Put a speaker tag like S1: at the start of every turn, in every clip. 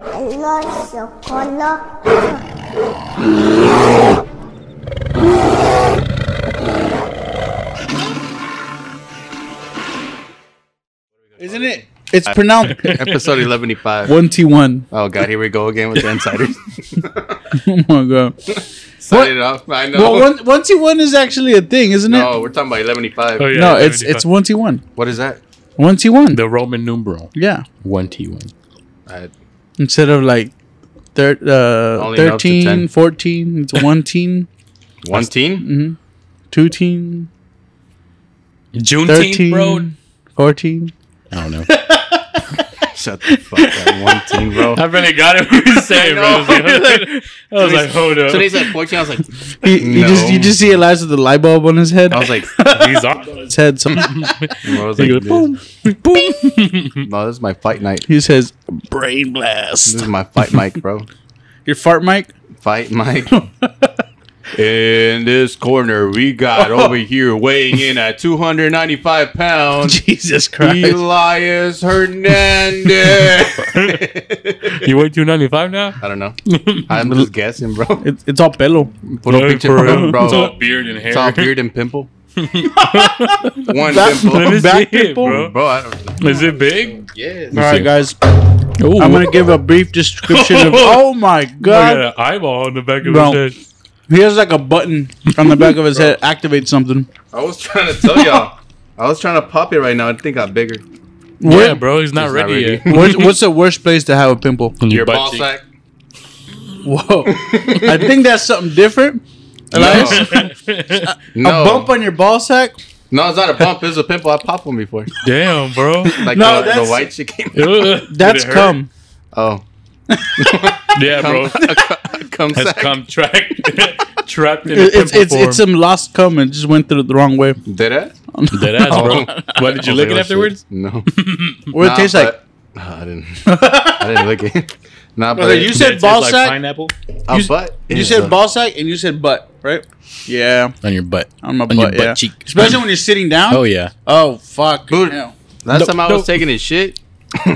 S1: color, so color.
S2: Isn't it? It's pronounced
S3: Episode 115.
S2: one T one.
S3: Oh, God, here we go again with the insiders.
S2: Oh my god.
S3: Sign it off. I know.
S2: Well, one one T one is actually a thing, isn't it?
S3: no, we're talking about 115.
S4: Oh, yeah,
S2: no, it's
S4: 75.
S2: it's one T one.
S3: What is that?
S2: One T one.
S4: the Roman numeral
S2: Yeah.
S4: one T one.
S3: I,
S2: Instead of like thir- uh,
S3: Only up to
S2: 13,
S3: 10.
S2: 14, it's one teen,
S3: one team?
S2: two teen,
S4: Juneteenth,
S2: thirteen,
S4: bro.
S2: 14.
S4: I don't know.
S3: Shut the fuck up. One team, bro.
S4: I really got it. What you saying, bro? I was like, I was like, hold up.
S3: Today's at 14. I was like,
S2: You, you
S3: No.
S2: just you just see Elias with the light bulb on his head.
S3: I was like,
S4: These are.
S2: his head. Some,
S3: I was
S4: He
S3: like
S4: goes, boom, boom.
S3: no, this is my fight night.
S2: he says, "Brain blast."
S3: This is my fight mic, bro.
S2: Your fart mic.
S3: Fight mic. In this corner, we got over here weighing in at 295 pounds.
S2: Jesus Christ.
S3: Elias Hernandez.
S4: you weigh two ninety five now.
S3: I don't know. I'm just guessing, bro.
S2: It, it's all pelo.
S3: Put a
S4: Yeah,
S3: picture
S4: for
S3: of him,
S4: real.
S3: bro.
S4: It's all beard and hair.
S3: It's all beard and pimple. One
S2: That's-
S4: Let
S3: pimple.
S4: me
S2: Back
S4: see it,
S2: people.
S4: bro.
S3: Bro, I don't know.
S4: Is it big?
S3: Yes.
S2: All right, guys.
S4: Ooh,
S2: I'm gonna give a brief description of. Oh my
S4: I
S2: God!
S4: got an eyeball on the back of
S2: Bro.
S4: his head.
S2: He has like a button on the back of his head. Activate something.
S3: I was trying to tell y'all. I was trying to pop it right now. It think got bigger.
S4: Yeah, bro, he's not
S3: He's not
S4: ready,
S3: ready.
S4: yet.
S2: What's, what's the worst place to have a pimple?
S3: Your ball sack.
S2: Whoa! I think that's something different. Elias,
S3: No.
S2: a bump on your ball sack.
S3: no, it's not a bump. It's a pimple. I popped one before.
S4: Damn, bro.
S3: Like uh,
S2: No,
S3: the,
S2: that's-
S3: the white shit came.
S2: That's cum.
S3: Oh.
S4: Yeah, bro.
S3: Come
S4: Has
S3: sack.
S4: come trapped, trapped in a
S2: It- It's
S4: pimple
S2: it's it's some lost cum and just went through the wrong way.
S3: Did it?
S4: form. Dead
S3: Oh,
S4: ass, bro.
S2: Oh.
S4: What did you lick it afterwards?
S3: No.
S2: What it tastes like?
S3: like? I didn't. I didn't lick it. Nah, but
S2: you
S4: Did it
S2: said
S4: taste
S2: ball
S4: like
S2: sack.
S4: pineapple
S3: a
S2: you-
S3: butt.
S2: you
S3: is
S2: said
S3: a-
S2: ball sack and you said butt, right? Yeah,
S4: on your butt.
S2: on my
S4: On
S2: butt.
S4: your butt
S2: yeah.
S4: cheek.
S2: Especially when you're sitting down.
S4: Oh yeah.
S2: Oh fuck.
S3: Dude.
S2: hell.
S3: Last
S4: No,
S3: time I was
S4: no.
S3: taking his shit,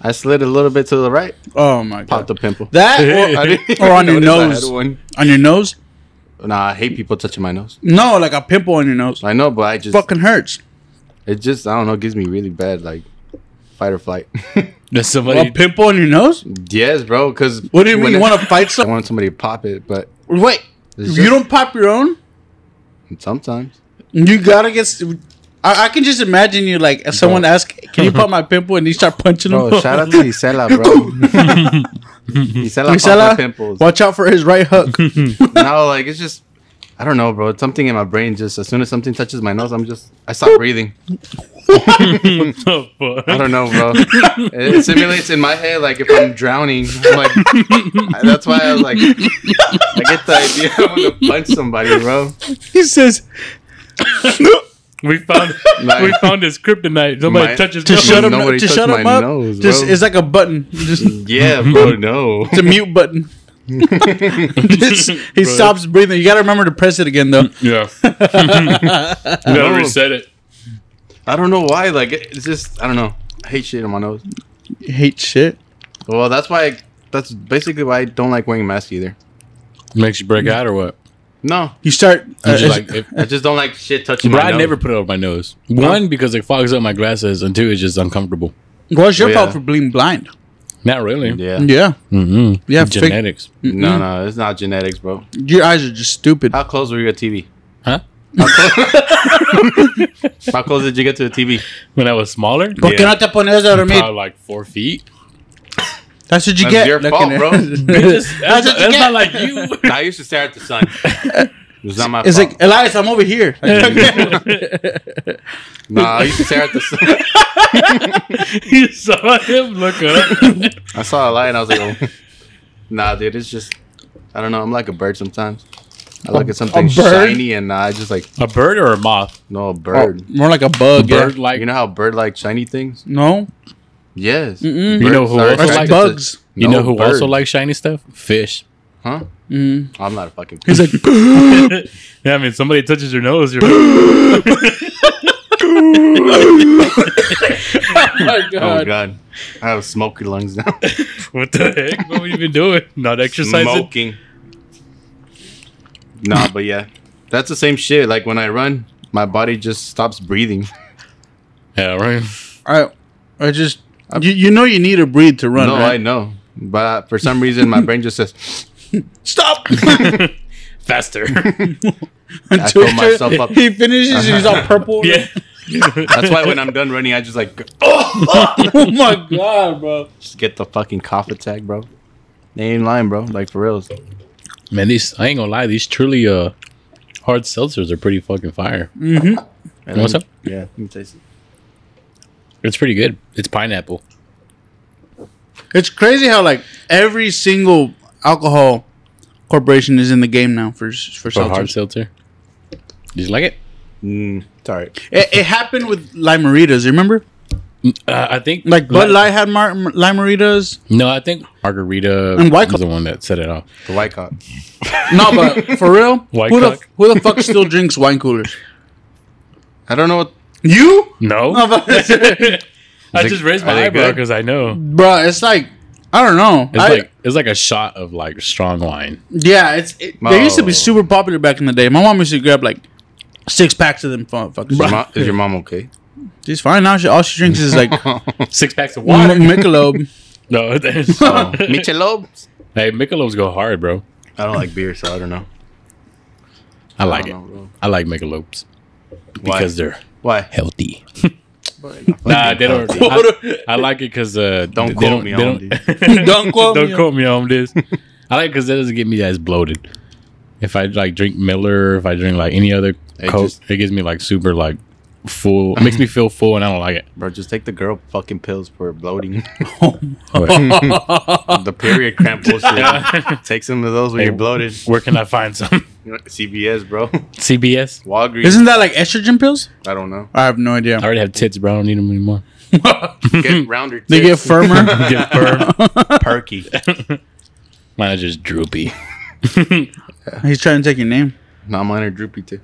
S3: I slid a little bit to the right,
S2: Oh my god.
S3: popped a pimple.
S2: That
S3: I didn't even
S2: Or on your
S3: notice I
S2: nose.
S3: had one.
S2: or, on your nose?
S3: Nah, I hate people touching my nose.
S2: No, like a pimple on your nose.
S3: I know, but I just
S2: Fucking hurts.
S3: it just I don't know gives me really bad like fight or flight.
S4: Does
S2: A
S4: somebody
S2: pimple on your nose?
S3: yes, bro. Because
S2: What do you mean? You want to fight
S3: I
S2: someone?
S3: want somebody to pop it, but
S2: Wait,
S3: It's
S2: you
S3: just-
S2: don't pop your own.
S3: sometimes
S2: You gotta get. s- I, I can just imagine you like if someone asks, "Can you pop my pimple?" and you start punching them.
S3: bro. Shout out to Isela, bro. Isela,
S2: Isela,
S3: Isela pimples.
S2: Watch out for his right hook.
S3: No, like it's just I don't know, bro. It's something in my brain. Just as soon as something touches my nose, I'm just I stop breathing.
S4: the fuck?
S3: I don't know, bro. it simulates in my head like if I'm drowning. I'm like, that's why I was like, I get the idea I want to punch somebody, bro.
S2: he says,
S4: We found
S3: Like-
S4: we found his kryptonite. Somebody
S3: My-
S4: touches
S2: "To
S4: no.
S2: shut him,
S3: Nobody
S2: to
S3: touched
S2: shut
S3: my
S2: him up."
S3: nose,
S2: just
S3: bro.
S2: it's like a button. Just it's
S3: Yeah, bro. No,
S2: a mute button. Just- he
S4: Right.
S2: stops breathing. You gotta remember to press it again though.
S4: Yeah. you gotta reset it.
S3: I don't know why. Like it's just I don't know. I hate shit on my nose.
S2: You hate shit.
S3: Well, that's why. I, that's basically why I don't like wearing a mask either.
S4: Makes you break out or what?
S3: No,
S2: You start. Uh,
S4: Just like, if-
S3: I just don't like shit touching
S4: Bro,
S3: my
S4: I
S3: nose.
S4: never put it over my nose. One, because it fogs up my glasses, and two, it's just uncomfortable.
S2: well, it's your
S3: Yeah.
S2: fault for being blind.
S4: Not really.
S3: Yeah.
S2: oh, Yeah,
S4: Mm-hmm.
S2: yeah. Fig-
S4: Genetics.
S3: No, no, it's not genetics, bro.
S2: your eyes are just stupid.
S3: How close were you at TV?
S4: Huh?
S3: How close did you get to the TV?
S4: When I was smaller,
S2: ¿Por qué no te pones a dormir?
S4: probably like four feet.
S2: That's what you
S3: That's
S2: get.
S3: your
S2: looking
S3: fault,
S2: at-
S3: bro.
S2: That's
S4: That's, not,
S2: what you
S4: that's
S2: get.
S4: not like you.
S3: I used to stare at the sun. It's not my
S2: It's
S3: fault.
S2: like Elias, I'm over here.
S3: nah, I used to stare at the sun.
S4: you saw him look up.
S3: I saw a light and I was like, oh. nah, dude, it's just, I don't know. I'm like a bird sometimes. I look at something
S2: bird?
S3: shiny and I just like,
S4: a bird or a moth?
S3: no, a bird.
S2: More like a bug. yeah.
S4: Oh, Bird like
S3: You know how bird like shiny things?
S2: No,
S3: Yes.
S2: Mm-mm.
S4: You know who
S3: are
S4: also
S3: attracted
S4: like-
S3: to-
S2: Bugs.
S4: you
S3: No,
S4: know who
S3: bird.
S4: also likes shiny stuff? Fish.
S3: Huh? I'm not a fucking.
S2: Mm-hmm. he's like,
S4: Yeah, I mean, somebody touches your nose, you're. oh my
S3: Oh, God. I have smoky lungs now.
S4: What the heck? What have you been doing? Not exercising?
S3: Smoking. nah, but yeah, that's the same shit. Like when I run, my body just stops breathing.
S4: Yeah, right.
S2: I, I just you, you know you need to breathe to run.
S3: no, I
S2: right?
S3: know, but uh, for some reason my brain just says,
S2: stop
S4: Faster.
S2: until
S3: fill myself up.
S2: he finishes. He's all purple.
S4: yeah.
S3: That's why when I'm done running, I just like
S2: oh my god, bro.
S3: just get the fucking cough attack, bro. They ain't lying, bro. Like for reals.
S4: Man, these I ain't gonna lie, these truly uh hard seltzers are pretty fucking fire.
S3: And
S4: What's
S3: then-
S4: up?
S3: Yeah, let me taste it.
S4: It's pretty good. It's pineapple.
S2: It's crazy how like every single alcohol corporation is in the game now for s- for
S4: For hard
S2: seltzers.
S4: seltzer. Did you like it?
S3: Mm, it's alright.
S2: It, it happened with Limeritas. You remember?
S4: Uh, I think
S2: Like Bud Light had mar- Limeritas.
S4: No, I think margarita
S2: And White
S4: was the one that set it off.
S3: The white cock.
S2: No, but for real,
S4: White
S2: who the
S4: Cock.
S2: who the fuck still drinks wine coolers?
S3: I don't know what.
S2: You?
S4: No,
S2: No, but-
S4: I
S3: it-
S4: just raised
S3: are
S4: my
S3: they
S4: eyebrow
S3: good?
S4: because I know
S2: Bro, it's like I don't know.
S4: it's
S2: I-
S4: like it's like a shot of like strong wine.
S2: yeah, it's it, they used to
S3: Oh.
S2: be super popular back in the day. My mom used to grab like six packs of them fu- fuckers.
S3: Is your, mom, is your mom okay?
S2: She's fine now. She, all she drinks is like M-
S4: Six packs of water.
S2: Michelob.
S4: no, that's-
S3: Michelob.
S4: hey, Michelob's go hard, bro.
S3: Oh. I don't like beer, so I don't know.
S4: I like
S3: I
S4: it.
S3: don't know, bro.
S4: I like Michelob's because they're
S3: Why?
S4: healthy.
S3: Nah,
S4: Nah, they don't. I, I like it because uh,
S3: Don't
S4: they
S3: quote me
S4: they
S3: on
S2: Don't quote
S4: don't
S2: me on-
S4: quote me on this. I like because that doesn't get me as bloated. If I like drink Miller, if I drink like any other
S3: It
S4: Coke,
S3: just-
S4: it gives me like super like full. It makes me feel full, and I don't like it.
S3: Bro, just take the girl fucking pills for bloating.
S4: But
S3: the period cramp bullshit. Take some of those when you're bloated.
S4: where can I find some
S3: CBS, bro.
S4: CBS?
S3: Walgreens.
S2: Isn't that like estrogen pills?
S3: I don't know.
S2: I have no idea.
S4: I already have tits, bro. I don't need them anymore.
S3: Get rounder.
S2: They get
S3: tits.
S2: firmer.
S4: Get firm.
S3: perky.
S4: Mine are just droopy.
S2: He's trying to take your name.
S3: Not mine are droopy too.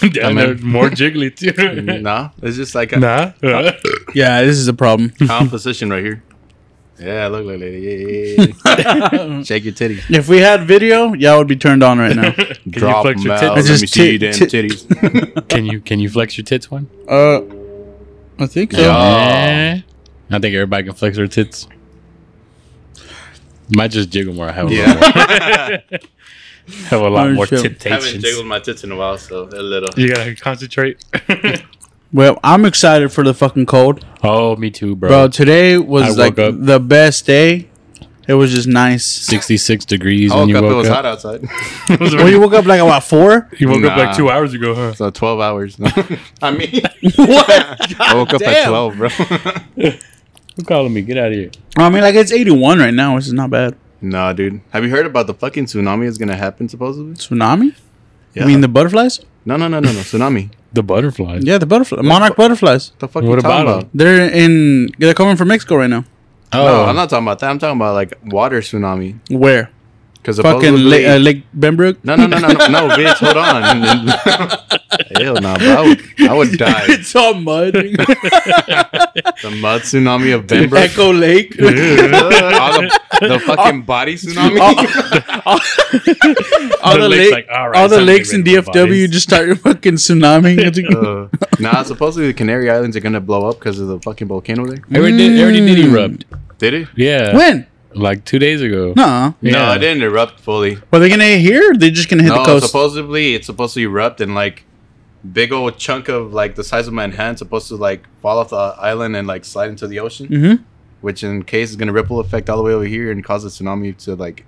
S4: Damn, they're more jiggly too.
S3: nah, it's just like a
S4: nah.
S2: Yeah, this is a problem.
S3: composition right here. Yeah, I look like lady. Yeah, yeah, yeah. Shake your titties.
S2: If we had video, y'all would be turned on right now.
S4: Can you flex
S3: 'em
S4: your
S3: out.
S4: tits?
S3: Let
S2: It's
S3: me
S2: just
S3: see your damn
S2: tit-
S4: Oh,
S3: titties.
S4: Can you can you flex your tits one?
S2: Uh, I think so.
S3: Yeah.
S4: Eh. I think everybody can flex their tits. Might just jiggle more. I have a,
S3: Yeah.
S4: lot, more, have a lot
S2: Oh,
S4: more
S2: shit.
S4: temptations.
S3: my tits in a while, so a little.
S4: You gotta concentrate.
S2: Well, I'm excited for the fucking cold,
S4: oh, me too, bro.
S2: bro. Today was
S4: I
S2: like
S4: woke up.
S2: the best day. It was just nice.
S4: Sixty-six degrees
S3: I
S4: when
S3: woke
S4: you
S3: up. It
S4: woke
S3: was
S4: up.
S3: hot outside.
S2: Well, you woke up like about four.
S4: You woke up
S3: Nah.
S4: like two hours ago, huh?
S3: So twelve hours. No. I mean,
S2: what?
S3: I woke up at
S2: Damn.
S3: twelve, bro.
S4: Who calling me? Get out of here.
S2: I mean, like it's 81 right now, which is not bad.
S3: nah, dude. Have you heard about the fucking tsunami that's gonna happen supposedly?
S2: Tsunami?
S3: Yeah.
S2: I mean, the butterflies?
S3: no, no, no, no, no. Tsunami.
S4: The butterflies.
S2: Yeah, the butterflies. Monarch butterflies.
S3: The fuck you
S4: What
S3: talking
S4: about 'em?
S3: about?
S2: They're in. They're coming from Mexico right now.
S4: Oh,
S3: No, I'm not talking about that. I'm talking about like water tsunami.
S2: Where?
S3: Because
S4: Oh,
S2: Fucking Lake, uh, Lake Benbrook.
S3: No, no, no, no, no, no, bitch, hold on. Hell no, bro. I would, I would die.
S2: It's all mud.
S3: The mud tsunami of Denver.
S2: Echo Lake.
S3: All the, the fucking body tsunami.
S2: all the,
S4: The lake's
S2: lake,
S4: like, all right,
S2: all the
S4: something
S2: lakes in
S4: written
S2: DFW
S4: with bodies.
S2: just start fucking tsunami. It's like-
S3: Uh, nah, supposedly the Canary Islands are gonna blow up because of the fucking volcano there.
S4: They already, did, they already did erupt.
S3: Did it?
S4: Mm. Yeah,
S2: when?
S4: like two days ago.
S2: No.
S3: No,
S4: Yeah.
S3: it didn't erupt fully.
S2: Were they gonna hit here? Or they just gonna hit the
S3: No,
S2: coast?
S3: supposedly it's supposed to erupt and like big old chunk of like the size of my hand supposed to like fall off the island and like slide into the ocean.
S2: Mhm.
S3: Which in case is gonna ripple effect all the way over here and cause a tsunami to like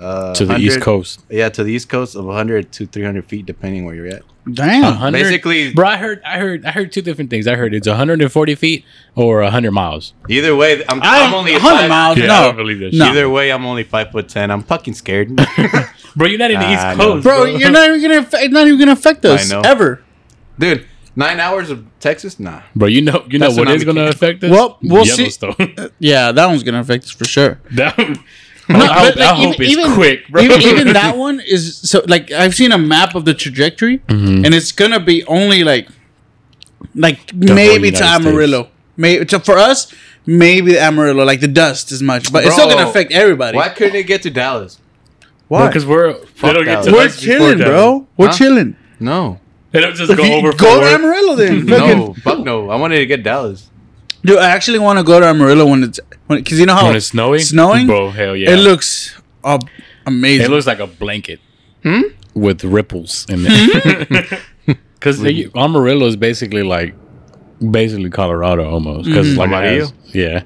S3: uh,
S4: to the east
S3: 100
S4: coast.
S3: Yeah, to the east coast of 100 to 300 feet, depending where you're at.
S2: Damn.
S3: Basically-
S4: bro. I heard, I heard, I heard two different things. I heard it's 140 feet or 100 miles.
S3: Either way, I'm,
S2: I
S3: I'm only
S2: 100
S3: five,
S2: miles.
S4: Yeah,
S2: no.
S4: I don't believe that
S2: No.
S3: Either way, I'm only five foot ten. I'm fucking scared.
S4: Bro, you're not in the
S3: Ah,
S4: East
S3: no.
S4: Coast,
S2: Bro, you're not even gonna. Affect, it's not even gonna affect us
S3: know.
S2: ever.
S3: Dude, nine hours of Texas? Nah.
S4: Bro, you know, you know
S3: That's
S4: what
S3: tsunami
S4: is going to
S3: kicking.
S4: affect us.
S2: Well, we'll see.
S4: Yellowstone.
S2: Yeah, that one's gonna affect us for sure.
S4: that,
S2: No,
S4: I hope,
S2: but, like,
S4: I hope
S2: even-
S4: it's
S2: even-
S4: quick, bro.
S2: Even, even that one is so like I've seen a map of the trajectory,
S4: Mm-hmm.
S2: and it's gonna be only like, like
S4: whole
S2: maybe to
S4: United States.
S2: Amarillo. Maybe to, for us, maybe the Amarillo, like the dust as much, but it's still gonna
S3: Bro.
S2: affect everybody.
S3: Why couldn't it get to Dallas?
S2: Why?
S4: Because we're they don't get
S3: Dallas.
S4: to
S2: We're
S4: us before
S2: chilling,
S4: Dallas.
S2: bro. We're
S3: Huh?
S2: chilling.
S3: No.
S4: They don't just go over for
S2: go to
S4: work.
S2: Amarillo then.
S3: No,
S2: Fucking-
S3: fuck no. I wanted to get Dallas.
S2: dude, I actually want to go to Amarillo when it's when because you know how
S4: When it's snowing,
S2: snowing,
S4: bro. Hell yeah!
S2: it looks uh, amazing.
S4: It looks like a blanket with ripples in it. Because Amarillo is basically like basically Colorado almost. Because like it
S3: Amarillo?
S4: has- yeah,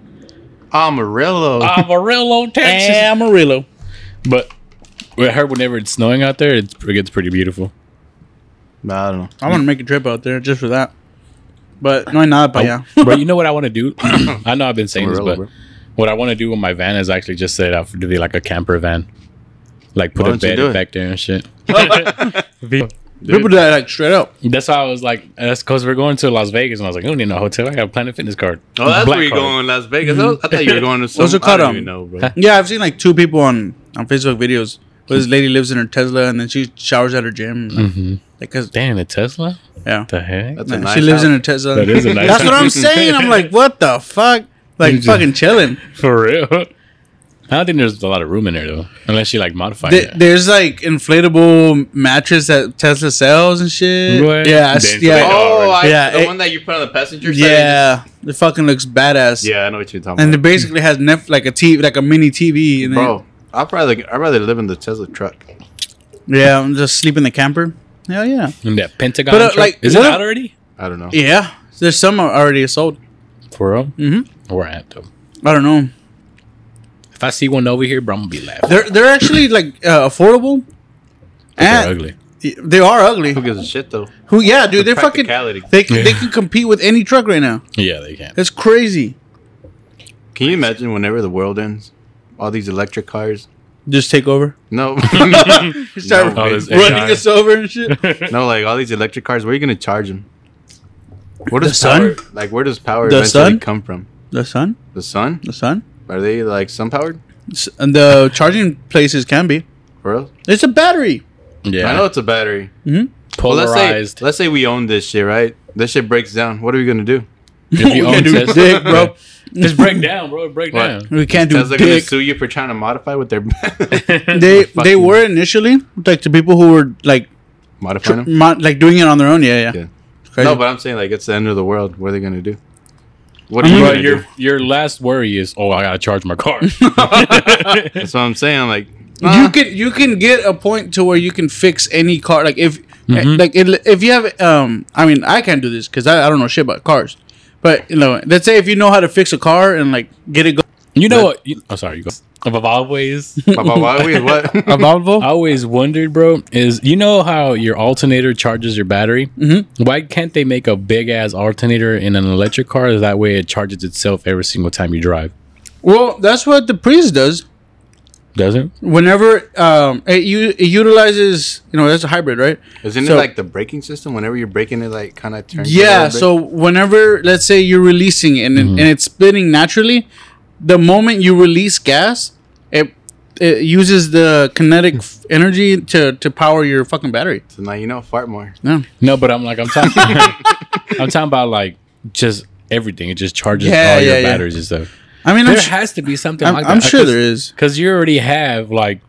S3: Amarillo.
S4: Ah. Amarillo,
S2: Amarillo.
S4: But I heard whenever it's snowing out there, it's, it gets pretty beautiful.
S3: Nah, I don't know.
S2: I want to make a trip out there just for that. But no, not
S4: Oh,
S2: but Oh, yeah.
S4: but you know what I want to do? I know I've been saying this, but
S3: Amarillo, bro.
S4: what I want to do with my van is actually just set it up to be like a camper van. Like put
S3: Why
S4: a
S3: don't you
S4: bed
S3: do it?
S4: back there and shit.
S2: People do that like straight up.
S4: That's why I was like, that's because we're going to Las Vegas, and I was like, I don't need no hotel. I got a Planet Fitness card.
S3: Oh, that's
S4: Black
S3: where you're
S4: card.
S3: going, Las Vegas. I I thought you were going to some.
S2: What's it called,
S3: I don't
S2: um,
S3: even know, bro.
S2: Yeah, I've seen like two people on on Facebook videos. Where this lady lives in her Tesla and then she showers at her gym.
S4: Mm-hmm.
S2: Like, 'cause-
S4: Damn, a Tesla?
S2: yeah,
S4: The heck?
S3: That's a
S2: Nah,
S3: nice
S2: she lives
S3: house.
S2: in her Tesla.
S4: That is a nice
S2: That's what I'm
S4: house.
S2: saying. I'm like, what the fuck? Like fucking chilling.
S4: For real? I don't think there's a lot of room in there though, unless you like modify
S2: Th-
S4: it.
S2: There's like inflatable mattress that Tesla sells and shit.
S4: What?
S2: Yeah, I s-
S4: They
S2: yeah,
S4: inflate
S3: Oh, I,
S2: Yeah,
S3: the
S2: it-
S3: one that you put on the passenger side.
S2: yeah. It fucking looks badass.
S3: Yeah, I know what you're talking
S2: and it
S3: about.
S2: basically has Netf- like a TV, like a mini TV. And
S3: Bro, I'd probably, I'd rather live in the Tesla truck.
S2: yeah, I'm just sleep in the camper. Hell yeah,
S4: And that Pentagon
S2: But, uh,
S4: truck-
S2: like,
S4: is it
S2: what-
S4: out already?
S3: I don't know.
S2: yeah. There's some are already sold.
S4: For real? Mm-hmm. We're at though.
S2: I don't know.
S4: If I see one over here, bro, I'm gonna be laughing.
S2: They're they're actually like uh, affordable.
S4: They're
S2: And
S4: ugly.
S2: they are ugly.
S3: Who gives a shit though?
S2: Who? Yeah, dude,
S3: The
S2: they're fucking.
S3: practicality.
S2: They can, they can compete with any truck right now.
S4: Yeah, they can.
S2: That's crazy.
S3: Can you imagine whenever the world ends, all these electric cars?
S2: Just take over.
S3: No,
S2: Start
S3: No,
S4: it's
S2: running
S4: AI.
S2: us over and shit.
S3: no, like all these electric cars. Where are you gonna charge them? Where does
S2: The sun?
S3: power, like where does power
S2: The
S3: eventually
S2: sun?
S3: come from?
S2: the sun,
S3: The sun?
S2: the sun,
S3: Are they like sun powered?
S2: S- and the charging places can be.
S3: For real?
S2: It's a battery.
S4: Yeah.
S3: I know it's a battery. Well, let's
S4: Polarized.
S3: say let's say we own this shit, right? This shit breaks down. What are we gonna do?
S4: If
S2: we
S4: you own
S2: can't do
S4: Tesla-
S2: dick, bro. Mm-hmm.
S4: Just break down, bro. Break
S3: What?
S4: down.
S2: We can't do
S3: Tesla gonna
S2: dick.
S3: sue you for trying to modify with their
S2: They they
S3: Fucking-
S2: were initially like the people who were like
S3: modifying them?
S2: mo- like doing it on their own. Yeah, yeah.
S3: Yeah.
S2: Crazy.
S3: No, but I'm saying like it's the end of the world. What are they gonna do? What are
S2: I
S3: you
S2: mean,
S4: Bro,
S3: gonna do?
S4: your your last worry is, oh, I gotta charge my car.
S3: That's what I'm saying. I'm like
S2: you can you can get a point to where you can fix any car. Like if like it, if you have um, I mean I can't do this because I, I don't know shit about cars. But you know, let's say if you know how to fix a car and like get it go
S4: you know what? You, oh, sorry. You go. Of always,
S3: Why- why- why we- what?
S2: a Volvo.
S4: I always wondered, bro, is you know how your alternator charges your battery? Mm-hmm. Why can't they make a big ass alternator in an electric car? That way it charges itself every single time you drive.
S2: Well, that's what the Prius does.
S4: Doesn't?
S2: Whenever um, it, u- it utilizes, you know, that's a hybrid, right?
S3: Isn't
S2: So-
S3: it like the braking system? Whenever you're braking, it like kind of turns. a
S2: Yeah.
S3: little bit?
S2: So whenever, let's say you're releasing it and, and it's spinning naturally, the moment you release gas, it it uses the kinetic f- energy to to power your fucking battery.
S3: So now you know fart more.
S2: Yeah.
S4: No, but I'm like I'm talking I'm talking about like just everything. It just charges
S2: Yeah,
S4: all
S2: yeah,
S4: your
S2: yeah.
S4: batteries and stuff.
S2: I mean, I'm,
S4: There
S2: sh-
S4: has to be something
S2: I'm,
S4: like that.
S2: I'm sure there is.
S4: Because you already have like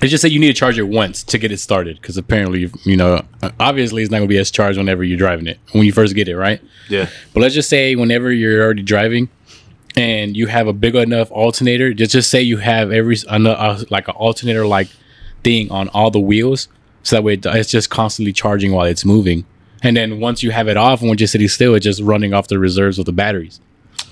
S4: let's just say you need to charge it once to get it started. Because apparently, you know, obviously it's not gonna be as charged whenever you're driving it when you first get it, right?
S3: Yeah.
S4: But let's just say whenever you're already driving and you have a big enough alternator, just just say you have every ano- uh, like an alternator like thing on all the wheels, so that way it- it's just constantly charging while it's moving. And then once you have it off and once you're sitting still, it's just running off the reserves of the batteries.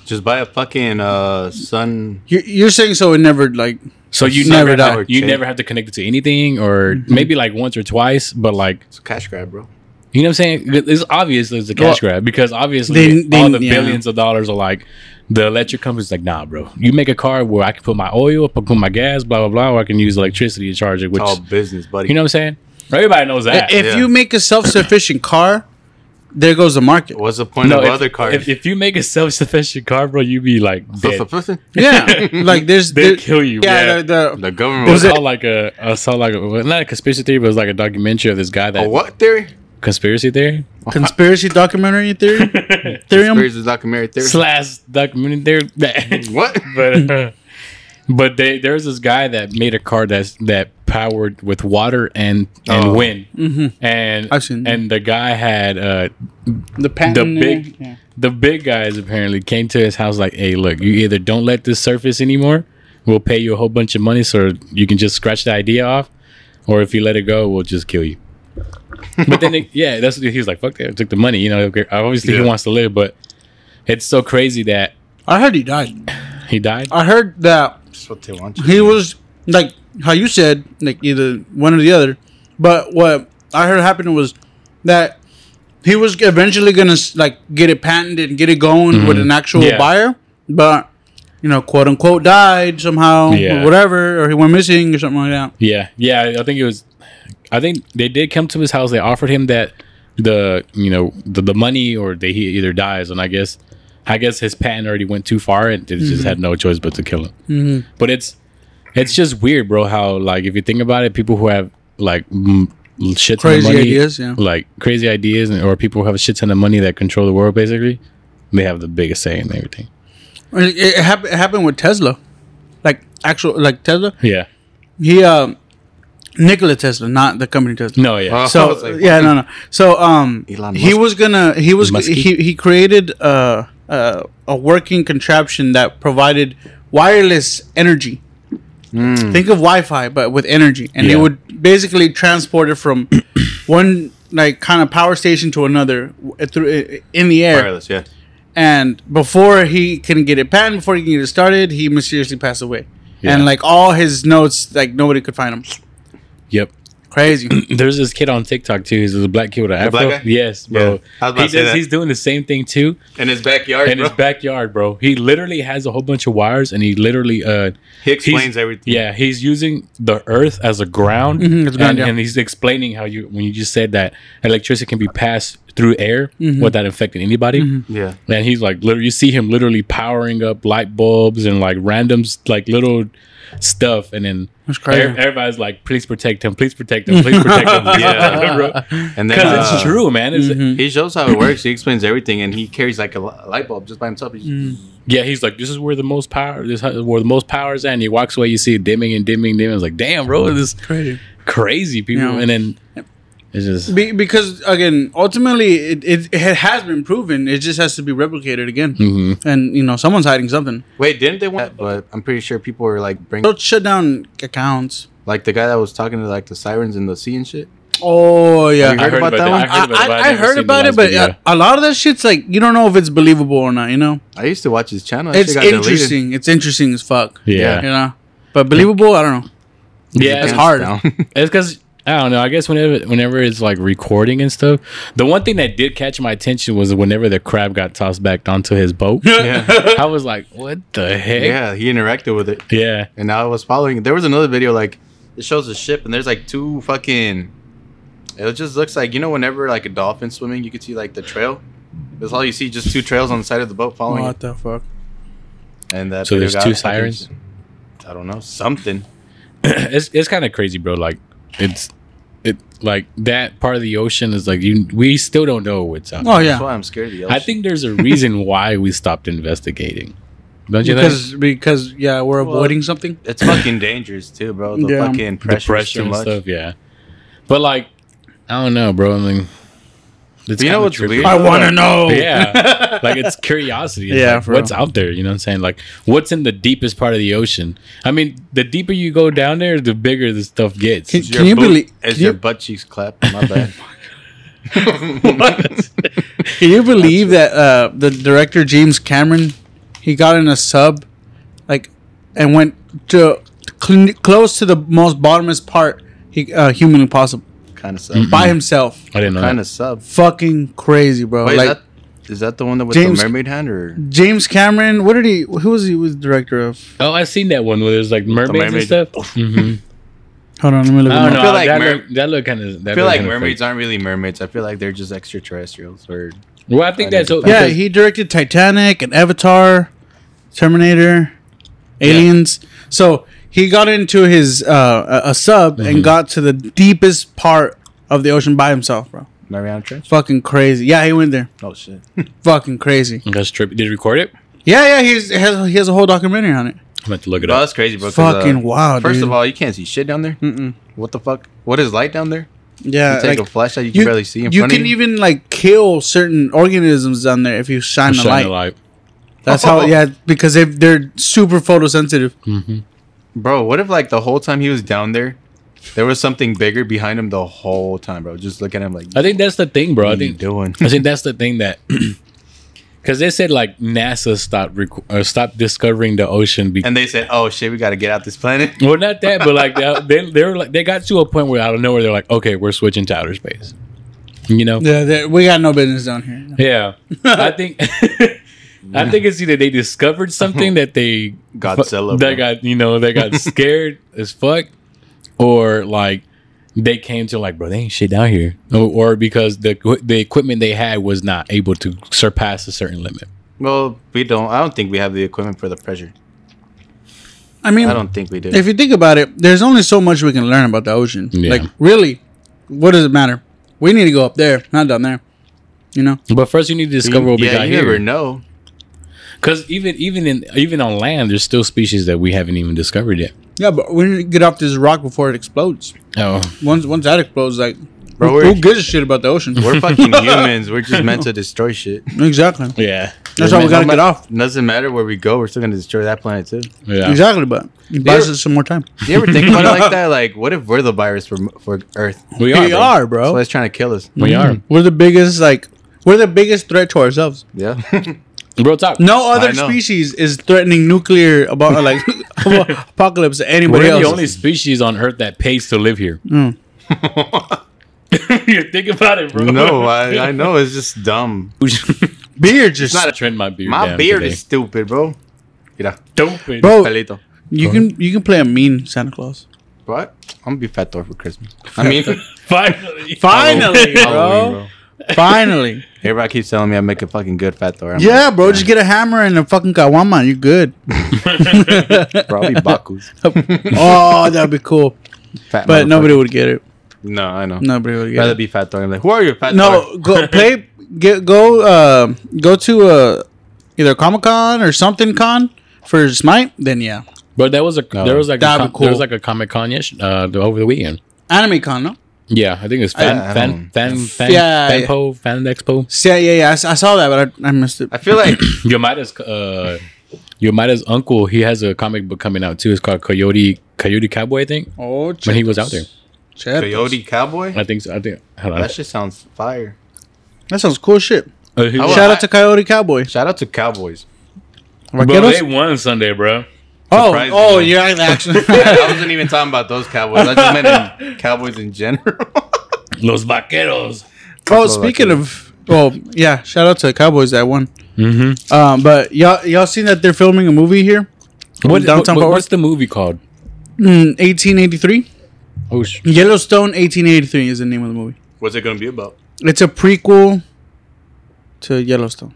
S3: Just buy a fucking uh, sun.
S2: You're, you're saying so it never like
S4: So you
S2: Never
S4: never
S2: die.
S4: have, you never have to connect it to anything, or maybe like once or twice. But like
S3: It's a cash grab, bro.
S4: you know, what I'm saying it's obvious there's a cash
S2: Well,
S4: grab because obviously
S2: they-
S4: all
S2: they-
S4: the
S2: yeah.
S4: billions of dollars are like the electric company's like, nah, bro. You make a car where I can put my oil, I can put my gas, blah blah blah, or I can use electricity to charge it. Which
S3: It's all business, buddy.
S4: you know, what I'm saying everybody knows that.
S2: if
S3: Yeah.
S2: you make a self-sufficient car, there goes the market.
S3: what's the point
S4: no,
S3: of
S4: if,
S3: other cars?
S4: If, if you make a self-sufficient car, bro, you be like dead.
S2: Yeah, like there's
S4: They'll
S2: there-
S4: kill you,
S2: Yeah,
S4: yeah.
S2: The, the,
S3: the government
S4: I
S3: was
S4: saw like a I saw like a, not a conspiracy theory, but it was like a documentary of this guy that
S3: a "Oh, what theory?
S4: conspiracy theory
S2: Conspiracy documentary theory? Theorem?
S3: Where's Hmm. the documentary theory?
S4: slash documentary theory.
S3: what?
S4: but uh, but they, there's this guy that made a car that's that powered with water and and
S3: Oh.
S4: wind and
S2: I've seen that.
S4: and the guy had uh
S2: The patent.
S4: The big-
S2: yeah.
S4: the big guys apparently came to his house like hey look you either don't let this surface anymore we'll pay you a whole bunch of money so you can just scratch the idea off or if you let it go we'll just kill you but then it, yeah that's he was like fuck that I took the money you know okay, obviously
S3: Yeah.
S4: he wants to live but it's so crazy that
S2: I heard he died.
S4: he died
S2: I heard that
S3: That's what they want.
S2: he was like how you said, like either one or the other. But what I heard happened was that he was eventually gonna like get it patented and get it going with an actual
S4: Mm-hmm. Yeah.
S2: buyer, but you know, quote unquote, died somehow
S4: Yeah.
S2: or whatever, or he went missing or something like that.
S4: Yeah, yeah. I think it was. I think they did come to his house. They offered him that the you know the, the money, or they he either dies. And I guess I guess his patent already went too far, and they just
S2: Mm-hmm.
S4: had no choice but to kill him. But it's it's just weird, bro. How like if you think about it, people who have like m- shit ton of
S2: Crazy
S4: money,
S2: ideas, yeah.
S4: like crazy ideas, and, or people who have a shit ton of money that control the world, basically, they have the biggest say in everything.
S2: It, it, hap- it happened with Tesla, like actual like Tesla.
S4: Yeah.
S2: He um, Nikola Tesla, not the company Tesla.
S4: No. Yeah.
S3: Huh? I
S2: So
S3: was like,
S2: yeah, no, no. So um,
S3: Elon
S2: he
S3: Musk.
S2: was gonna he was
S4: Musky?
S2: he he created uh, uh, a working contraption that provided wireless energy. Think of Wi-Fi, but with energy, and it
S4: Yeah.
S2: would basically transport it from one like kind of power station to another w- through uh, in the air.
S3: Wireless, yeah.
S2: And before he can get it patented, before he can get it started, he mysteriously passed away. And
S4: Yeah.
S2: like all his notes, like nobody could find him.
S4: Yep.
S2: Crazy.
S4: There's this kid on TikTok too. He's a black kid with an afro.
S3: black guy?
S4: Yes, bro.
S3: Yeah. I was about
S4: He
S3: to say
S4: does,
S3: that.
S4: he's doing the same thing too
S3: In his backyard,
S4: in
S3: bro.
S4: his backyard, bro. He literally has a whole bunch of wires, and he literally uh
S3: he explains
S4: he's-
S3: everything.
S4: Yeah, he's using the earth as a ground,
S2: Mhm, as a ground,
S4: and,
S2: yeah.
S4: and he's explaining how you when you just said that electricity can be passed through air
S2: Mm-hmm.
S4: without affecting anybody.
S3: Yeah.
S4: And he's like, literally, you see him literally powering up light bulbs and like random, s- like little stuff. And then
S2: That's crazy.
S4: ev- everybody's like, please protect him, please protect him, please protect him.
S3: Yeah. And then
S4: Because
S3: uh,
S4: it's true, man. It's,
S2: Mm-hmm.
S3: He shows how it works. He explains everything, and he carries like a li- light bulb just by himself. He's
S4: Yeah, he's like, this is where the most power, this is where the most power is at. And he walks away, you see it dimming and dimming, dimming. It's like, damn, bro, this is
S2: Crazy.
S4: crazy people.
S2: Yeah.
S4: And then it's just,
S2: Be- because again, ultimately, it, it it has been proven. It just has to be replicated again. Mm-hmm. And you know, someone's hiding something.
S3: Wait, didn't they want? But I'm pretty sure people were like bringing,
S2: Don't shut down accounts.
S3: like the guy that was talking to like the sirens in the sea and shit.
S2: Oh yeah,
S3: Have you heard about that one?
S4: I heard about
S2: I,
S4: it, but I've
S2: I, I
S4: never
S2: heard
S4: seen
S2: about
S4: the
S2: it, but uh,
S4: last video.
S2: a, a lot of that shit's like you don't know if it's believable or not. You know,
S3: I used to watch his channel. That
S2: it's
S3: shit got deleted.
S2: interesting. It's interesting as fuck.
S4: Yeah.
S2: you know, but believable, I don't know.
S4: yeah,
S2: That's
S4: it's
S2: hard.
S3: Hands down.
S4: It's because I don't know. I guess whenever whenever it's like recording and stuff, the one thing that did catch my attention was whenever the crab got tossed back onto his boat.
S3: yeah,
S4: I was like, what the heck? Yeah.
S3: yeah. He interacted with it, and I was following. There was another video like it shows a ship, and there's like two fucking. It just looks like you know whenever like a dolphin swimming, you could see like the trail. That's all you see, just two trails on the side of the boat following.
S2: What
S3: it.
S2: the fuck?
S3: And that
S4: So
S3: video
S4: there's
S3: got
S4: two
S3: fucking-
S4: sirens?
S3: I don't know something.
S4: It's it's kind of crazy, bro. Like it's it like that part of the ocean is like you. We still don't know what's out.
S2: Oh
S3: That's
S2: yeah,
S3: why I'm scared of the ocean.
S4: I think there's a reason why we stopped investigating. Don't you think?
S2: because because yeah, we're
S3: Well,
S2: avoiding something.
S3: it's fucking dangerous too, bro. The
S2: Yeah.
S3: fucking
S4: the
S3: pressure's
S4: pressure
S3: too
S4: and
S3: much.
S4: stuff. Yeah, but like I don't know, bro. I mean, it's
S3: You know
S4: kinda
S3: what's
S4: trippy.
S3: weird?
S2: I want to
S3: Oh.
S2: know.
S4: yeah like it's curiosity It's
S2: Yeah,
S4: like,
S2: for
S4: what's
S2: real.
S4: out there you know what i'm saying like what's in the deepest part of the ocean i mean the deeper you go down there the bigger the stuff gets
S2: Can-
S3: Is
S2: you
S3: boot-
S2: believe-
S3: Is
S2: can
S3: your
S2: you-
S3: butt cheeks clap? My bad.
S2: Can you believe that uh, the director James Cameron, he got in a sub, like, and went to cl- close to the most bottomest part he uh, humanly possible
S3: kind of sub.
S2: by himself.
S4: i didn't know
S3: Kind
S4: that.
S3: of sub.
S2: Fucking crazy, bro.
S3: Wait,
S2: like
S3: is, that, is that the one that with
S2: James-
S3: the mermaid hand or?
S2: James Cameron, what did he? Who was he? Was the director of?
S4: oh i've seen that one where there's like mermaids and
S3: mermaid.
S4: stuff Mhm.
S2: Hold on, let me look.
S4: i
S2: him up.
S4: don't know
S3: feel like
S4: that,
S3: mer-
S4: look, that look kind of
S3: I feel like mermaids aren't really mermaids. I feel like they're just extraterrestrials. Or
S4: well i think
S3: I
S4: that's
S3: need to
S4: o-
S3: find
S2: Yeah,
S4: because-
S2: he directed Titanic and Avatar, Terminator, Aliens. So he got into his uh, a, a sub and got to the deepest part of the ocean by himself, bro.
S3: Mariana Trench?
S2: Fucking crazy. Yeah, he went there.
S3: Oh shit.
S2: Fucking crazy.
S4: That's trip. Did you record it?
S2: Yeah, yeah. He's, he has he has a whole documentary on it.
S4: I'm going to look it
S3: Bro,
S4: up.
S3: that's crazy, bro. 'cause, uh,
S2: Fucking wild.
S3: First
S2: dude.
S3: of all, you can't see shit down there.
S2: Mm-mm.
S3: What the fuck? What is light down there? You
S2: yeah,
S3: take
S2: like,
S3: a flashlight, you can
S2: you,
S3: barely see in
S2: you
S3: front
S2: can
S3: of you.
S2: even like kill certain organisms down there if you shine the
S4: Shine
S2: light.
S4: the light.
S2: That's how. Yeah, because they they're super photosensitive.
S3: Bro, what if like the whole time he was down there, there was something bigger behind him the whole time, bro? Just look at him like,
S4: I think that's the thing, bro. I
S3: what are you
S4: think
S3: doing?
S4: I think that's the thing that because they said like NASA stopped rec- or stopped discovering the ocean because
S3: And they said, oh shit, we got to get out this planet.
S4: well not that but like they, they they were like they got to a point where out of nowhere they're like okay we're switching to outer space you know
S2: Yeah, they- we got no business down here.
S4: yeah I think I think it's either they discovered something that they
S3: Godzilla. bro.
S4: that got you know they got scared as fuck or like they came to like bro they ain't shit down here or, or because the the equipment they had was not able to surpass a certain limit.
S3: well, we don't. I don't think we have the equipment for the pressure.
S2: I mean,
S3: I don't think we do.
S2: if you think about it, there's only so much we can learn about the ocean.
S4: Yeah.
S2: Like, really, what does it matter? We need to go up there, not down there. You know?
S4: But first, you need to discover what we
S3: yeah,
S4: got
S3: you never
S4: here.
S3: know.
S4: Because even even in even on land, there's still species that we haven't even discovered yet.
S2: Yeah, but we need to get off this rock before it explodes.
S4: Oh,
S2: Once once that explodes, like,
S3: Bro,
S2: who,
S3: we're-
S2: who gives a shit about the ocean?
S3: We're fucking humans. We're just meant to destroy shit.
S2: exactly.
S4: yeah,
S2: That's why we gotta
S3: No
S2: get
S3: ma-
S2: off.
S3: Doesn't matter where we go. We're still gonna destroy that planet too.
S4: yeah.
S2: Exactly, but it buys us some more time.
S3: Do you ever think about it like that? Like, what if we're the virus for for Earth?
S4: We are,
S2: We are,
S4: bro.
S3: That's why
S2: bro. Mm-hmm.
S3: it's trying to kill us.
S4: we are,
S2: We're the biggest, like, we're the biggest threat to ourselves.
S3: Yeah.
S4: Mm-hmm. real talk.
S2: No
S3: I
S2: other
S3: know.
S2: species is threatening nuclear about like apocalypse to
S4: we're
S2: anybody
S4: the
S2: else.
S4: only species on Earth that pays to live here.
S2: Mm.
S4: You think about it, bro.
S3: no, I, I know it's just dumb.
S2: Beer just
S4: I trimmed my beard.
S3: My
S4: down
S3: beard
S4: today.
S3: is stupid, bro. Mira,
S4: stupid,
S2: Bro,
S3: pelito.
S2: You can you can play a mean Santa Claus.
S3: What? I'm gonna be fat Thor for Christmas. I mean,
S4: Finally,
S2: Finally,
S3: Halloween,
S2: bro. Finally.
S3: Everybody keeps telling me I make a fucking good fat Thor. I'm
S2: Yeah, bro. Just get a hammer and a fucking kawama. You're good.
S3: like, bro, I'll be Baku's.
S2: oh, that'd be cool.
S3: Fat
S2: But
S3: motherfucker.
S2: nobody would get it.
S3: No, I know.
S2: Nobody would
S3: Rather
S2: get it.
S3: be fat Thor. I'm like, who are you, fat Thor?
S2: No, go play. Get go. Uh, go to uh, either Comic Con or something con for Smite. Then yeah,
S4: But that was a there was like a
S2: That'd be
S4: com- there was
S2: cool.
S4: like a Comic Con yes uh, the- over the weekend.
S2: Anime Con. No.
S4: Yeah, I think it was fan
S3: I
S4: fan
S3: don't-
S4: fan fan
S2: Yeah.
S4: fanpo fan expo.
S2: Yeah, yeah, yeah. I, s- I saw that, but I, I missed it.
S3: I feel like
S4: Yamada's uh Yamada's uncle, he has a comic book coming out too. It's called Coyote Coyote Cowboy, I think.
S2: Oh,
S4: When he was out there.
S2: Chetos.
S3: Coyote Cowboy.
S4: I think so. I think hold on.
S3: That shit sounds fire.
S2: That sounds cool shit.
S4: Uh, he-
S3: How-
S2: Shout out to Coyote Cowboy.
S3: Shout out to Cowboys.
S4: bro,
S2: Vaqueros?
S4: they won Sunday, bro.
S2: Oh,
S3: surprised
S2: oh,
S3: me.
S2: you're actually. Oh,
S3: I wasn't even talking about those Cowboys. I just meant in Cowboys in general.
S4: Los Vaqueros.
S2: Oh,
S3: Buffalo
S2: speaking
S3: Vaqueros.
S2: of, well, yeah, shout out to the Cowboys that won. Mm-hmm. Um, but y'all, y'all seen that they're filming a movie here,
S4: What,
S2: Downtown
S4: what-
S2: Fort
S4: what's the movie called?
S2: Mm, 1883.
S4: Oh, sh-
S2: Yellowstone, 1883 is the name of the movie.
S3: What's it gonna be about?
S2: It's a prequel to Yellowstone.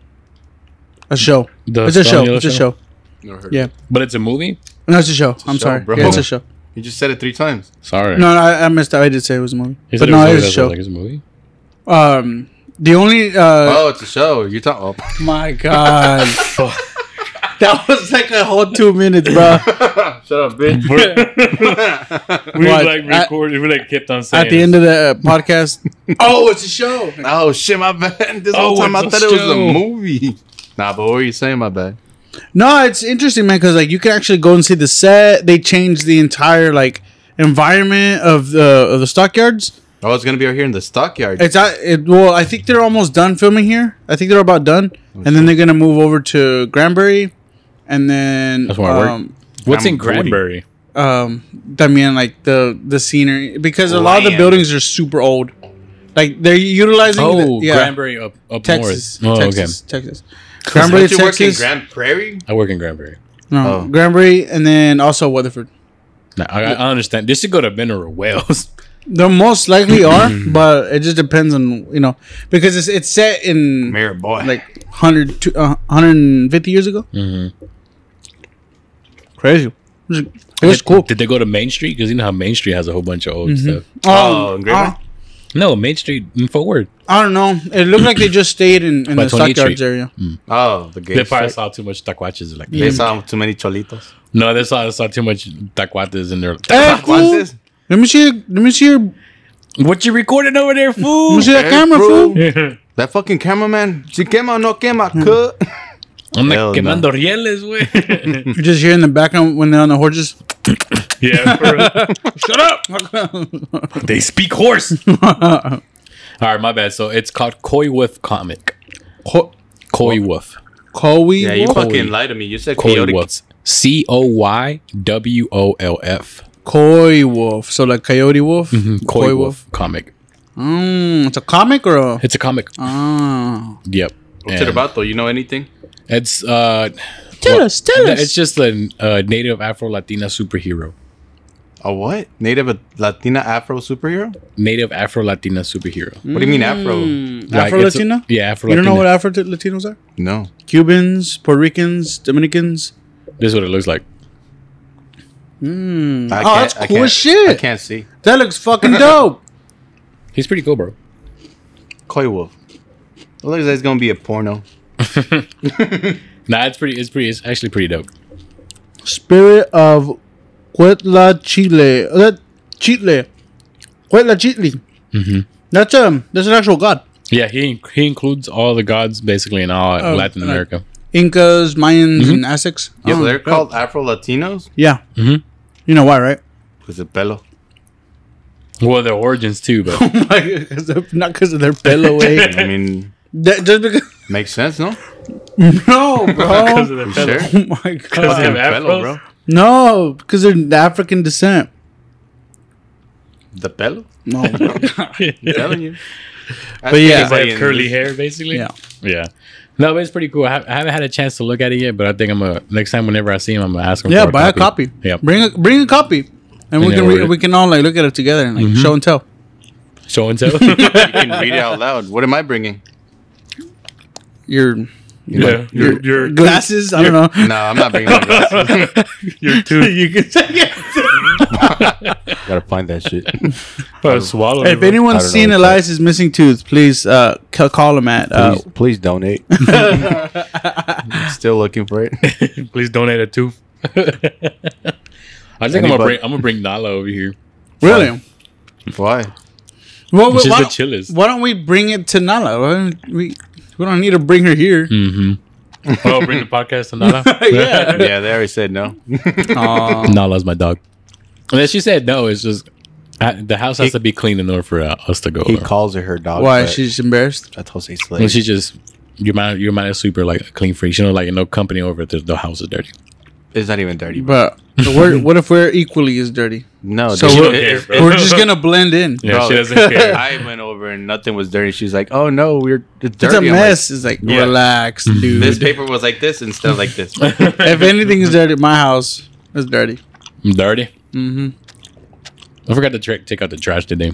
S2: A show.
S4: The
S2: it's a show.
S4: Stone
S2: It's a show.
S4: Yellowstone?
S3: Never heard.
S2: Yeah.
S4: but it's a movie.
S2: No, it's a show. I'm
S3: show,
S2: sorry.
S3: bro.
S2: Yeah, it's a show.
S3: You just said it three times.
S4: Sorry,
S2: No, no, I, I missed out. I did say it was a movie,
S4: He said
S2: but no,
S4: it
S2: it was
S4: was
S2: a
S4: I
S2: show.
S4: was like, it's a movie.
S2: Um, the only uh,
S3: Oh, it's a show. You're talking. Oh.
S2: My God. that was like a whole two minutes, bro.
S3: Shut up, bitch.
S4: We
S2: What? like, At-
S4: recorded. We like kept on saying
S2: At the end of the uh, podcast.
S3: oh, it's a show. Oh shit, my bad. This whole
S4: Oh,
S3: time I
S4: it's a
S3: thought it was a
S4: show.
S3: movie. Nah, but what were you saying? My bad.
S2: No, it's interesting, man, because like you can actually go and see the set. They changed the entire like environment of the of the stockyards.
S3: Oh, it's gonna be right here in the stockyard.
S2: It's at, it, well, I think they're almost done filming here. I think they're about done, and then they're gonna move over to Granbury, and then
S4: That's where I work.
S2: um,
S4: What's in
S3: I'm Woody.
S4: Granbury?
S2: um también like the the scenery because a lot of the
S3: Land.
S2: buildings are super old like they're utilizing
S4: Oh,
S2: the, yeah
S4: Granbury up up
S2: texas
S4: north. Oh,
S2: texas texas
S3: Don't
S2: granbury
S3: you work in
S2: texas
S3: Grand Prairie.
S4: okay. I work in Granbury.
S2: no
S3: Oh.
S2: granbury and then also weatherford
S4: No, I, I understand. This should go to Mineral Wells.
S2: they most likely are but it just depends on you know because it's it's set in
S3: Mayor boy.
S2: like 100 to, uh, 150 years ago
S4: Mm-hmm.
S2: crazy it was, Um, it was
S4: Did-
S2: cool Mm-hmm. um,
S4: Did they go to Main Street? Because you know how Main Street has a whole bunch of old stuff.
S3: Oh, Granbury?
S4: No, Main Street in Fort Worth.
S2: I don't know. It looked like they just stayed in, in
S4: By
S2: the
S4: 28th
S2: stockyards
S4: Street. Mm.
S2: area.
S3: Oh, the gay.
S4: They probably
S3: sex.
S4: saw too much taquaches. Like,
S3: They saw too many cholitos.
S4: no, they saw, saw too much taquates in there.
S2: Hey,
S3: What's
S2: fool.
S3: this?
S2: Eh, Let me see. Let me see your. Let
S4: What you recording over there, fool?
S2: me see that
S3: Hey,
S2: camera,
S3: bro.
S2: fool.
S3: That fucking cameraman. Si quema o no quema, cut.
S4: I'm like
S3: Hell no.
S4: quemando rieles, güey.
S2: You just hear in the background when they're on the horses.
S4: yeah, Shut up! they speak horse. All right, my bad. So it's called Koi Wolf Comic.
S2: Co-
S4: Koi Wolf.
S2: Coy.
S3: Yeah, you
S2: Wolf?
S3: fucking lied to me. You said
S4: Koi
S3: chaotic.
S4: Wolf. C O Y W O L F.
S2: Coy Wolf. So like Coyote Wolf.
S4: Mm-hmm. Koi Wolf Comic.
S2: Mm, it's a comic or a.
S4: It's a comic.
S2: Ah.
S4: Yep.
S3: What's it
S4: And
S3: about though? You know anything?
S4: It's uh,
S2: Tell
S4: well,
S2: us. Tell us.
S4: It's just a, a native Afro Latina superhero.
S3: A what? Native Latina Afro superhero?
S4: Native Afro Latina superhero.
S3: What do you
S2: Hmm.
S3: mean Afro?
S4: Like,
S2: Afro
S4: it's a-
S2: Latina.
S4: Yeah, Afro
S2: Mm, You
S4: Latina.
S2: don't know what Afro Latinos are?
S3: No.
S2: Cubans, Puerto Ricans, Dominicans.
S4: this is what it looks like.
S3: I
S2: Oh,
S3: can't-
S2: that's
S3: I
S2: cool
S3: can't-
S2: as shit.
S3: I can't see.
S2: That looks fucking dope.
S4: He's pretty cool, bro.
S3: Koi Wolf. It looks like it's gonna be a porno.
S2: Uh-huh.
S4: Nah, it's pretty. It's pretty. It's actually pretty dope.
S2: Spirit of Cuetla Chile. Uh, That Chile. Cuetla Chile.
S4: Mm-hmm.
S2: That's um that's an actual god.
S4: Yeah, he he includes all the gods basically in all
S2: Oh,
S4: Latin
S2: like-
S4: America.
S2: Incas, Mayans,
S4: Mm-hmm.
S2: and Aztecs.
S3: Yeah,
S2: Oh,
S3: so they're
S2: God.
S3: called Afro Latinos.
S2: Yeah.
S4: Mhm.
S2: You know why, right?
S3: Cause the pelo.
S4: Well, their origins too, but
S2: Like, 'cause of- Not because of their pillow weight.
S3: I mean,
S2: That- just because.
S3: makes sense, no?
S2: No, bro.
S4: of
S3: You sure?
S2: oh my god.
S4: of afros?
S2: No, because they're African descent.
S3: The pelo.
S2: No.
S3: I'm telling you.
S2: But yeah. They have
S4: curly hair, basically.
S2: Yeah.
S4: yeah. No, but it's pretty cool. I ha- I haven't had a chance to look at it yet, but I think I'm gonna next time whenever I see him, I'm gonna ask him.
S2: yeah,
S4: for
S2: buy a copy.
S4: Yeah,
S2: Bring a bring a copy. And we
S4: then
S2: can
S4: order
S2: re-
S4: it. Mm-hmm.
S2: we can all like look at it together and like show and tell.
S4: show and tell.
S3: You can read it out loud. What am I bringing?
S2: Your
S4: yeah, your your
S2: glasses, I don't know.
S3: No, I'm not bringing. My glasses.
S4: your tooth.
S2: you can say
S3: Gotta find that shit.
S4: swallow.
S2: If anyone's
S5: know
S2: seen
S5: what
S2: Elias's missing tooth, please uh, ca- call him at. Uh,
S5: Please, please donate.
S3: Still looking for it.
S4: please donate a tooth. I think I'm gonna
S3: Anybody-
S4: bring I'm gonna bring Nala over here.
S2: really?
S3: Why?
S2: Well,
S4: She's
S2: why,
S4: the
S2: don't,
S4: chillest.
S2: why don't we bring it to Nala? Why don't we we don't need to bring her here.
S4: Oh, bring the podcast to Nala.
S2: yeah.
S3: Yeah, they already said no.
S2: Aw.
S4: Nala's my dog. And then she said no. It's just I, the house has to be clean in order for uh, us to go.
S5: He
S4: there.
S5: calls her her dog.
S2: why?
S5: but
S2: She's embarrassed.
S5: that's Jose
S4: And
S5: Slade.
S4: she just your mind your mind is super like a clean freak. She don't like no company over. The, the house is dirty.
S3: It's not even dirty. Bro.
S2: But we're, what if we're equally as dirty?
S3: No,
S2: So
S3: dude,
S2: we're,
S3: it- it-
S2: we're just gonna blend in.
S4: Yeah,
S3: Bro,
S4: she doesn't care.
S3: I went over and nothing was dirty. She's like, "Oh no, we're it's
S2: It's
S3: dirty." I'm
S2: a
S3: like,
S2: mess. it's like
S3: Yeah.
S2: relax, dude.
S3: this paper was like this instead of like this.
S2: if anything's dirty, my house is dirty.
S4: I'm dirty. Mm-hmm. I forgot to tra- take out the trash today.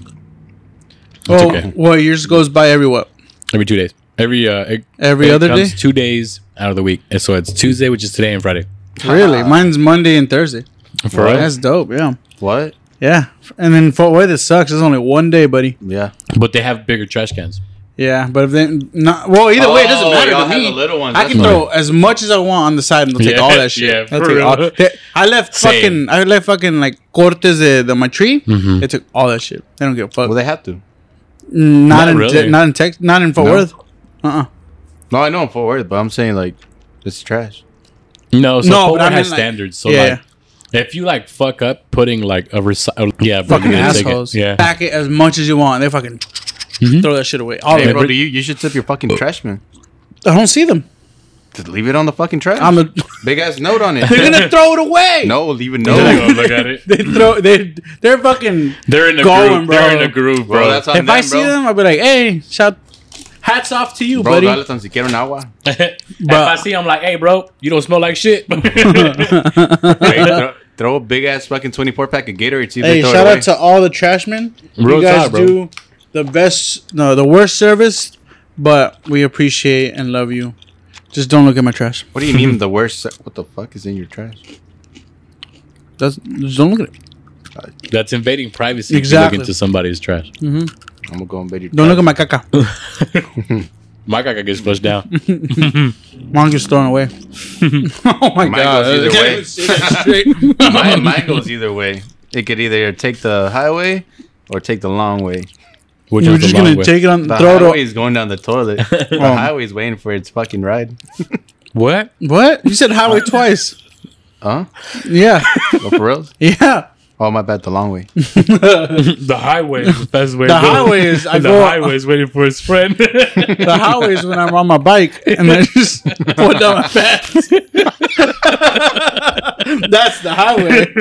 S2: Oh,
S4: okay.
S2: well, yours goes by every what?
S4: Every two days. Every uh. it-
S2: Every
S4: it
S2: other
S4: comes
S2: day?
S4: Two days out of the week. And so it's Tuesday, which is today and Friday.
S2: Really? Mine's Monday and Thursday.
S4: For us.
S2: That's dope. Yeah.
S3: What?
S2: Yeah. And then Fort Worth, it sucks. It's only one day, buddy.
S3: Yeah.
S4: But they have bigger trash cans.
S2: Yeah, but if they not well, either way, it doesn't
S3: Oh,
S2: matter
S3: y'all
S2: to
S3: have
S2: me.
S3: the little ones,
S2: I
S3: that's
S2: can
S3: why.
S2: throw as much as I want on the side, and they'll take
S4: Yeah,
S2: all that shit.
S4: yeah,
S2: They'll
S4: for
S2: take all-
S4: real.
S2: they- I left
S4: Same.
S2: fucking. I left fucking like cortes de, de my tree. They took all that shit. They don't give a fuck.
S3: Well, they have to.
S2: not,
S4: Not
S2: in
S4: really.
S2: not in Texas. Not in Fort
S3: No.
S2: Worth. Uh-uh.
S3: No, I know I'm Fort Worth, but I'm saying like it's trash.
S4: No, so
S2: No,
S4: Fort
S2: but I
S4: Worth
S2: mean,
S4: has
S2: like-
S4: standards. So
S2: yeah.
S4: like, if you like fuck up putting like a recycle, yeah, bro,
S2: fucking
S4: you're gonna take it.
S2: assholes.
S4: Yeah,
S2: Pack it as much as you want. They fucking throw that shit away. All
S3: Hey,
S2: of
S3: bro,
S2: it.
S3: do you you should tip your fucking trash man.
S2: I don't see them.
S3: Just leave it on the fucking trash.
S2: I'm a,
S3: Big ass note on
S2: they're
S3: it.
S2: gonna throw it away.
S3: no, leave a
S4: They're
S3: note.
S4: gonna Oh, look at it.
S2: They throw they they're fucking.
S4: They're in the
S2: Going,
S4: groove. They're in
S2: bro.
S4: the groove, bro.
S3: Bro, that's on
S2: if
S3: them,
S2: I see
S3: bro.
S2: them, I'll be like, hey, shout, hats off to you,
S3: Bro,
S2: buddy.
S3: dale tan siquiera un agua.
S4: if I see, I'm like, hey, bro, you don't smell like shit.
S3: Hey, throw, throw a big ass fucking 24 pack of Gatorade. See if
S2: Hey,
S3: they throw
S2: shout
S3: it away.
S2: out to all the trashmen.
S4: Real
S2: you guys
S4: talk, bro.
S2: do the best, no, the worst service, but we appreciate and love you. Just don't look at my trash.
S3: what do you mean the worst? se- What the fuck is in your trash?
S2: That's, just don't look at it.
S4: that's invading privacy. Exactly. If you
S2: Exactly.
S4: look into somebody's trash.
S3: I'm gonna go and bet you.
S2: Don't look at my caca.
S4: My guy gets flushed down.
S2: Mine gets thrown away. oh my
S3: Mine
S2: god. eh.
S3: goes either
S2: Okay,
S3: way.
S2: say that straight.
S3: mine, mine goes either way. It could either take the highway or take the long way.
S4: Which
S2: We're
S4: is the
S2: just
S4: long
S2: gonna
S4: way.
S2: take it on
S3: The
S2: the throw
S3: highway
S2: it.
S3: is going down the toilet. the
S2: Oh.
S3: highway's waiting for its fucking ride.
S4: what?
S2: What? You said highway twice.
S3: Huh?
S2: Yeah.
S3: Oh, for reals?
S2: Yeah.
S3: Oh, my bad. The long way.
S4: The highway is the best way.
S2: The
S4: to go.
S2: highway is- I
S4: the
S2: go-
S4: highway is waiting for his friend.
S2: The highway is when I'm on my bike and I just pull down my pants. That's the highway.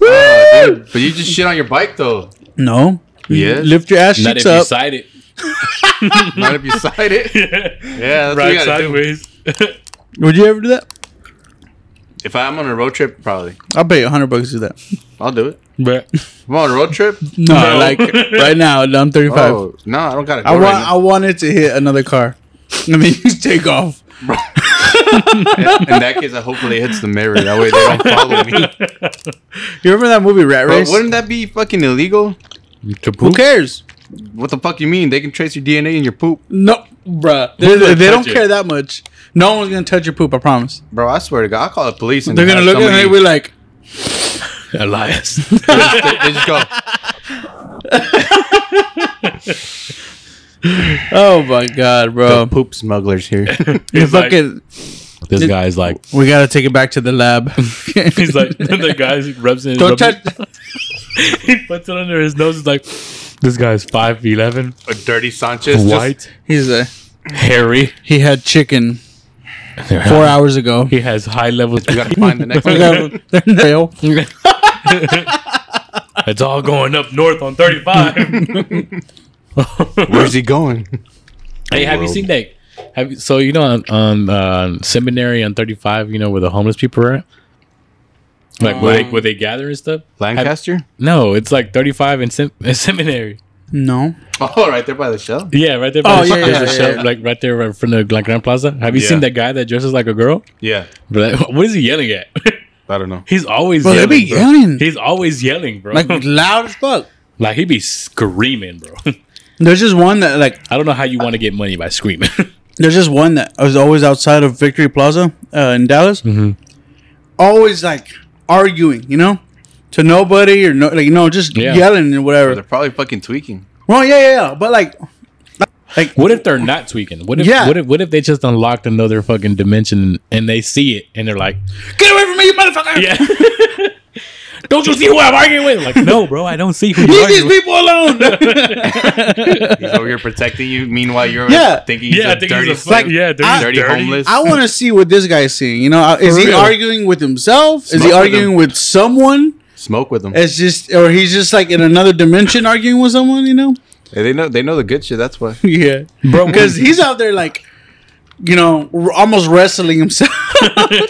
S3: Oh, dude, but you just shit on your bike though.
S2: No. You
S3: Yes.
S2: Lift your ass
S4: Not if
S2: cheeks
S4: you
S2: up.
S4: side it.
S3: Not if you side it. Yeah, that's what you
S4: right
S3: gotta do.
S4: sideways.
S2: Would you ever do that?
S3: If I'm on a road trip, probably
S2: I'll bet you a hundred bucks to do that.
S3: I'll do it.
S4: but
S3: If I'm on a road trip.
S2: No, like right now, I'm 35.
S3: Oh no, I don't gotta. Go
S2: I want
S3: right
S2: I wanted to hit another car. And then you take off.
S3: now. In that case, I hopefully it hits the mirror. That way they don't follow me.
S2: You remember that movie Rat
S3: But
S2: Race?
S3: wouldn't that be fucking illegal?
S4: to
S2: Who
S4: poop.
S2: cares?
S3: What the fuck you mean? They can trace your DNA in your poop,
S2: No, bruh. They,
S4: gonna
S2: they don't
S4: touch it?
S2: care that much. No one's gonna touch your poop. I promise.
S3: bro. I swear to God, I'll call the police and
S2: They're gonna
S3: have
S2: look at
S3: somebody-
S2: it. We're like,
S4: Elias.
S3: They, they just go.
S2: oh my god, bro.
S3: poop smugglers here.
S2: You
S4: He's like-
S2: fucking.
S4: this guy's like,
S2: we gotta take it back to the lab.
S4: he's like, the guy rubs it.
S2: don't
S4: rubs
S2: touch.
S4: it- he puts it under his nose. He's like, this guy's five eleven,
S3: a dirty Sanchez.
S4: white,
S2: He's a.
S4: hairy.
S2: He had chicken four hours ago.
S4: He has high levels.
S3: Just, you gotta find the next
S2: We
S3: one.
S2: got- they're nail.
S4: it's all going up north on thirty five.
S3: Where's he going?
S4: Hey, have you
S3: Whoa.
S4: seen that? Have you, so you know on, on uh, seminary on thirty five, you know where the homeless people are at, like where,
S2: Um,
S4: they, where they gather and stuff.
S3: Lancaster.
S4: No, it's like thirty five and sem- and seminary.
S2: No.
S3: Oh, right there by the shell.
S4: Yeah, right there.
S2: Oh,
S4: the-
S2: yeah, yeah,
S4: there's a
S2: yeah,
S4: shop,
S2: yeah.
S4: like right there in front of like Grand Plaza. Have you
S3: Yeah.
S4: seen that guy that dresses like a girl?
S3: Yeah,
S4: But like, what is he yelling at?
S3: I don't know.
S4: He's always
S2: Bro, they
S4: yelling,
S2: be
S4: bro.
S2: yelling.
S4: He's always yelling, bro.
S2: Like
S4: Like,
S2: loud as fuck.
S4: he be screaming, bro.
S2: There's just one that like
S4: I don't know how you want to get money by screaming.
S2: There's just one that was always outside of Victory Plaza uh, in Dallas.
S4: Mm-hmm.
S2: Always like arguing, you know, to nobody or no, like you know, just
S4: Yeah.
S2: yelling and
S3: They're
S2: whatever.
S3: probably fucking tweaking.
S2: Well, yeah, yeah, yeah. But like,
S4: what if they're not tweaking? What if
S2: Yeah.
S4: what if what if they just unlocked another fucking dimension and they see it and they're like,
S2: get away from me, you motherfucker!
S4: yeah. Don't you see who I'm arguing with? Like, no, bro, I don't see who you're
S2: Leave
S4: arguing
S2: these
S4: with.
S2: people alone.
S3: He's over here protecting you. Meanwhile, you're
S2: Yeah.
S3: thinking he's
S4: Yeah, I
S3: a
S4: think
S3: dirty,
S4: he's a fuck-
S3: fuck-
S4: yeah, I think he's
S3: dirty,
S4: dirty.
S3: homeless.
S2: I want to see what this guy's seeing. You know, Uh, is
S4: For
S2: he
S4: real.
S2: arguing with himself? is
S3: Smoke
S2: he
S3: with
S2: arguing
S3: him.
S2: with someone?
S3: Smoke with them.
S2: It's just, or he's just like in another dimension arguing with someone. You know?
S3: they know. They know the good shit. That's why.
S2: Yeah, bro. Because he's out there like, you know, r- almost wrestling himself.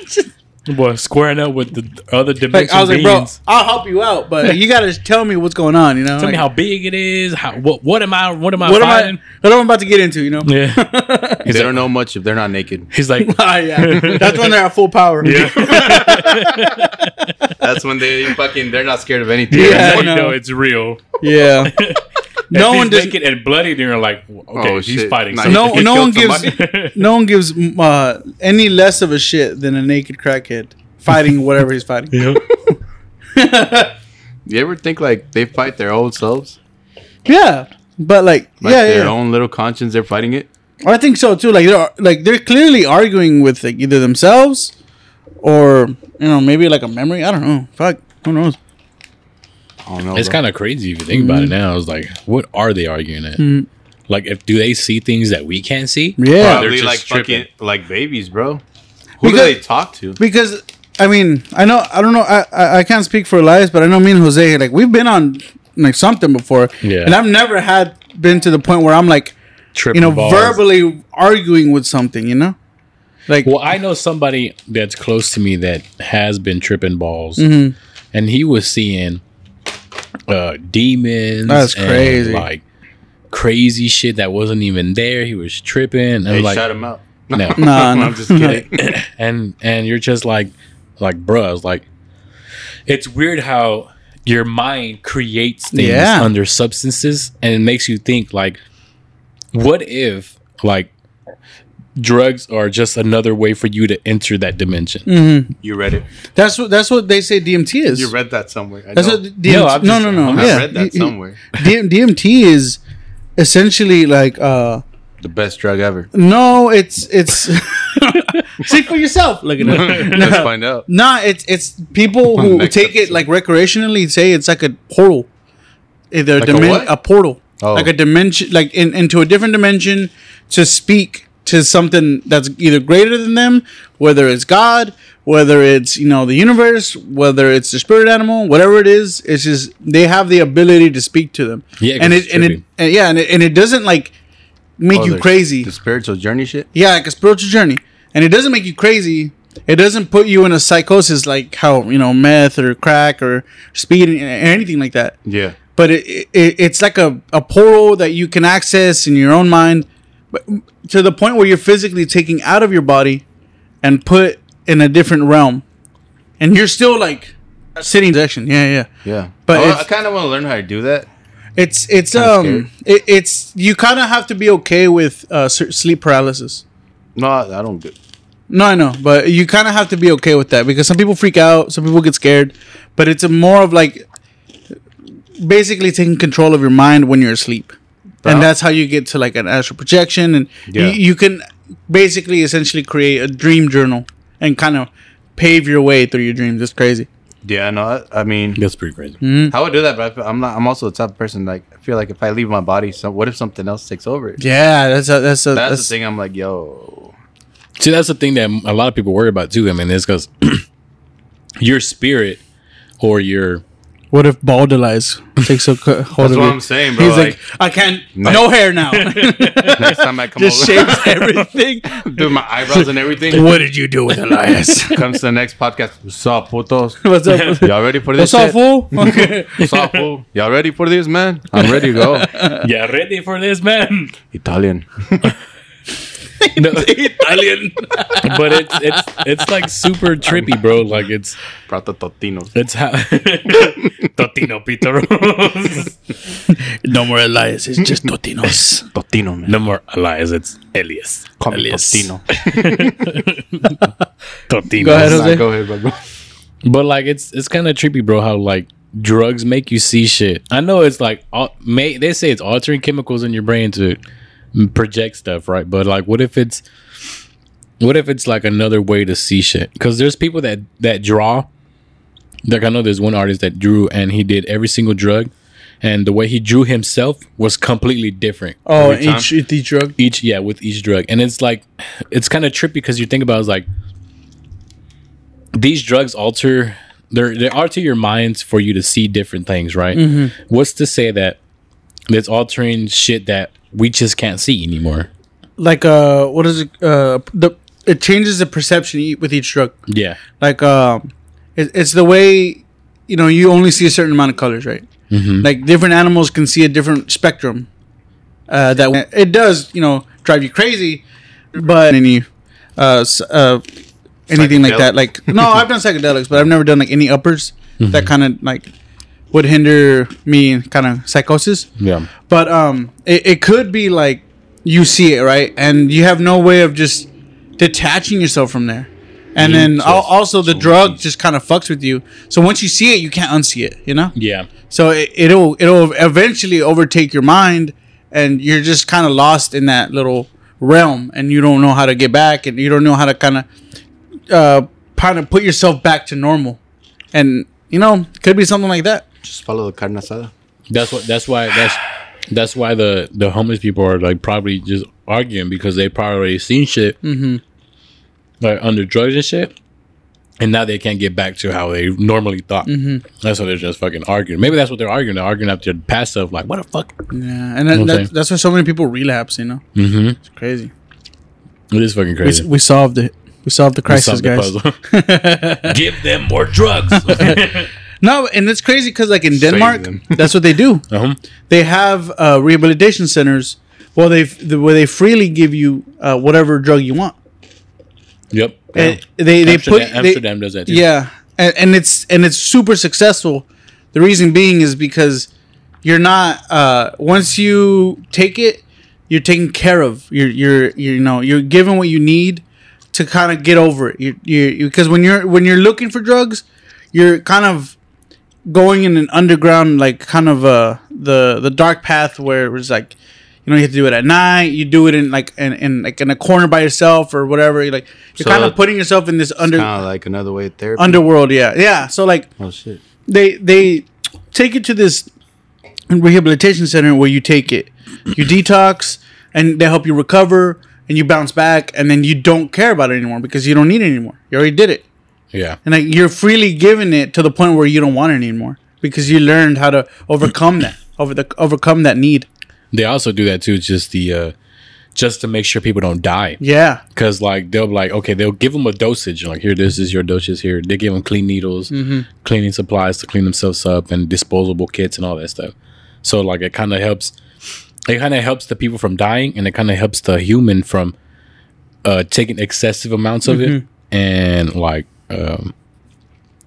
S4: Boy, squaring up with the other dimension
S2: Like I was like, bro,
S4: beings.
S2: I'll help you out, but you gotta tell me what's going on. You know,
S4: Tell
S2: Like,
S4: me how big it is. How what what am I what am I
S2: what am I,
S4: fighting?
S2: what am I about to get into? You know,
S4: Yeah.
S3: They don't know much if they're not naked.
S4: He's like
S2: Ah, yeah, that's when they're at full power.
S3: That's when they fucking. They're not scared of anything.
S2: Yeah.
S4: Now
S2: I
S4: you know
S2: know.
S4: it's real.
S2: yeah. no one
S4: If he's
S2: does.
S4: naked and bloody. They're like, okay,
S3: Oh,
S4: he's
S3: shit.
S4: fighting.
S3: Nah,
S2: No,
S3: He
S4: something.
S2: no one
S3: killed
S2: gives no one gives mm, uh, any less of a shit than a naked crackhead fighting whatever he's fighting.
S4: Yeah.
S3: You ever think like they fight their old selves?
S2: Yeah, but like,
S3: Like
S2: yeah,
S3: their
S2: yeah.
S3: own little conscience, they're fighting it.
S2: I think so too. Like they're like they're clearly arguing with like either themselves or you know maybe like a memory. I don't know. Fuck, who knows?
S3: I don't know.
S4: It's kind of crazy if you think
S2: Mm-hmm.
S4: about it now. It's like, what are they arguing at? Like, if do they see things that we can't see?
S2: Yeah,
S4: they're
S3: probably
S4: just
S3: like
S4: tripping.
S3: fucking like babies, bro. Who do
S2: Because-
S3: they talk to?
S2: because I mean, I know I don't know I, I, I can't speak for Elias, but I know me and Jose like we've been on like something before,
S4: Yeah.
S2: and I've never had been to the point where I'm like
S4: Tripping
S2: you know
S4: balls.
S2: verbally arguing with something, you know, like
S4: Well, I know somebody that's close to me that has been tripping balls,
S2: Mm-hmm.
S4: and he was seeing uh demons.
S2: That's
S4: and,
S2: crazy.
S4: like crazy shit that wasn't even there. He was tripping, and
S3: They
S4: like,
S3: shut them out.
S4: no.
S2: nah, nah.
S3: I'm just kidding.
S4: and and you're just like like bruh it's like it's weird how your mind creates things
S2: Yeah.
S4: under substances and it makes you think like what if like drugs are just another way for you to enter that dimension
S3: You read it.
S2: That's what that's what they say DMT is.
S3: You read that somewhere. I
S2: That's
S3: know.
S2: what DMT, no,
S4: I'm
S2: no,
S4: just-
S2: no, no,
S3: I
S2: Yeah,
S3: read that
S2: You- you-
S3: somewhere.
S2: DM, DMT is essentially like uh
S3: The best drug ever.
S2: no, it's it's see for yourself. Look at that.
S3: Let's find out.
S2: Nah, it's it's people who
S3: Next
S2: take it
S3: episode.
S2: like recreationally say it's like a portal. Either
S3: a
S2: dimen-
S3: what?
S2: a, portal,
S3: Oh.
S2: like a dimension, like in, into a different dimension to speak to something that's either greater than them, whether it's God, whether it's you know the universe, whether it's the spirit animal, whatever it is. It's just they have the ability to speak to them.
S4: Yeah, 'cause
S2: and it
S4: it's
S2: and it
S4: trippy.
S2: and yeah, and it, and it doesn't like make
S3: Oh,
S2: you
S3: the-
S2: crazy.
S3: The spiritual journey shit.
S2: Yeah, like a spiritual journey. And it doesn't make you crazy. It doesn't put you in a psychosis like how, you know, meth or crack or speed or anything like that.
S3: Yeah.
S2: But it, it it's like a, a portal that you can access in your own mind but to the point where you're physically taking out of your body and put in a different realm. And you're still like sitting section. Yeah, yeah.
S3: Yeah.
S2: But
S3: But Oh, I,
S2: it's-
S3: kind of want to learn how to do that.
S2: It's it's
S3: Kinda
S2: um it, it's you kind of have to be okay with uh, s- sleep paralysis.
S3: No, I I don't. do-
S2: No, I know, but you kind of have to be okay with that because some people freak out, some people get scared, but it's a more of like basically taking control of your mind when you're asleep,
S3: Bro.
S2: and that's how you get to like an astral projection, and
S3: Uh-huh. Yeah.
S2: you, you can basically essentially create a dream journal and kind of pave your way through your dreams. It's crazy.
S3: Yeah, no. I, I mean,
S4: that's pretty crazy Mm.
S3: I would do that, but I, am not. I'm also the type of person like I feel like if I leave my body, so what if something else takes over? it?
S2: Yeah, that's a, that's a,
S3: That's,
S2: that's,
S3: the thing. I'm like, yo,
S4: see that's the thing that a lot of people worry about too i mean it's because your spirit or your
S2: What if bald lies takes a co- hold
S3: That's
S2: of you?
S3: what I'm saying, bro,
S2: He's like,
S3: like-
S2: I can't, no hair now.
S3: next time I come
S2: Just
S3: over,
S2: shaves everything.
S3: do my eyebrows and everything.
S2: what did you do with Elias?
S3: Comes to the next podcast. What's up, putos?
S2: What's up?
S3: Y'all ready for this?
S2: What's up,
S3: shit?
S2: fool? Okay.
S3: What's up, fool? Y'all ready for this, man? I'm ready to go.
S4: yeah ready for this man
S3: Italian.
S2: Italian.
S4: but it's it's it's like super trippy bro like it's
S3: Prata Totinos.
S4: it's how Totino Peter
S2: No more Elias. It's just Totinos.
S3: Totino, man.
S4: No more Elias, it's Elias.
S3: Call me
S4: Elias.
S3: Totino.
S4: Totino.
S2: Go ahead.
S3: Nah,
S2: Jose.
S3: go ahead, bro.
S4: But like it's it's kind of trippy, bro, how like drugs make you see shit. I know it's like al- may they say it's altering chemicals in your brain to project stuff, right? But like what if it's what if it's like another way to see shit? Cuz there's people that that draw like I know there's one artist that drew and he did every single drug and the way he drew himself was completely different
S2: Oh,
S3: Every time.
S2: each, each drug.
S4: each yeah with each drug and it's like it's kind of trippy because you think about it, it's like these drugs alter they're they alter your minds for you to see different things right what's to say that it's altering shit that we just can't see anymore
S2: Like, uh, what is it? Uh, the it changes the perception e- with each drug.
S4: yeah
S2: Like, um, it, it's the way you know you only see a certain amount of colors, right? Like different animals can see a different spectrum. Uh, that it does, you know, drive you crazy, but any, uh, s- uh, anything like that.
S3: Psychedelic.
S2: Like, no, I've done psychedelics, but I've never done like any uppers that kind of like would hinder me kind of psychosis.
S4: yeah
S2: But um, it, it could be like you see it right, and you have no way of just detaching yourself from there. And then al- also the drug just kind of fucks with you. So once you see it, you can't unsee it. You know.
S4: yeah
S2: So it, it'll it'll eventually overtake your mind, and you're just kind of lost in that little realm, and you don't know how to get back, and you don't know how to kind of uh kind of put yourself back to normal, and you know could be something like that.
S3: Just follow the carne asada.
S4: that's what that's why that's that's why the the homeless people are like probably just arguing because they probably already seen shit
S2: Mm-hmm.
S4: like under drugs and shit and now they can't get back to how they normally thought
S2: Mm-hmm.
S4: that's what they're just fucking arguing maybe that's what they're arguing they're arguing up their past self like what the fuck
S2: Yeah, and that,
S4: Okay.
S2: that's that's why so many people relapse. You know, mm-hmm. it's crazy.
S4: it is fucking
S2: We,
S4: crazy
S2: s- we solved it. We solved the
S4: We
S2: crisis,
S4: solved the
S2: guys. Uh-huh.
S4: puzzle. give them more drugs
S2: No, and it's crazy because like in
S3: them.
S2: Denmark, that's what they do.
S4: Uh-huh.
S2: They have uh, rehabilitation centers where they f- the- where they freely give you uh, whatever drug you want.
S4: yep
S2: And they they
S4: amsterdam,
S2: put they-
S4: amsterdam does that too.
S2: yeah, and, and it's and it's super successful The reason being is because you're not uh, once you take it, you're taken care of. You're you're, you're you know you're given what you need to kind of get over it. You you because when you're when you're looking for drugs, you're kind of going in an underground like kind of uh the the dark path where it was like you know you have to do it at night you do it in like in, in like in a corner by yourself or whatever you're like you're
S3: So
S2: kind of
S3: it's
S2: putting yourself in this under
S3: kind of like another way of therapy.
S2: underworld yeah yeah so like
S3: oh shit.
S2: they they take it to this rehabilitation center where you take it you detox and they help you recover and you bounce back and then you don't care about it anymore because you don't need it anymore you already did it
S4: Yeah.
S2: and like you're freely giving it to the point where you don't want it anymore because you learned how to overcome that over the overcome that need
S4: They also do that too, just the uh just to make sure people don't die.
S2: yeah
S4: Cause like they'll be like, okay, they'll give them a dosage. Like here, this is your dosage. Here, they give them clean needles, cleaning supplies to clean themselves up, and disposable kits and all that stuff. So like it kind of helps. It kind of helps the people from dying, and it kind of helps the human from uh, taking excessive amounts of it and like um,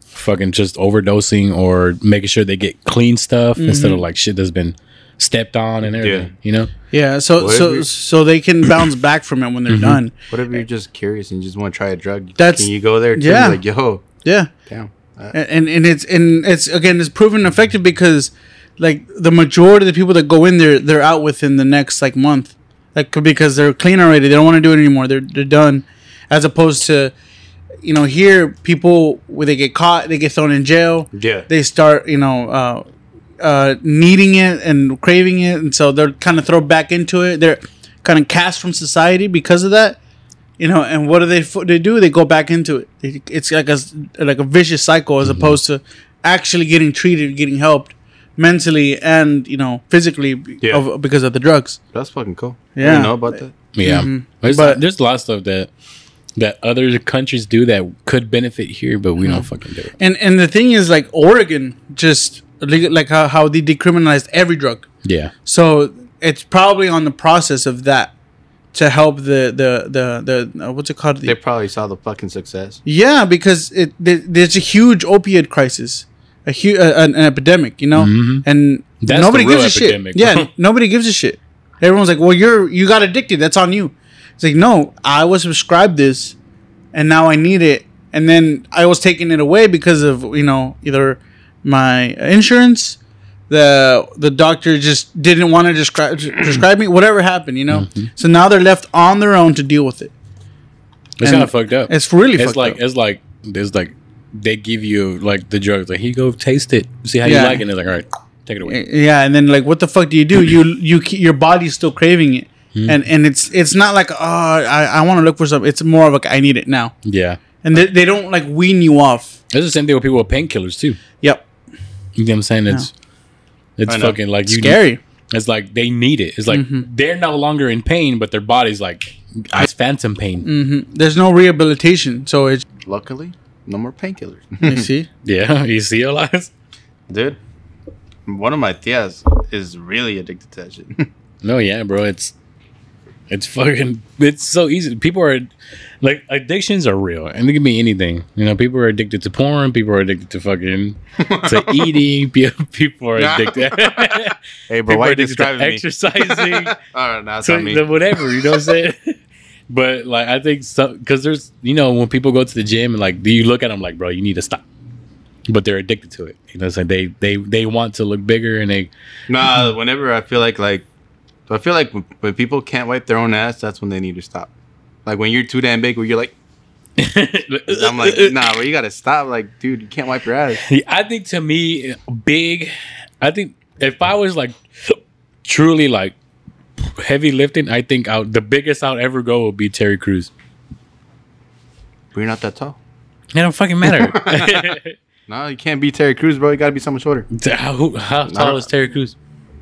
S4: fucking just overdosing or making sure they get clean stuff instead of like shit that's been stepped on and everything. You know?
S2: yeah so so
S3: Whatever.
S2: so they can bounce back from it when they're done
S3: Whatever you're just curious and you just want to try a drug,
S2: That's-
S3: can you go there? Too?
S2: yeah.
S3: Like yo,
S2: yeah
S3: damn. Uh,
S2: and and- and it's and it's again it's proven effective because like the majority of the people that go in there they're out within the next like month like c- because they're clean already they don't want to do it anymore they're they're done as opposed to you know here people when they get caught they get thrown in jail
S3: Yeah.
S2: they start you know uh uh needing it and craving it and so they're kind of thrown back into it they're kind of cast from society because of that you know and what do they f- they do they go back into it It- it's like a s- like a vicious cycle as opposed to actually getting treated getting helped mentally and you know physically b-
S3: Yeah.
S2: of, because of the drugs
S3: That's fucking cool.
S2: Yeah.
S3: I didn't know about that.
S4: Yeah, there's,
S2: Mm-hmm. But-
S4: there's a lot of stuff that that other countries do that could benefit here, but
S2: Mm-hmm.
S4: we don't fucking do it.
S2: and and the thing is like oregon just like like how, how they decriminalized every drug
S4: Yeah,
S2: so it's probably on the process of that to help the the the, the uh, what's it called the,
S3: They probably saw the fucking success.
S2: Yeah, because it there, there's a huge opiate crisis, a huge uh, an, an epidemic, you know, and
S4: Mm-hmm. That's
S2: nobody
S4: the real
S2: gives a
S4: epidemic,
S2: shit. Yeah,
S4: bro.
S2: nobody gives a shit. Everyone's like, "Well, you're you got addicted. That's on you." It's like, no, I was prescribed this, and now I need it, and then I was taking it away because of you know either my insurance, the the doctor just didn't want to describe prescribe me, whatever happened, you know.
S4: Mm-hmm.
S2: So now they're left on their own to deal with it. And
S4: it's kind of fucked up.
S2: It's really
S4: It's
S2: fucked
S4: like
S2: up.
S4: it's like there's like they give you like the drugs like here you go taste it see how
S2: Yeah.
S4: you like it and they're like all right take it away
S2: yeah and then like what the fuck do you do you you ke- your body's still craving it and and it's it's not like oh i, I want to look for something it's more of like i need it now
S4: yeah
S2: and they, they don't like wean you off
S4: it's the same thing with people with painkillers too
S2: yep
S4: you know what I'm saying it's it's
S3: I know.
S4: fucking like you
S2: scary Mm-hmm.
S4: it's like they need it it's like they're no longer in pain but their body's like it's phantom pain
S2: Mm. there's no rehabilitation so it's
S3: Luckily, no more painkillers.
S2: you see
S4: yeah you see a lot
S3: Dude, one of my tias is really addicted to that shit.
S4: No, yeah, bro. It's it's fucking it's so easy. People are like addictions are real, and it can be anything. You know, people are addicted to porn. People are addicted to fucking to eating. pe- People are
S3: Yeah.
S4: addicted.
S3: hey, bro,
S4: people
S3: why
S4: are
S3: you
S4: addicted to
S3: describing me?
S4: exercising.
S3: All right, nah, that's
S4: to
S3: not me.
S4: the whatever. You know what I'm saying? but like, I think some because there's you know when people go to the gym and like, do you look at them like, bro, you need to stop. But they're addicted to it. You know, it's like they they they want to look bigger and they
S3: Nah, whenever I feel like like I feel like when, when people can't wipe their own ass, that's when they need to stop. Like when you're too damn big, where you're like, I'm like, nah, well, you gotta stop. Like, dude, you can't wipe your ass.
S4: Yeah, I think to me, big. I think if I was like truly like heavy lifting, I think I would- the biggest I'll ever go would be Terry Crews.
S3: But you're not that tall.
S4: It don't fucking matter.
S3: No, you can't be Terry Crews, bro. You gotta be someone shorter.
S4: how, who- how tall is Terry Crews?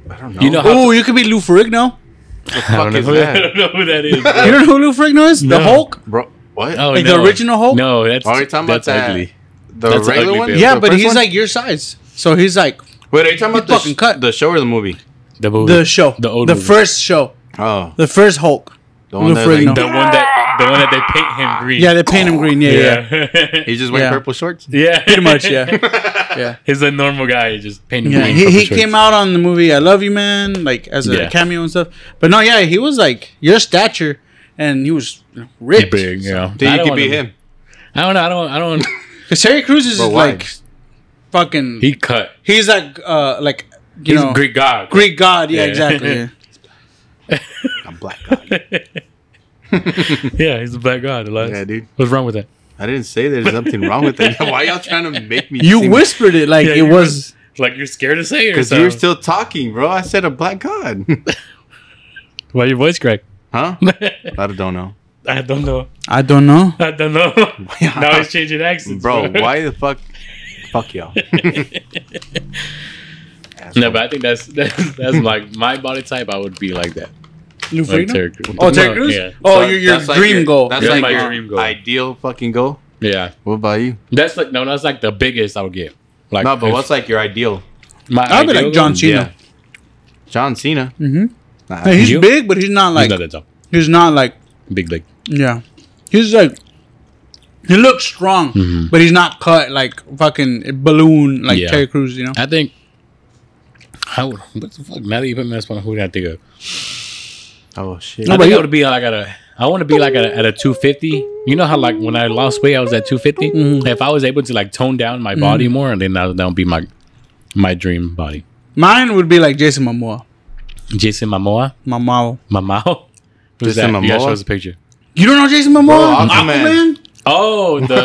S3: I don't know.
S4: You know how?
S2: oh you could be lou ferrigno
S4: I, don't
S3: fuck
S4: know
S3: is
S4: who, I
S3: that,
S4: don't know who that is. bro.
S2: you don't know who lou ferrigno is the
S4: No.
S2: hulk
S3: bro? What?
S4: Oh,
S2: Like the original Hulk?
S4: No, that's
S3: Are we talking about
S4: that's
S3: that-
S4: ugly.
S3: the
S4: that's
S3: regular
S4: ugly,
S3: one?
S4: Bill.
S2: yeah
S3: The
S2: but
S3: first
S2: he's
S3: one?
S2: like your size so he's like
S3: wait, are you talking about the,
S2: fucking
S3: sh-
S2: cut.
S3: the show or the movie?
S4: The, movie.
S2: the show
S4: the old
S2: the
S4: movie.
S2: first show
S3: Oh,
S2: the first hulk
S3: the one that's
S2: Lou Ferrigno.
S3: like,
S4: the one that the one that they paint him green.
S2: Yeah, they paint him green. Yeah, yeah,
S4: yeah.
S3: He's just wearing
S2: Yeah.
S3: purple shorts.
S4: Yeah.
S2: pretty much. Yeah, yeah.
S4: He's a normal guy. He just painted
S2: Yeah,
S4: green.
S2: he,
S4: purple
S2: he
S4: shorts.
S2: came out on the movie I Love You Man, like as a
S4: Yeah.
S2: cameo and stuff. But no, yeah, he was like your stature, and he was you know,
S4: He's
S2: rich.
S4: big. You know. I
S3: Dude, you
S4: don't
S3: could be
S4: wanna-
S3: him.
S4: I don't know. I don't. I don't.
S2: Because Terry Crews is
S3: But why?
S2: like fucking.
S4: He cut.
S2: he's like uh like you
S4: He's
S2: know
S4: a Greek god.
S2: Greek god. Yeah,
S4: Yeah.
S2: exactly. yeah.
S3: I'm black. God.
S4: Yeah, he's a black god. Elias.
S3: Yeah, dude.
S4: What's wrong with that?
S3: I didn't say there's something wrong with it. Why y'all trying to make me?
S2: You whispered it like
S4: Yeah,
S2: it
S4: you
S2: was.
S4: Like you're scared to say it or
S3: because
S4: something?
S3: you're still talking, bro. I said a black god,
S4: Why your voice cracked?
S3: huh? I don't know,
S4: I don't know.
S2: I don't know.
S4: I don't know. now he's changing accents,
S3: bro. Why the fuck? Fuck
S2: Oh,
S3: y'all.
S4: No, but I think that's that's, that's like my body type. I would be like that.
S2: Lou
S4: Like
S2: Ferrigno?
S4: Terry Crews.
S2: Oh, Terry
S4: No,
S2: Crews.
S4: Yeah,
S2: Oh,
S3: So
S2: your your
S3: that's like
S2: dream
S3: your-
S2: goal.
S3: That's
S4: Yeah,
S3: like
S4: my
S3: your
S4: dream goal.
S3: ideal fucking goal.
S4: yeah.
S3: What about you?
S4: That's like no, that's like the biggest I would get. Like
S3: No, but
S4: if
S3: what's like your ideal?
S4: my
S2: I'd be
S4: ideal
S2: like John
S4: goal-
S2: Cena.
S3: John Cena.
S2: Mhm.
S3: Nah,
S2: Hey, he's
S4: You?
S2: big, but he's not like
S4: he's not that tall.
S2: he's not like
S4: Big leg.
S2: yeah. He's like he looks strong, but he's not cut like fucking balloon like
S4: Mm-hmm. Yeah.
S2: Terry Crews. You know,
S4: I think. I would, what the fuck? Now that you put me on the spot, who did I think of?
S3: oh shit.
S4: I
S2: but
S4: think I
S2: you-
S4: would be like at a. I want to be like at a, at a 250. You know how like when I lost weight, I was at 250.
S2: Mm-hmm.
S4: If I was able to like tone down my body more, and then that, that would be my my dream body.
S2: mine would be like Jason Momoa,
S4: Jason Momoa,
S2: Momoa.
S4: Momoa. Who's
S3: Jason
S4: that? You gotta show
S3: Momoa?
S4: us a picture.
S2: You don't know Jason Momoa?
S3: Aquaman.
S4: Oh, the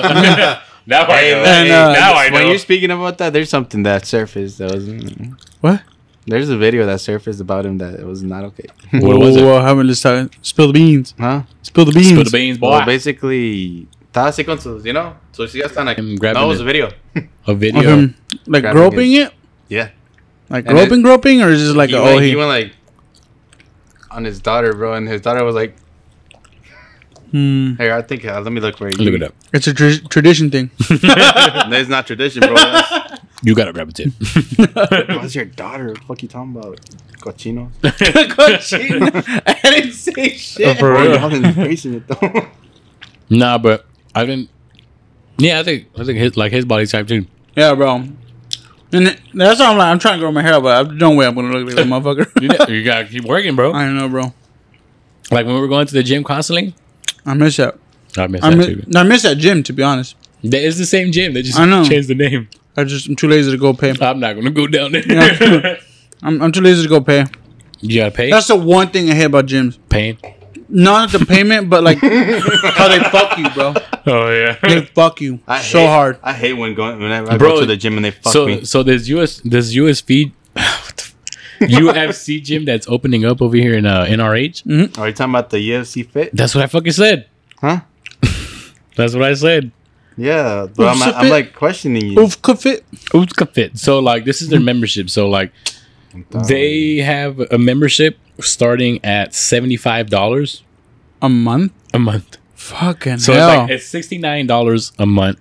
S4: now I know.
S2: man, uh,
S4: now I
S3: When
S4: know.
S3: you're speaking about that, there's something that surfaced that wasn't.
S2: What?
S3: There's a video that surfaced about him that it was not okay.
S4: What was it?
S2: Whoa, Oh, haven't let's talk- spill the beans.
S3: huh?
S2: Spill the beans.
S4: Spill the beans, boy.
S3: Well, basically, estaba así con sus, you know, sus hijas están
S4: I'm
S3: aquí.
S4: grabbing
S3: No, it was
S4: it.
S3: a video.
S4: A
S2: Of
S4: video.
S2: him, like
S3: Grabbing
S2: groping
S3: his-
S2: it,
S3: Yeah.
S2: like
S3: And
S2: groping, groping, or is this like
S3: He,
S2: a,
S3: went,
S2: oh
S3: he
S2: he?
S3: went like on his daughter, bro, and his daughter was like,
S2: Hmm.
S3: "Here, I think uh, let me look for you."
S4: Look it up.
S2: It's a tra- tradition thing.
S3: That's not tradition, bro. That's,
S4: You gotta grab a tip.
S3: what's your daughter? What the fuck you talking about? Cochinos.
S2: I didn't say shit.
S4: Oh, For
S3: Bro,
S4: real.
S3: y'all been facing it though.
S4: Nah, but I didn't. Yeah, I think I think his like his body type too.
S2: Yeah, bro. And th- that's why I'm like, I'm trying to grow my hair, out, but I, don't way I'm gonna look like that
S4: You,
S2: motherfucker.
S4: know, you gotta keep working, bro.
S2: I know, bro.
S4: Like when we were going to the gym constantly,
S2: I miss that.
S4: I miss
S2: I
S4: that
S2: miss,
S4: too.
S2: I miss that gym, to be honest.
S4: That is the same gym. They just
S2: I know.
S4: changed the name.
S2: I just I'm too lazy to go pay.
S4: I'm not gonna go down there.
S2: Yeah. I'm, I'm too lazy to go pay.
S4: you gotta pay.
S2: That's the one thing I hate about gyms.
S4: pain.
S2: Not the payment, but like how they fuck you, bro.
S4: Oh yeah.
S2: They fuck you
S3: I
S2: so
S3: hate-
S2: hard.
S3: I hate when going when I, I
S4: Bro,
S3: go to the gym and they fuck
S4: so
S3: me.
S4: so there's US there's USP E, what the f- UFC gym that's opening up over here in uh, NRH.
S2: Mm-hmm.
S3: Are you talking about the UFC fit?
S4: That's what I fucking said.
S3: Huh?
S4: That's what I said.
S3: Yeah, but I'm,
S2: UFC
S3: I'm like questioning you.
S2: Oof, could fit.
S4: Utka Fit. So like this
S2: Mm-hmm.
S4: is their membership. So like they have a membership starting at seventy five dollars
S2: A month?
S4: a month.
S2: Fucking
S4: So
S2: hell.
S4: it's like it's sixty nine dollars a month,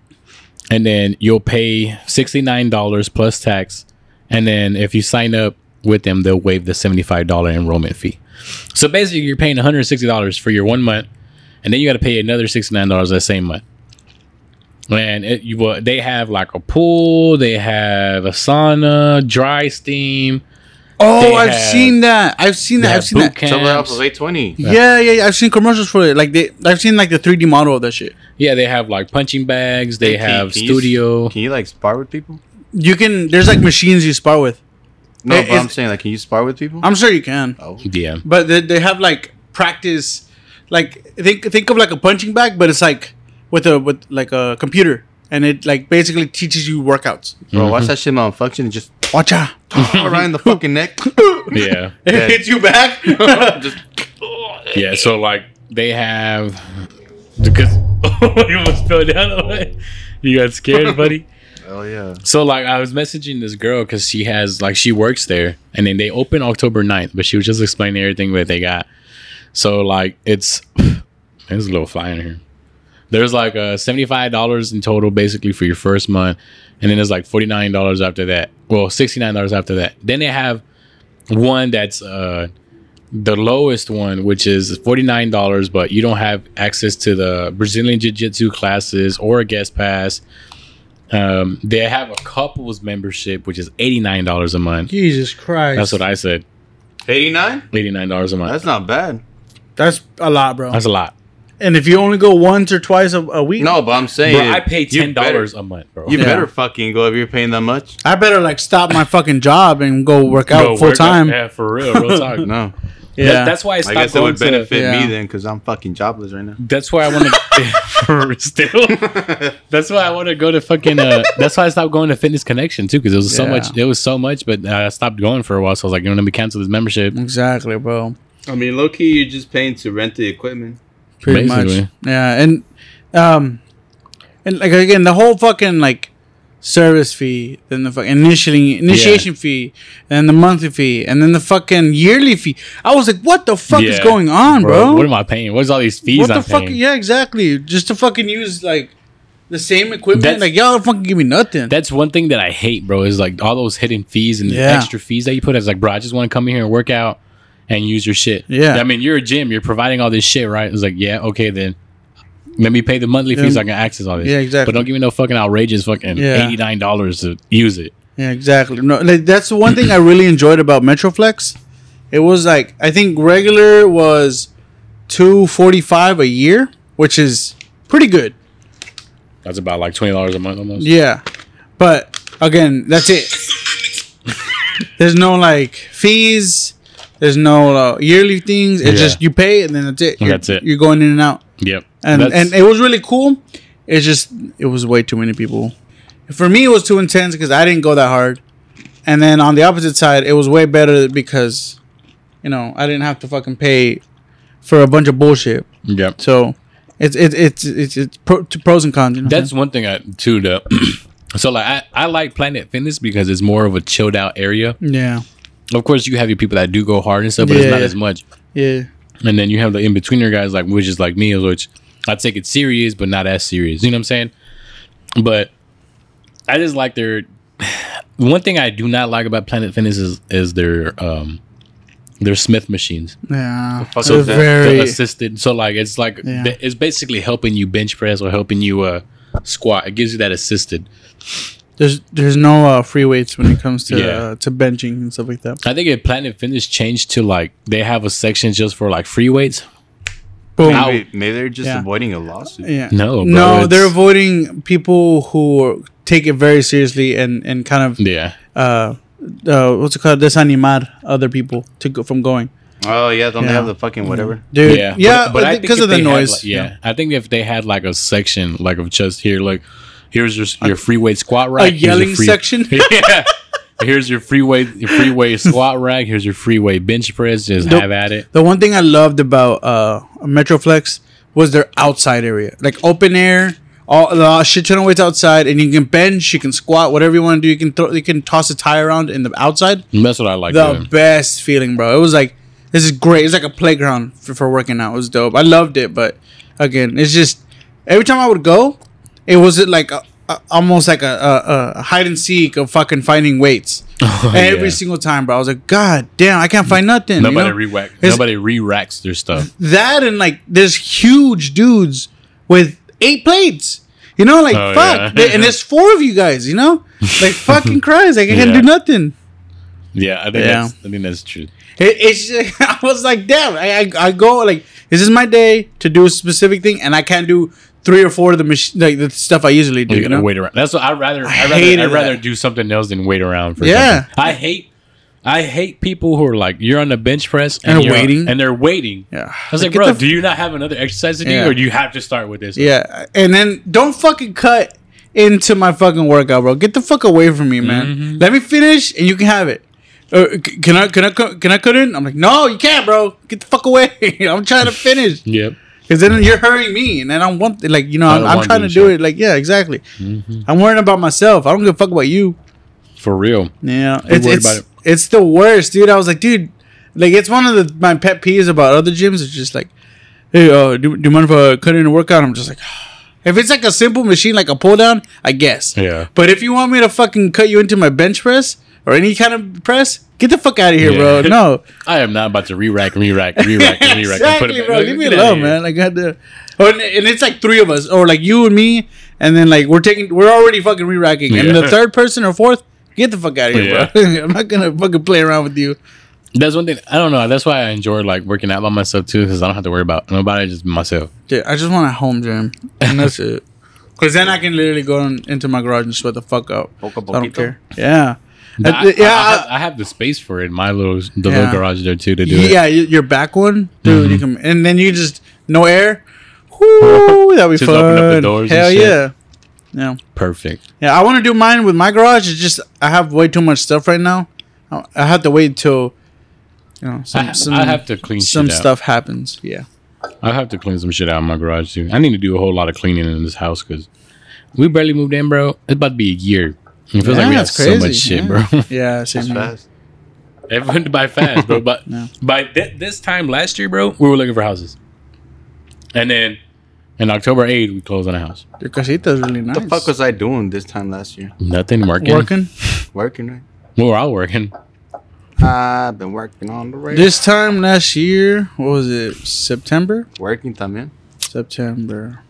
S4: and then you'll pay sixty nine dollars plus tax, and then if you sign up with them, they'll waive the seventy five dollar enrollment fee. So basically, you're paying one hundred sixty dollars for your one month, and then you got to pay another sixty nine dollars that same month. And it, you, well, they have like a pool, they have a sauna, dry steam,
S2: oh,
S4: they
S2: I've
S4: have-
S2: seen that. I've seen
S4: they
S2: that.
S4: have
S2: I've seen that.
S4: boot camps.
S3: Somewhere else was 820.
S2: Yeah, yeah, yeah. I've seen commercials for it. Like they, I've seen like the 3D model of that shit.
S4: Yeah, they have like punching bags. They
S3: Hey, can-
S4: have
S3: can you-
S4: studio.
S3: Can you like spar with people?
S2: You can. There's like machines you spar with.
S3: No,
S2: Hey,
S3: but I'm
S2: is-
S3: saying like, can you spar with people?
S2: I'm sure you can,
S3: oh,
S4: Yeah,
S2: but they, they have like practice. Like think think of like a punching bag, but it's like with a with like a computer, and it like basically teaches you workouts.
S3: bro,
S4: Mm-hmm.
S3: watch that shit malfunction and just
S2: Watch out!
S3: around the fucking neck.
S4: yeah.
S2: It
S3: Yeah.
S2: hits you back.
S3: just
S4: Yeah, so like they have because you almost fell down. you got scared, buddy.
S3: oh yeah.
S4: So like I was messaging this girl because she has like she works there, and then they open October 9th, but she was just explaining everything that they got. So like it's there's a little fly in here. There's like uh seventy five dollars in total basically for your first month, and then there's like forty nine dollars after that. Well, sixty nine dollars after that. Then they have one that's uh the lowest one, which is forty nine dollars, but you don't have access to the Brazilian Jiu Jitsu classes or a guest pass. Um, they have a couples membership, which is eighty nine dollars a month.
S2: Jesus Christ.
S4: That's what I said,
S3: 89?
S4: eighty nine dollars a month.
S3: That's not bad.
S2: That's a lot, bro.
S4: That's a lot.
S2: and if you only go once or twice a, a week,
S3: No, but I'm saying
S4: Bro, I pay
S3: you
S4: ten dollars a month, bro.
S3: better- You
S2: Yeah.
S3: better fucking go if you're paying that much.
S2: I better like stop my fucking job and go work out
S4: Bro,
S2: full
S4: work out-
S2: time.
S4: Yeah, for real, real talk.
S3: No,
S2: Yeah.
S4: That- that's why I
S3: I
S4: stopped
S3: guess it
S4: going
S3: would benefit
S4: to.
S2: yeah.
S3: me then because I'm fucking jobless right now.
S4: That's why I want to still. That's why I want to go to fucking. Uh, that's why I stopped going to Fitness Connection too, because it was so
S2: Yeah.
S4: much. It was so much, but I stopped going for a while. So I was like, you know, let me cancel this membership.
S2: exactly, bro.
S3: I mean, low key, you're just paying to rent the equipment.
S2: Pretty much.
S4: Basically.
S2: Yeah, and um, and like again, the whole fucking like service fee, then the fucking initiating initiation fee, and the monthly fee, and then the fucking yearly fee. I was like, what the fuck is
S4: Yeah.
S2: going on, bro?
S4: What am I paying? What's all these fees
S2: what
S4: I'm
S2: the fuck?
S4: paying?
S2: Yeah, exactly. Just to fucking use like the same equipment.
S4: That's-
S2: like y'all don't fucking give me nothing.
S4: That's one thing that I hate, bro. Is like all those hidden fees and
S2: Yeah.
S4: extra fees that you put. I was like, bro, I just want to come in here and work out and use your shit.
S2: Yeah.
S4: I mean, you're a gym. You're providing all this shit, right? It's like, yeah, okay, then. Let me pay the monthly fees. so I can access all this.
S2: Yeah, exactly.
S4: But don't give me no fucking outrageous fucking
S2: Yeah.
S4: eighty nine dollars to use it.
S2: yeah, exactly. No, like, that's the one thing I really enjoyed about Metroflex. It was like I think regular was two forty five a year, which is pretty good.
S4: That's about like twenty dollars a month almost.
S2: Yeah, but again, that's it. There's no like fees. There's no uh, yearly things. It's
S4: Yeah.
S2: just you pay and then that's it. You're-
S4: That's it.
S2: You're going in and out.
S4: Yep.
S2: and
S4: That's-
S2: and it was really cool. It's just it was way too many people. For me, it was too intense because I didn't go that hard. And then on the opposite side, it was way better because, you know, I didn't have to fucking pay for a bunch of bullshit.
S4: yep.
S2: So it's it's it's it's, it's pro, to pros and cons. You know?
S4: That's one thing I too though. so like I, I like Planet Fitness because it's more of a chilled out area.
S2: yeah,
S4: Of course you have your people that do go hard and stuff, but
S2: Yeah,
S4: it's not
S2: yeah.
S4: as much.
S2: yeah,
S4: And then you have the in betweener guys like which is like me, which I take it serious but not as serious. You know what I'm saying? But I just like their one thing I do not like about Planet Fitness is is their um their Smith machines.
S2: yeah.
S3: fuck
S2: So
S3: is that?
S4: the
S2: very
S4: assisted. So like it's like
S2: Yeah.
S4: th- it's basically helping you bench press or helping you uh squat. It gives you that assisted.
S2: there's there's no uh, free weights when it comes to
S4: Yeah.
S2: uh, to benching and stuff like that.
S4: I think if Planet Fitness changed to like they have a section just for like free weights.
S2: Boom.
S3: Maybe, maybe they're just
S2: Yeah.
S3: avoiding a lawsuit.
S2: Yeah.
S4: No, bro,
S2: no, they're
S4: it's-
S2: avoiding people who take it very seriously and and kind of
S4: Yeah,
S2: uh, uh what's it called desanimar other people to go from going.
S3: Oh yeah, don't
S2: Yeah.
S3: they have the fucking whatever?
S2: Dude,
S4: yeah,
S2: yeah,
S4: I think
S2: because
S4: if
S2: of the
S4: they had,
S2: noise.
S4: like- yeah. I think if they had like a section like of just here, like here's your your free weight squat rack, here's your
S2: yelling
S4: free-
S2: section?
S4: yeah. Here's your free weight, your free weight squat rack. Here's your free weight bench press. Just
S2: Nope.
S4: have at it.
S2: The one thing I loved about uh Metroflex was their outside area, like open air. All the shit ton of weights outside, and you can bench, you can squat, whatever you want to do. You can throw, you can toss a tie around in the outside.
S4: And that's what I like.
S2: the
S4: doing.
S2: best feeling, bro. It was like this is great. It's like a playground for, for working out. It was dope. I loved it, but again, it's just every time I would go, it was like a, a, almost like a, a, a hide and seek of fucking finding weights. every
S4: Oh, yeah.
S2: single time, bro. I was like, God damn, I can't find nothing. you
S4: Nobody
S2: know?
S4: re-whack,
S2: It's-
S4: nobody re-racks their stuff.
S2: that and like there's huge dudes with eight plates. You know, like
S4: Oh,
S2: fuck,
S4: yeah.
S2: They- and there's four of you guys. You know, like fucking Christ, like I can't
S4: Yeah.
S2: do nothing.
S4: Yeah, I think
S2: Yeah.
S4: that's I think that's true.
S2: It, it's just- I was like, damn, I, I I go like this is my day to do a specific thing, and I can't do three or four of the mach- like the stuff I usually do.
S4: You
S2: You know?
S4: wait around. That's what I rather I
S2: hated
S4: rather I rather
S2: that.
S4: do something else than wait around for
S2: Yeah.
S4: something. I hate I hate people who are like you're on the bench press and,
S2: And
S4: you're
S2: waiting.
S4: and they're waiting.
S2: Yeah.
S4: I was like,
S2: Like, get
S4: bro,
S2: the f-
S4: do you not have another exercise to do,
S2: Yeah.
S4: or do you have to start with this?
S2: Yeah, and then don't fucking cut into my fucking workout, bro. Get the fuck away from me, man.
S4: Mm-hmm.
S2: Let me finish, and you can have it. Uh, c- can I can I cu- can I cut in? I'm like, no, you can't, bro. Get the fuck away. I'm trying to finish.
S4: Yep.
S2: Because then you're hurrying me, and then I'm one like you know I'm,
S4: don't
S2: I'm
S4: want
S2: trying
S4: to
S2: to
S4: Mm-hmm. do
S2: do
S4: shit.
S2: it. Like yeah, exactly. I'm worrying about myself. I don't give a fuck about you.
S4: For real.
S2: Yeah,
S4: Be
S2: it's
S4: worried
S2: it's,
S4: about it.
S2: it's the worst, dude. I was like, dude, like it's one of the my pet peeves about other gyms. It's just like, hey, uh, do, do you mind if I cut in a workout? I'm just like, if it's like a simple machine like a pull down, I guess.
S4: Yeah.
S2: But if you want me to fucking cut you into my bench press, or any kind of press, get the fuck out of here,
S4: Yeah.
S2: bro. No,
S4: I am not about to re-rack, re-rack, re-rack, and re-rack. and put it
S2: exactly,
S4: back.
S2: bro.
S4: Like,
S2: Leave me
S4: get outta
S2: alone,
S4: here.
S2: man. Like, I the, or, and it's like three of us, or like you and me, and then like we're taking, we're already fucking re-racking, and
S4: Yeah.
S2: the third person or fourth, get the fuck out of here, bro. I'm not gonna fucking play around with you.
S4: That's one thing. I don't know. That's why I enjoy like working out by myself too, because I don't have to worry about nobody, just myself.
S2: Dude, I just want a home gym, and that's it. Cause then I can literally go in, into my garage and sweat the fuck out.
S3: Poco
S2: I don't
S3: poquito.
S2: care. Yeah,
S4: But
S2: I-
S4: I,
S2: Uh, yeah,
S4: I, I,
S2: I-
S4: have, I have the space for it. in My little the
S2: Yeah.
S4: little garage there too to do it. Mm-hmm.
S2: yeah, y your back one, dude. You can, and then you just no air. Whoo, that'd be
S4: Just
S2: fun.
S4: open up the doors and
S2: Hell
S4: shit.
S2: yeah, yeah,
S4: Perfect.
S2: yeah. I want to do mine with my garage. It's just I have way too much stuff right now. I I have to wait till you know
S4: I,
S2: some
S4: ha-
S2: some,
S4: I have to clean
S2: some
S4: shit out.
S2: stuff happens. Yeah,
S4: I have to clean some shit out in my garage too. I need to do a whole lot of cleaning in this house because we barely moved in, bro. It's about to be a year. It feels like we have
S2: that's
S4: so much shit,
S2: yeah.
S4: bro.
S2: Yeah, same
S3: It's
S2: here.
S3: fast.
S4: it went by fast, bro. But
S2: Yeah.
S4: by thi- this time last year, bro, we were looking for houses, and then in October eighth, we closed on a house.
S2: Your casita is really nice.
S3: What the fuck was I doing this time last year?
S4: Nothing working.
S2: working?
S3: Working, right?
S4: We were all working.
S3: I've been working on the radio.
S2: This time last year, what was it? September?
S3: Working también.
S2: September.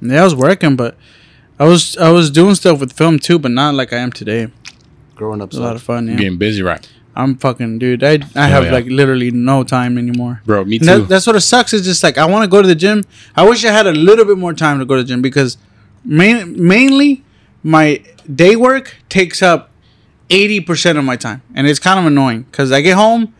S2: Yeah, I was working, but I was I was doing stuff with film too, but not like I am today. It
S3: Growing up.
S2: was a lot
S3: sucks.
S2: of fun. Yeah,
S4: Getting busy, right,
S2: I'm fucking dude. I I have
S4: yeah.
S2: like literally no time anymore.
S4: bro? Me
S2: And
S4: too.
S2: that, that's what it sucks. Is just like I want to go to the gym. I wish I had a little bit more time to go to the gym because main, mainly my day work takes up eighty percent of my time, and it's kind of annoying because I get home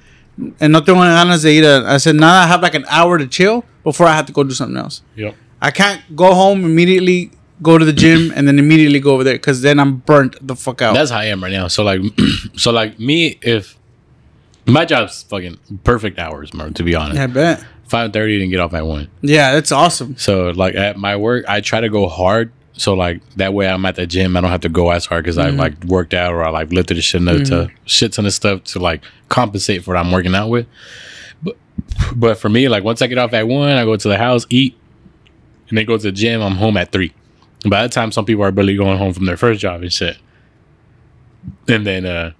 S2: and no tengo ganas de ir. a- I said now I have like an hour to chill before I have to go do something else.
S4: yep.
S2: I can't go home immediately, go to the gym, and then immediately go over there because then I'm burnt the fuck out.
S4: That's how I am right now. So like, so like me, if my job's fucking perfect hours, bro. To be honest,
S2: I bet.
S4: five thirty and get off at one.
S2: Yeah, that's awesome.
S4: So like at my work, I try to go hard. So like that way, I'm at the gym. I don't have to go as hard because I like worked out or I like lifted a shit ton to shit ton of stuff to like compensate for what I'm working out with. But but for me, like once I get off at one, I go to the house, eat, and then go to the gym. I'm home at three. By the time some people are barely going home from their first job and shit, and then uh,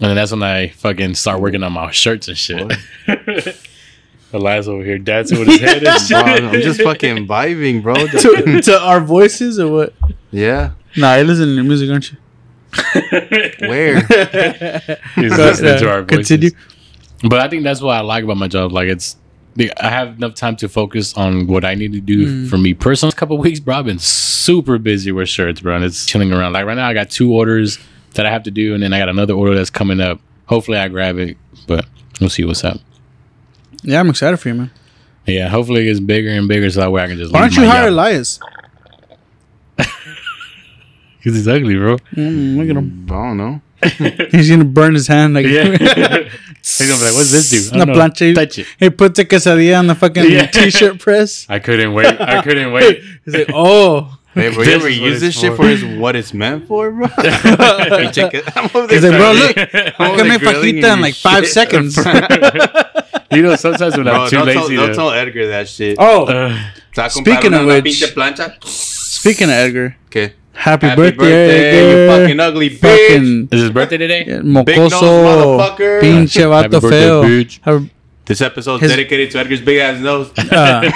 S4: and then that's when I fucking start working on my shirts and shit. Elias over here dancing with his head. And shit.
S3: Bro, I'm I'm just fucking vibing, bro.
S2: to, to our voices or what?
S3: yeah.
S2: Nah, you listening to music, aren't you?
S3: Where?
S4: He's
S2: But,
S4: listening to
S2: uh,
S4: our voices.
S2: continue.
S4: But I think that's what I like about my job. Like it's, the- I have enough time to focus on what I need to
S2: Mm.
S4: do for me personal. Last couple of weeks, bro, I've been super busy with shirts, bro, and it's chilling around. Like right now, I got two orders that I have to do, and then I got another order that's coming up. Hopefully, I grab it, but we'll see what's up.
S2: Yeah, I'm excited for you, man.
S4: Yeah, hopefully it gets bigger and bigger so that way I can just.
S2: Why don't
S4: leave
S2: you
S4: my
S2: hire
S4: job.
S2: Elias?
S4: Because he's ugly, bro.
S2: Mm, look at him.
S3: I don't know.
S2: He's gonna burn his hand like
S4: Yeah. he's gonna be like, "What's this dude?"
S2: La plancha.
S4: Touch it.
S2: he puts a quesadilla on the fucking
S4: Yeah.
S2: t-shirt press.
S4: I couldn't wait. I couldn't wait.
S2: He's like, oh,
S3: Hey, bro,
S4: This
S3: you ever
S4: is what
S3: use
S4: it's
S3: this shit
S4: for.
S3: for it's what it's meant for, bro? You check it. I'm over
S2: He's like,
S3: there
S2: bro,
S3: trying
S2: look,
S3: to- I'm
S2: I can
S3: over there
S2: make
S3: grilling
S2: fajita in
S3: your
S2: like five
S3: shit.
S2: seconds.
S4: you know, sometimes when
S3: Bro,
S4: I'm too
S3: don't, tell,
S4: lazy
S3: don't
S4: to-
S3: tell Edgar that shit.
S2: oh,
S4: Uh,
S3: Está
S2: speaking of
S3: comprando una
S2: which-
S3: pinche plancha.
S2: speaking of Edgar,
S3: Okay.
S2: happy,
S3: Happy
S2: birthday,
S3: birthday, you
S2: Edgar.
S3: fucking ugly bitch.
S2: fucking
S4: is his birthday today?
S2: yeah,
S3: nose
S2: mocoso,
S3: motherfucker.
S2: pinche
S4: Happy
S2: vato
S4: birthday,
S2: feo.
S4: bitch.
S2: Happy-
S3: This episode's
S2: His-
S3: dedicated to Edgar's big ass nose.
S2: uh,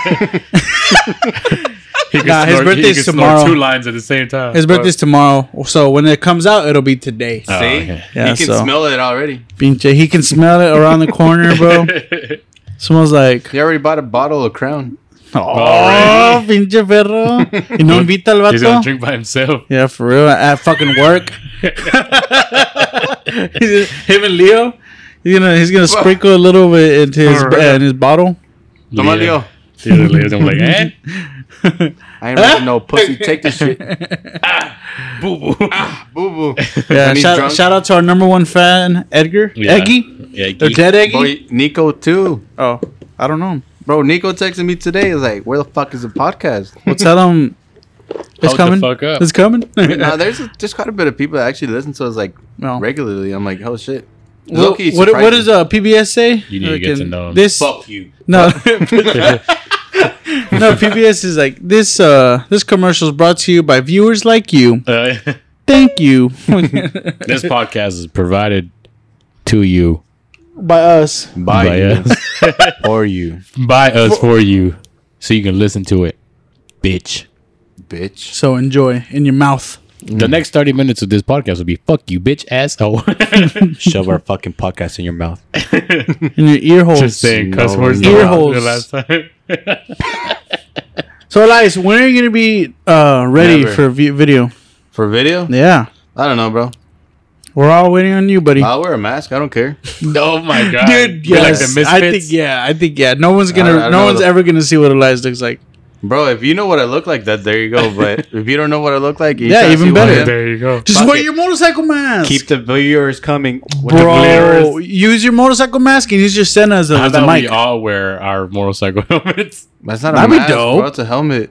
S4: He could
S2: Nah, his
S4: snort- he
S2: birthday's
S4: could snort
S2: tomorrow.
S4: Two lines at the same time.
S2: his birthday's tomorrow, so when it comes out, it'll be today.
S4: Oh,
S3: See?
S4: okay.
S2: Yeah,
S3: he can
S2: so-
S3: smell it already.
S2: Pinche, he can smell it around the corner, bro. Smells like
S3: He already bought a bottle of Crown.
S2: Oh, pinche perro. Y no invita al
S4: He's gonna
S2: vato.
S4: drink by himself.
S2: Yeah, for real. At fucking work. He's- Him and Leo. He's gonna he's gonna sprinkle a little bit into his
S3: For real.
S2: in his bottle.
S3: Come on, Leo.
S4: He leaves. I'm like, eh?
S3: I ain't ready no pussy. Take this shit.
S4: Boo boo.
S3: Boo boo.
S2: Yeah, shout, shout out to our number one fan, Edgar.
S4: Yeah.
S2: Eggy?
S4: Yeah,
S2: Or dead Eggy?
S3: Boy, Nico, too.
S2: Oh, I don't know.
S3: Bro, Nico texted me today. He's like, where the fuck is the podcast?
S2: We'll tell him it's
S4: the
S2: coming.
S4: fuck up.
S2: It's coming.
S3: now, there's, there's quite a bit of people that actually listen to us like
S2: Well.
S3: regularly. I'm like, oh shit.
S2: Well,
S3: Low-key
S2: what, what
S3: surprising.
S2: does uh, PBS say?
S4: You need to get to know him.
S2: This
S3: Fuck you.
S2: No, no. PBS is like this. Uh, this commercial is brought to you by viewers like you.
S4: Uh,
S2: Thank you.
S4: This podcast is provided to you
S2: By us.
S3: By,
S4: by
S3: you.
S4: us,
S3: or you,
S4: by us for you, so you can listen to it, bitch.
S3: bitch.
S2: So enjoy in your mouth.
S3: Mm.
S4: The next thirty minutes of this podcast will be fuck you, bitch, asshole.
S3: Shove our fucking podcast in your mouth.
S2: In your ear holes.
S4: Just saying cuss
S3: No,
S4: words
S3: no.
S4: the
S2: Ear
S4: last-
S2: holes.
S4: the last time.
S2: So Elias, when are you gonna be uh, ready
S3: Never.
S2: for vi- video?
S3: For video?
S2: Yeah,
S3: I don't know, bro.
S2: we're all waiting on you, buddy.
S3: I'll wear a mask. I don't care.
S4: Oh my god,
S2: Dude,
S4: You're
S2: yes, I think
S4: Misfits.
S2: yeah, I think yeah. No one's
S3: I
S2: gonna, no
S3: don't know
S2: one's
S3: the-
S2: ever gonna see what Elias looks like.
S3: Bro, if you know what I look like, that there you go. But if you don't know what I look like, you
S2: Yeah,
S3: try to
S2: even
S3: see what I
S2: better.
S3: am.
S4: There you go.
S2: Just
S3: Fuck
S2: wear
S3: it.
S2: your motorcycle mask.
S3: Keep the viewers coming. With the viewers.
S2: Bro, use your motorcycle mask and you just send us a,
S4: How
S2: as a
S4: about we
S2: mic.
S4: all wear our motorcycle helmets?
S3: That's not
S2: That'd
S3: a
S2: be
S3: mask,
S2: dope.
S3: bro. It's a helmet.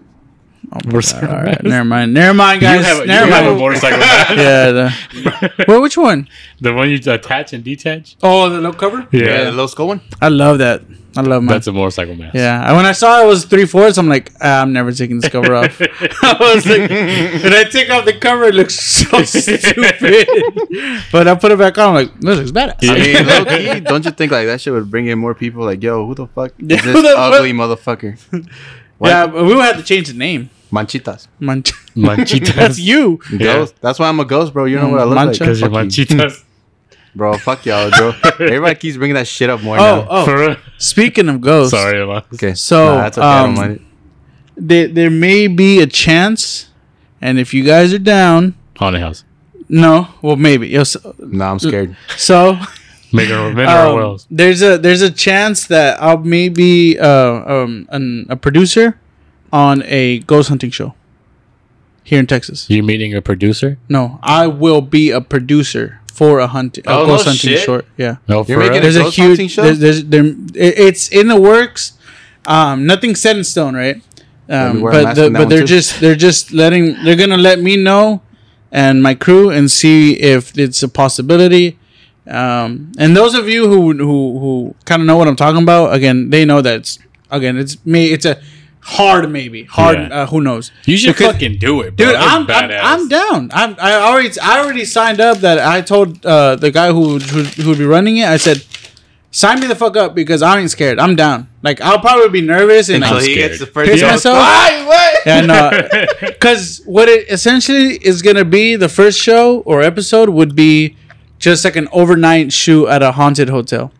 S4: Motorcycle
S2: all right, never mind, never mind, guys.
S4: you have, a-
S2: never
S4: you have a
S2: mind.
S4: motorcycle helmet.
S2: yeah. The, well, which one?
S4: The one you attach and detach?
S2: Oh, the no cover.
S3: Yeah, the little skull one.
S2: I love that. I love my.
S4: That's a motorcycle mask.
S2: Yeah, and when I saw it was three fourths, I'm like, ah, I'm never taking this cover off. I was like, and I take off the cover, it looks so stupid. but I put it back on, I'm like, this looks badass.
S3: I
S4: Yeah.
S3: mean, low key, don't you think like that shit would bring in more people? Like, yo, who the fuck
S2: Yeah,
S3: is
S2: who
S3: this
S2: the
S3: ugly motherfucker? What?
S2: Yeah, but we would have to change the name.
S3: Manchitas.
S2: Manch- That's
S4: Manchitas.
S2: you.
S4: Yeah.
S3: Ghost. That's why I'm a ghost, bro. You know
S2: Mm,
S3: what I look
S2: mancha.
S3: like.
S4: Because you're
S3: Fuck you.
S4: manchitas.
S3: Bro, fuck y'all, bro. Everybody keeps bringing that shit up more
S2: Oh,
S3: now.
S2: oh.
S4: For real.
S2: Speaking of ghosts,
S4: Sorry, Elon.
S3: Okay.
S2: So,
S3: Nah, that's okay. I
S2: um,
S3: don't mind it.
S2: There, there may be a chance, and if you guys are down,
S4: Haunted house.
S2: no, well, maybe. Yo, so,
S3: Nah, I'm scared.
S2: so
S4: Make our, men
S2: um,
S4: our wells.
S2: there's a there's a chance that I'll maybe uh, um, an, a producer on a ghost hunting show here in Texas.
S4: You meeting a producer?
S2: No, I will be a producer for a hunt a
S3: Oh, no
S2: ghost hunting
S3: shit.
S2: short. Yeah,
S4: No,
S3: You're
S4: for real?
S3: making
S2: there's a
S3: ghost hunting
S2: huge
S3: show?
S2: there's, there's there it- it's in the works. Um, nothing set in stone, right? Um,
S3: we wear a
S2: but
S3: mask
S2: the,
S3: on
S2: but
S3: that one
S2: they're
S3: too.
S2: just they're just letting they're gonna let me know and my crew and see if it's a possibility. Um, and those of you who who who kind of know what I'm talking about, again, they know that it's again it's me. It's a hard maybe hard.
S4: Yeah.
S2: Uh, who knows?
S4: You should
S2: Because-
S4: fucking do it, bro.
S2: Dude,
S4: That's
S2: I'm, I'm
S4: badass.
S2: I'm down. I'm I already I already signed up. That I told uh, the guy who who who would be running it. I said, sign me the fuck up because I ain't scared. I'm down. Like I'll probably be nervous and
S3: Until
S2: like,
S3: he
S4: scared.
S3: gets the first
S2: Piss
S3: ghost.
S2: myself?
S3: Why? What?
S2: and because what it essentially is gonna be the first show or episode would be just like an overnight shoot at a haunted hotel.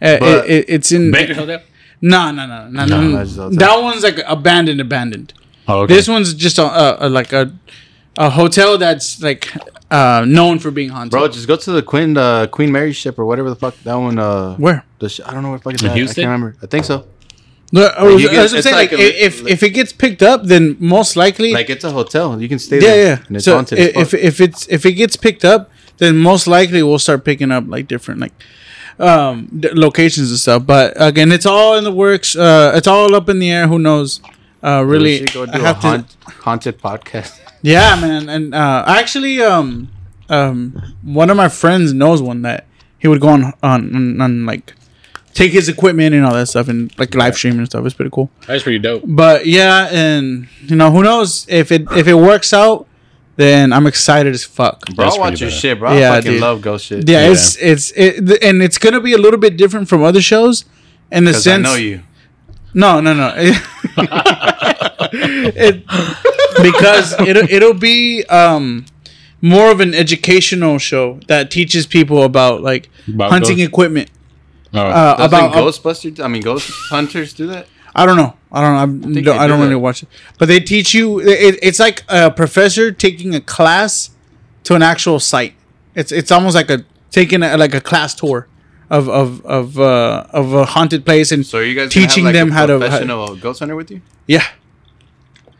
S2: Uh,
S3: But-
S2: it, it, it's in
S4: Baker Hotel?
S2: no no no no no.
S3: that's
S2: no.
S3: hotel.
S2: That one's like abandoned abandoned.
S4: Oh, okay.
S2: This one's just a, a, a like a a hotel that's like uh, known for being haunted.
S3: Bro, just go to the Queen uh, Queen Mary ship or whatever the fuck that one. Uh,
S2: Where?
S3: The sh- I don't know where the fuck it's at.
S4: Houston?
S3: I can't remember. I think so.
S2: No, I was,
S3: you
S2: I
S3: get-
S2: was gonna
S3: it's
S2: say, like,
S3: like a lit-
S2: if
S3: lit-
S2: if it gets picked up, then most likely,
S3: Like it's a hotel. You can stay
S2: yeah,
S3: there.
S2: yeah.
S3: And it's
S2: So
S3: haunted. as
S2: i- if
S3: fuck.
S2: if it's if it gets picked up, then most likely we'll start picking up like different like um d- locations and stuff. But again, it's all in the works. Uh, it's all up in the air. Who knows? Uh,
S3: We
S2: really,
S3: should go do
S2: I
S3: a
S2: have to.
S3: haunt- haunted podcast.
S2: Yeah, man, and uh, actually, um, um, one of my friends knows one that he would go on on on, on like take his equipment and all that stuff and like live stream and stuff. It's pretty cool.
S4: That's pretty dope.
S2: But yeah, and you know who knows if it if it works out, then I'm excited as fuck.
S3: Bro,
S4: That's
S3: I watch
S4: pretty
S3: your
S4: bad.
S3: shit, bro.
S2: Yeah,
S3: I fucking
S2: dude.
S3: love ghost shit.
S2: Yeah, it's it's it, th- and it's gonna be a little bit different from other shows in the
S3: Because
S2: sense.
S3: I know you.
S2: No, no, no. It- because it'll it'll be um more of an educational show that teaches people about like
S4: About
S2: hunting
S4: ghosts?
S2: equipment.
S4: Oh,
S2: Uh,
S3: Doesn't
S2: about
S3: Ghostbusters, I mean Ghost Hunters, do that?
S2: I don't know. I don't. know. I'm, I
S3: think
S2: don't,
S3: they
S2: I
S3: do
S2: don't really
S3: that.
S2: watch it, but they teach you. It, it's like a professor taking a class to an actual site. It's it's almost like a taking a, like a class tour of of of uh, of a haunted place and
S3: So are you guys gonna
S2: teaching
S3: have, like,
S2: them
S3: a
S2: how to how,
S3: professional ghost hunter with you?
S2: yeah.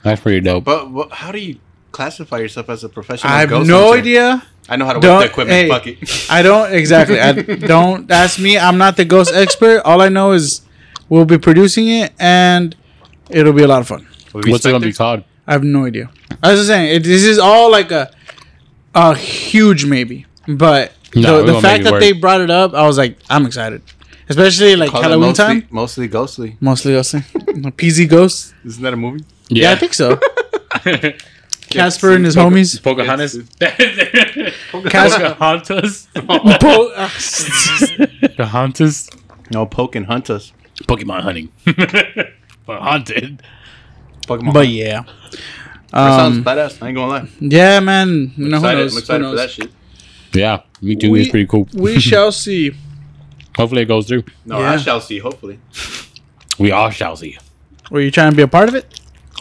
S4: that's pretty dope.
S3: But what, how do you classify yourself as a professional?
S2: I have
S3: ghost
S2: no
S3: hunter?
S2: idea.
S3: I know how to
S2: Don't-
S3: whip the equipment.
S2: hey.
S3: Fuck it.
S2: I don't exactly. I don't ask me. I'm not the ghost expert. All I know is we'll be producing it and it'll be a lot of fun.
S4: What's it gonna be called?
S2: I have no idea. I was just saying, it, this is all like a a huge maybe, but
S4: No, we're
S2: the, the
S4: gonna
S2: fact
S4: make it
S2: that
S4: work.
S2: they brought it up, I was like, I'm excited, especially like
S3: Call it
S2: Halloween
S3: mostly,
S2: time.
S3: Mostly ghostly.
S2: Mostly, I'll say PZ ghosts.
S3: Isn't that a movie?
S2: Yeah. I think so. Casper and his homies.
S4: Pocahontas.
S2: Casper.
S4: Pocahontas.
S2: Po- uh,
S4: the Hunters.
S3: No, poke and hunt us.
S4: Pokemon hunting. but haunted.
S3: Pokemon.
S2: but yeah,
S3: that sounds
S2: um,
S3: badass. I ain't gonna lie.
S2: yeah, man. You know, who
S3: Excited.
S2: knows?
S3: I'm
S2: Who
S3: excited for
S2: knows?
S3: that shit.
S4: Yeah, me too.
S2: We-
S4: it's pretty cool.
S2: We shall see.
S4: Hopefully it goes through.
S3: No,
S2: Yeah.
S3: I shall see. Hopefully.
S4: We all shall see.
S2: Were you trying to be a part of it?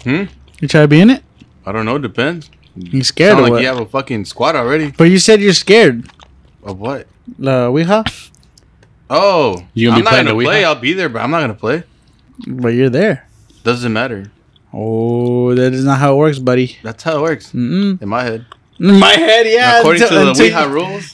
S3: Hmm?
S2: You trying to be in it?
S3: I don't know. Depends.
S2: You scared
S3: Sound
S2: or
S3: like
S2: what?
S3: you have a fucking squad already.
S2: But you said you're scared.
S3: Of what?
S2: La Ouija?
S3: Oh,
S4: You gonna
S3: I'm
S4: be
S3: not
S4: playing
S3: gonna
S4: the Wii,
S3: play.
S4: huh?
S3: I'll be there, but I'm not gonna play.
S2: But you're there.
S3: Doesn't matter.
S2: Oh, that is not how it works, buddy.
S3: That's how it works
S2: Mm-mm.
S3: in my head.
S2: In my head, yeah.
S3: According to the
S2: Hmm. until-
S3: Weeha rules,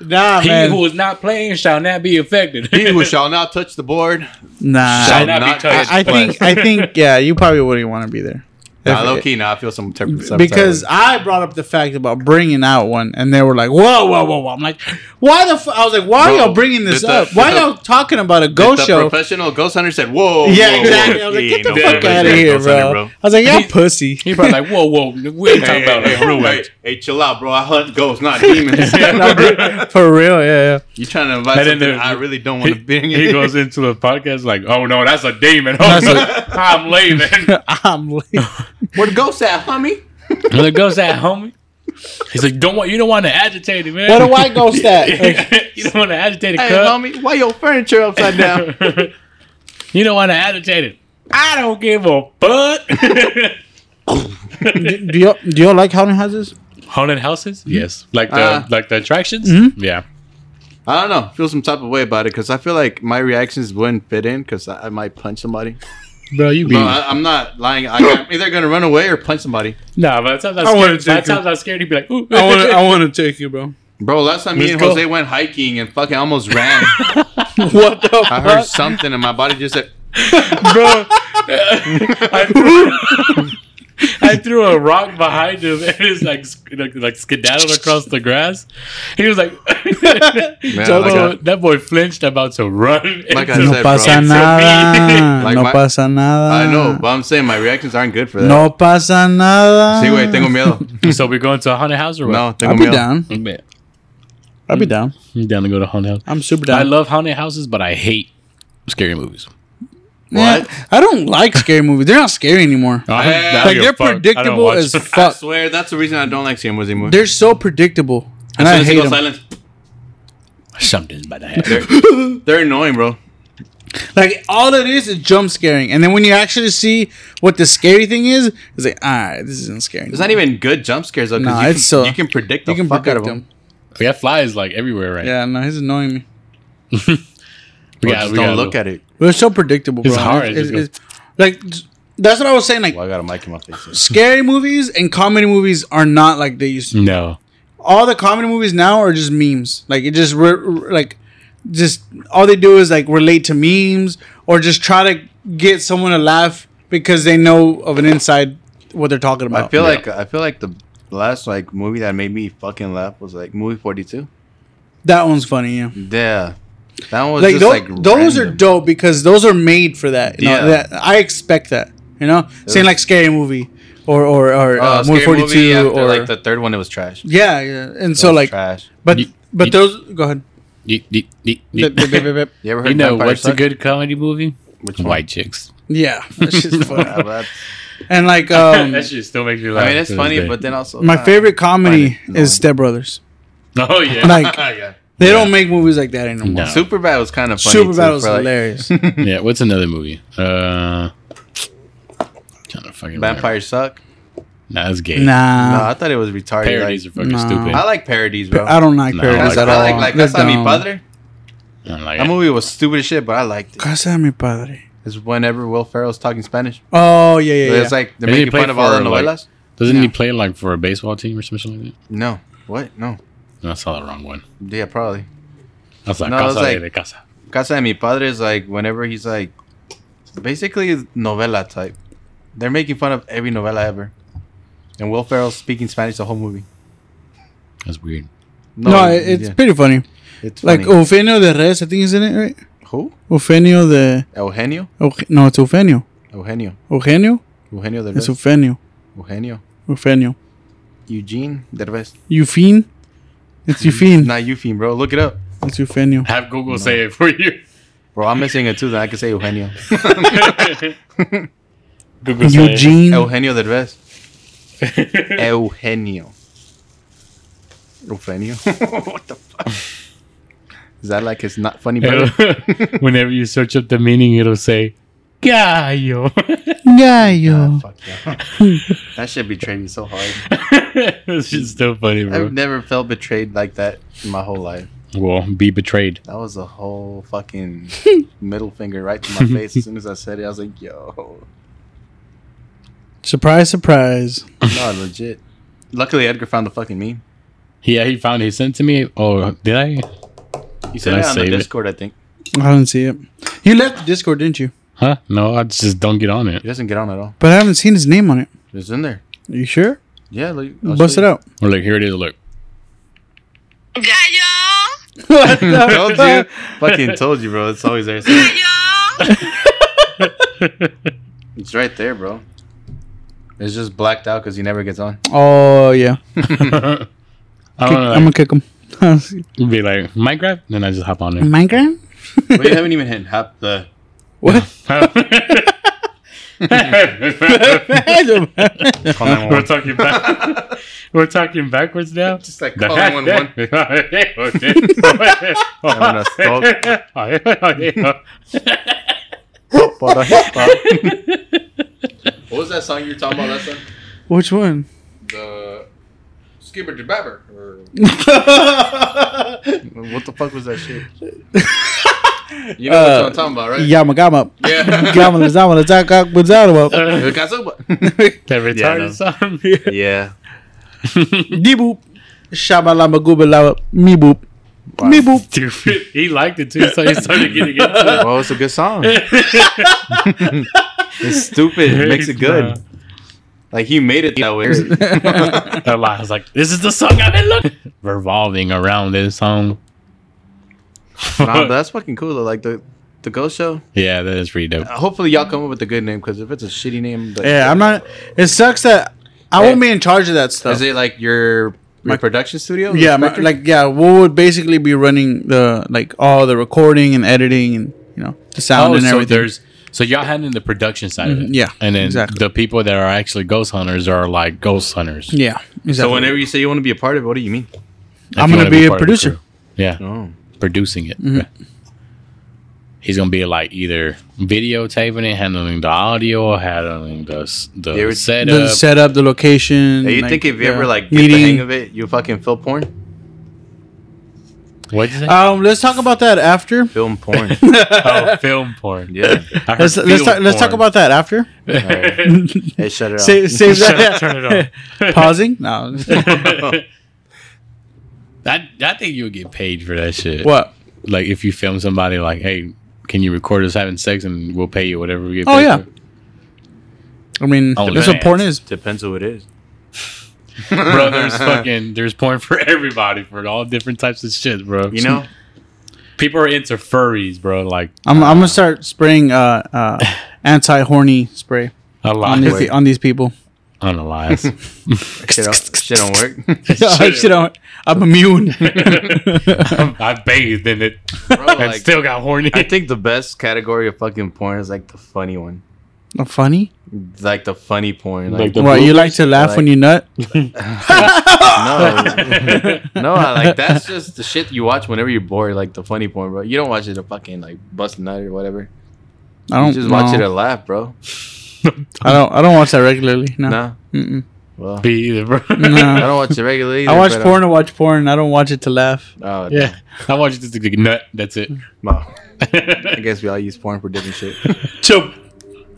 S2: nah, man.
S4: He who is not playing shall not be affected.
S3: he who shall not touch the board
S2: nah.
S3: shall
S4: Shall
S2: I,
S4: not
S3: not,
S4: be
S3: touch.
S4: touched.
S2: I think, I think, yeah, you probably wouldn't want to be there.
S3: Nah,
S2: If-
S3: low key. Now I feel some type of
S2: because I brought up the fact about bringing out one, and they were like, "Whoa, whoa, whoa, whoa!" I'm like, "Why the?" F-? I was like, "Why are
S3: Bro,
S2: y'all bringing this
S3: did the-
S2: up? Why
S3: did the-
S2: y'all talking about a
S3: If
S2: ghost
S3: the
S2: show?"
S3: professional ghost hunter said, "Whoa,
S2: yeah,
S3: whoa, whoa,
S2: exactly. I was like,
S3: he
S2: "Get
S3: ain't
S2: the
S3: no
S2: fuck
S3: professional
S2: out of here,
S3: ghost
S2: bro.
S3: hunter,
S2: I was like, "Y'all pussy."
S4: He probably like, whoa, whoa, we ain't talking
S3: Hey,
S4: about
S3: hey,
S4: it.
S3: hey,
S4: Ruin.
S3: hey, hey, chill out, bro. I hunt ghosts, not demons.
S2: No, For real, yeah, yeah.
S3: you trying to invite
S4: And then
S3: something
S4: the-
S3: I really don't
S4: He,
S3: want to be in.
S4: he goes into the podcast like, oh no, that's a demon. I'm leaving.
S2: I'm late.
S3: Where the ghost at, homie?
S4: And the ghost at homie. He's like, don't want you don't want to agitate it, man.
S2: What do I ghost at?
S4: you don't want to agitate it,
S3: Hey,
S4: cuz.
S3: homie, why your furniture upside down?
S4: you don't want to agitate it. I don't give a fuck.
S2: do, do y'all do y'all like haunted houses?
S4: Haunted houses? Yes. Like the
S3: Uh,
S4: like the attractions? Yeah.
S3: I don't know. Feel some type of way about it because I feel like my reactions wouldn't fit in because I, I might punch somebody.
S4: Bro, you be
S2: Hmm.
S3: No, I, I'm not lying. I, I'm either gonna run away or punch somebody.
S4: Nah, but sometimes
S2: I
S4: I'm
S2: wouldn't
S4: scared. By the
S2: take you.
S4: times I'm scared, he'd be like, ooh.
S2: want to take you, bro.
S3: Bro, last time me
S4: Let's
S3: and
S4: go.
S3: Jose went hiking and fucking almost ran.
S2: What the
S3: I heard something and my body just said,
S4: bro. I threw, I threw a rock behind him and it's like sk- like, like skedaddled across the grass. He was like, So
S3: like
S4: bro-
S3: a-
S4: that boy flinched about to run.
S3: Like I said,
S4: into-
S2: No pasa
S4: It's a
S2: nada.
S4: me.
S3: Like
S2: no
S3: my-
S2: pasa nada.
S3: "I know," but I'm saying my reactions aren't good for that.
S2: No pasa nada.
S3: Sí, güey, tengo miedo.
S4: so we're going to a haunted house or
S3: No,
S4: what?
S3: tengo
S2: I'll be
S3: miedo.
S2: down.
S4: No.
S2: I'll be down.
S4: I'm down to go to haunted house.
S2: I'm super
S4: I
S2: down.
S4: love haunted houses, but I hate scary movies.
S2: Yeah,
S3: What?
S2: I don't like scary movies. They're not scary anymore.
S3: Hey.
S4: I don't
S2: Like
S4: give a
S2: they're
S4: fuck. I don't
S2: predictable
S4: watch-
S2: as
S3: I
S2: fuck.
S3: swear, that's the reason I don't like seeing Wizzy movies.
S2: They're so predictable, and I
S3: As soon
S2: hate
S3: as they go
S2: them.
S3: silent,
S4: Something's about to happen.
S3: they're, they're annoying, bro.
S2: Like all it is is jump scaring, and then when you actually see what the scary thing is, it's like, all right, this isn't scary.
S3: It's not even good jump scares though. 'cause
S2: Nah,
S3: you,
S2: it's
S3: can,
S2: so-
S3: you can predict the
S2: you can
S3: fuck out
S2: predict
S3: of them.
S2: them.
S4: We got flies like everywhere, right?
S2: Yeah, no, he's annoying me.
S4: we
S3: Bro,
S4: got,
S3: just
S4: we
S3: don't
S4: got
S3: look at it.
S2: But it's so predictable, bro.
S4: It's hard.
S2: It's- it's- like that's what I was saying. Like
S3: Well, I got a mic in my face.
S2: scary movies and comedy movies are not like they used. to.
S4: No,
S2: All the comedy movies now are just memes. Like it just re- re- like just all they do is like relate to memes or just try to get someone to laugh because they know of an inside what they're talking about.
S3: I feel like I feel like the last like movie that made me fucking laugh was like movie 42.
S2: that one's funny. Yeah.
S3: Yeah, that one was
S2: like,
S3: just
S2: tho-
S3: like
S2: those are
S3: random.
S2: dope because those are made for that. You
S3: Yeah.
S2: know, that I expect that. You know, saying like scary movie or or or
S3: Oh,
S2: uh,
S3: Scary
S2: movie forty
S3: movie
S2: two
S3: after,
S2: or
S3: like the third one. It was trash. It
S2: yeah, yeah. And so
S3: was
S2: like,
S3: trash.
S2: but
S4: You-
S2: but
S4: you-
S2: those go ahead.
S4: Ye- ye- ye-
S2: Bip, bip, bip,
S4: ye-
S2: bip, bip.
S3: You ever heard
S4: you know
S3: Vampire
S4: what's a
S3: Suck?
S4: good comedy movie?
S2: Oh
S3: Which one?
S4: White chicks.
S2: yeah, that's just
S3: Yeah,
S2: funny.
S3: but that's-
S2: and like
S3: Oh.
S2: um,
S4: that shit still makes me laugh.
S3: I mean, it's
S4: to this
S3: funny,
S4: day.
S3: but then also
S2: my
S3: uh,
S2: favorite comedy
S3: Find it.
S2: is Step Brothers.
S4: oh yeah,
S2: Like
S3: yeah.
S2: they don't make movies like that anymore.
S4: No.
S3: Superbad was kind of funny.
S2: Super
S3: too,
S2: Bad was
S3: for, like,
S2: hilarious.
S4: yeah. What's another movie? Uh, kind of fucking remember.
S3: Vampires suck.
S4: Nah, that's gay.
S3: No,
S2: nah,
S3: I thought it was retarded.
S4: Parodies
S3: like-
S4: are fucking
S2: Nah.
S4: stupid.
S3: I like parodies, bro.
S2: I don't like
S4: No,
S2: parodies
S3: Like,
S4: That's
S2: at
S3: I
S2: all.
S3: like like
S2: They're
S3: that's not me,
S2: dumb.
S3: brother.
S4: I don't like
S3: That
S4: it.
S3: movie was stupid as shit, but I liked it.
S2: Casa de mi padre.
S3: It's whenever Will Ferrell's talking Spanish.
S2: Oh yeah, yeah, yeah.
S3: It's like they're
S4: Did he
S3: making
S4: play
S3: fun of all the
S4: for, like-
S3: novelas.
S4: Doesn't he
S2: No.
S4: play like for a baseball team or something like
S3: No, what? No,
S4: that? No, I saw the wrong one.
S3: yeah, probably.
S4: That's like
S3: No, it was
S4: Casa de-
S3: like-
S4: de Casa.
S3: Casa de mi padre is like whenever he's like, basically novela type. They're making fun of every novela ever, and Will Ferrell's speaking Spanish the whole movie.
S4: That's weird.
S2: no, it- it's
S3: yeah,
S2: pretty funny.
S3: it's
S2: Like oh.
S3: funny.
S2: Eugenio de Res, I think he's in it, right?
S3: who?
S2: Eugenio de
S3: Eugenio,
S2: Euge- no, it's Eugenio.
S3: Eugenio,
S2: Eugenio,
S3: Eugenio de
S2: it's
S3: Reyes.
S2: Eugenio.
S3: Eugenio.
S2: Eugenio.
S3: Eugene Derbez.
S2: Eufine? It's Eufine.
S3: Not Eufine, bro. Look it up.
S2: It's Eugenio.
S5: Have Google say it for you.
S3: Bro, I'm missing it too. Then I can say Eugenio.
S5: Google say it.
S2: Eugene.
S3: Eugenio Derbez. Eugenio. Eugenio? what the fuck? Is that like his not funny brother?
S4: It'll- Whenever you search up the meaning, it'll say gallo.
S2: Gallo.
S3: fuck yeah. that shit betrayed me so hard.
S4: it's just so funny, bro.
S3: I've never felt betrayed like that in my whole life.
S4: Well, be betrayed.
S3: That was a whole fucking middle finger right to my face as soon as I said it. I was like, yo.
S2: Surprise, surprise.
S3: No, legit. Luckily, Edgar found the fucking meme.
S4: Yeah, he found. He sent to me. Oh, did I?
S3: You said
S4: I
S3: it on the
S4: save it?
S3: Discord, I think.
S2: I didn't see it. You left the Discord, didn't you?
S4: Huh? No, I just don't get on it.
S3: He doesn't get on at all.
S2: But I haven't seen his name on it.
S3: It's in there.
S2: you sure?
S3: Yeah, look. I'll
S2: Bust
S3: show
S2: it
S3: you.
S2: out.
S4: Or like, here it is. Look,
S6: Gallo,
S2: What the
S3: Told you. fucking told you, bro. It's always there.
S6: gallo,
S3: It's right there, bro. It's just blacked out because he never gets on.
S2: Oh, yeah.
S4: I
S2: Kick-
S4: don't know.
S2: I'm going to kick him.
S4: like, be like Minecraft, then I just hop on there.
S2: Minecraft?
S3: we haven't even hit half the.
S2: What?
S5: We're talking back.
S4: We're talking backwards now.
S3: Just like
S4: The
S3: calling one one. Having a stalk. What was that song you were talking about last time?
S2: Which one?
S3: The Skipper de Babber. What the fuck was that shit? you know
S2: Uh,
S3: what I'm talking about, right?
S2: Yama Gama.
S3: Yeah.
S2: Gama Lazama Lazaka Bazarwa.
S3: The Kazuba.
S4: The
S3: Yeah, I know.
S4: retarded zombie.
S3: Yeah.
S2: Deboop. Shabalama Gubalaba. Me boop. Me boop.
S4: Dude, he liked it too, so he started getting into
S3: Well, it's a good song. it's stupid. It makes it good. Like he made it that way.
S4: it. A lot. I was like, "This is the song I've been looking." Revolving around this song.
S3: nah, but that's fucking cool though. Like the the Ghost Show. uh,
S4: Yeah, that is pretty dope.
S2: Oh,
S3: Hopefully y'all come up with a good name because if it's a shitty name, like,
S2: Yeah, I'm not. It sucks that I won't be in charge of that stuff.
S3: Is it like your my production studio?
S2: yeah, my, like yeah, we would basically be running the like all the recording and editing and you know the sound
S4: Oh,
S2: and
S4: so
S2: everything.
S4: there's so y'all handling the production side of it.
S2: Mhm, yeah,
S4: and then
S2: exactly. Mm-hmm.
S4: the people that are actually ghost hunters are like ghost hunters.
S2: Yeah, exactly.
S3: So whenever you say you want to be a part of it, what do you mean?
S4: If
S2: I'm
S4: you
S2: gonna be
S4: wanna
S2: a
S4: part of the
S2: producer. Mm-hmm.
S4: crew. Yeah,
S3: Oh.
S4: producing it. He's gonna be like either videotaping it, handling the audio, or handling the s- the
S3: They were-
S4: setup.
S2: The setup, the location.
S3: Hey, you
S2: like,
S3: think if you
S2: yeah,
S3: ever like get the hang of it, you fucking film porn?
S4: What'd you say?
S2: Um, let's talk about that after.
S3: Film porn.
S4: oh, film porn.
S3: yeah.
S4: I heard
S2: Let's let's
S4: field
S2: talk, let's talk
S4: porn.
S2: about that after.
S3: Hey, Oh. shut it
S2: Save, save that.
S5: Turn it off.
S2: Pausing. No.
S4: I, I think you'll get paid for that shit.
S2: what?
S4: Like if you film somebody, like, hey, can you record us having sex and we'll pay you whatever we get.
S2: Oh,
S4: paid
S2: yeah.
S4: for?"
S2: I mean,
S4: Oh,
S2: that's what
S4: man.
S2: porn is.
S3: Depends who it is.
S4: bro. There's fucking there's porn for everybody for all different types of shit, bro.
S3: You know?
S4: people are into furries, bro. Like
S2: I'm, I'm gonna start spraying uh, uh, anti horny spray
S4: a
S2: on
S4: lot
S2: these, pe- on these people.
S4: on Elias.
S3: shit, don't, shit don't work.
S2: I shit on- I'm immune.
S4: I bathed in it
S3: Bro,
S4: and
S3: like,
S4: still got horny.
S3: I think the best category of fucking porn is like the funny one.
S2: I'm Oh, funny.
S3: Like the funny porn. Like,
S4: Like the-
S2: What you like to laugh
S3: like-
S2: when you nut?
S3: no. no, I like that's just the shit you watch whenever you're bored, like the funny porn, bro. You don't watch it to fucking like bust a nut or whatever.
S2: I
S3: You
S2: don't
S3: just
S2: no.
S3: watch it to laugh, bro.
S2: I don't. I don't watch that regularly. No.
S3: Nah.
S2: Mm-mm.
S3: Well,
S4: Me either, bro.
S3: I
S2: no.
S3: don't watch it regularly.
S2: I
S3: either,
S2: watch
S3: but, uh,
S2: porn. I watch porn. I don't watch it to laugh.
S3: Oh,
S4: Yeah, I watched this like, nut. That's it.
S3: Well, I guess we all use porn for different shit.
S2: So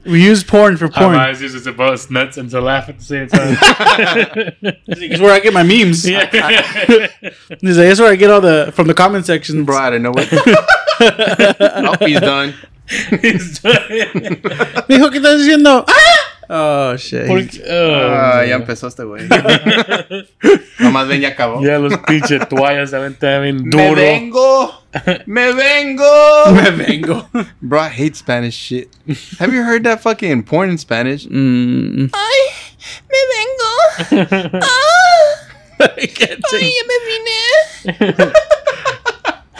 S2: we use porn for
S4: My
S2: porn.
S4: eyes uses to both nuts and to laugh at the same time.
S2: It's where I get my memes. Yeah. That's where I get all the from the comment section.
S3: Bro,
S2: Bro,
S3: I don't know what. oh, he's done.
S2: dijo que estás diciendo. Ah! Oh shit.
S3: Ah, ya empezó este güey. Nomás ven, ya acabó.
S4: Oh. Ya los pinche toallas se aventan bien
S3: Me
S4: duro.
S3: vengo. Me vengo.
S2: Me vengo.
S3: Bro, I hate Spanish shit. Have you heard that fucking porn in Spanish?
S2: Mm.
S3: Ay,
S6: me vengo.
S2: I can't take-
S6: ya me vine.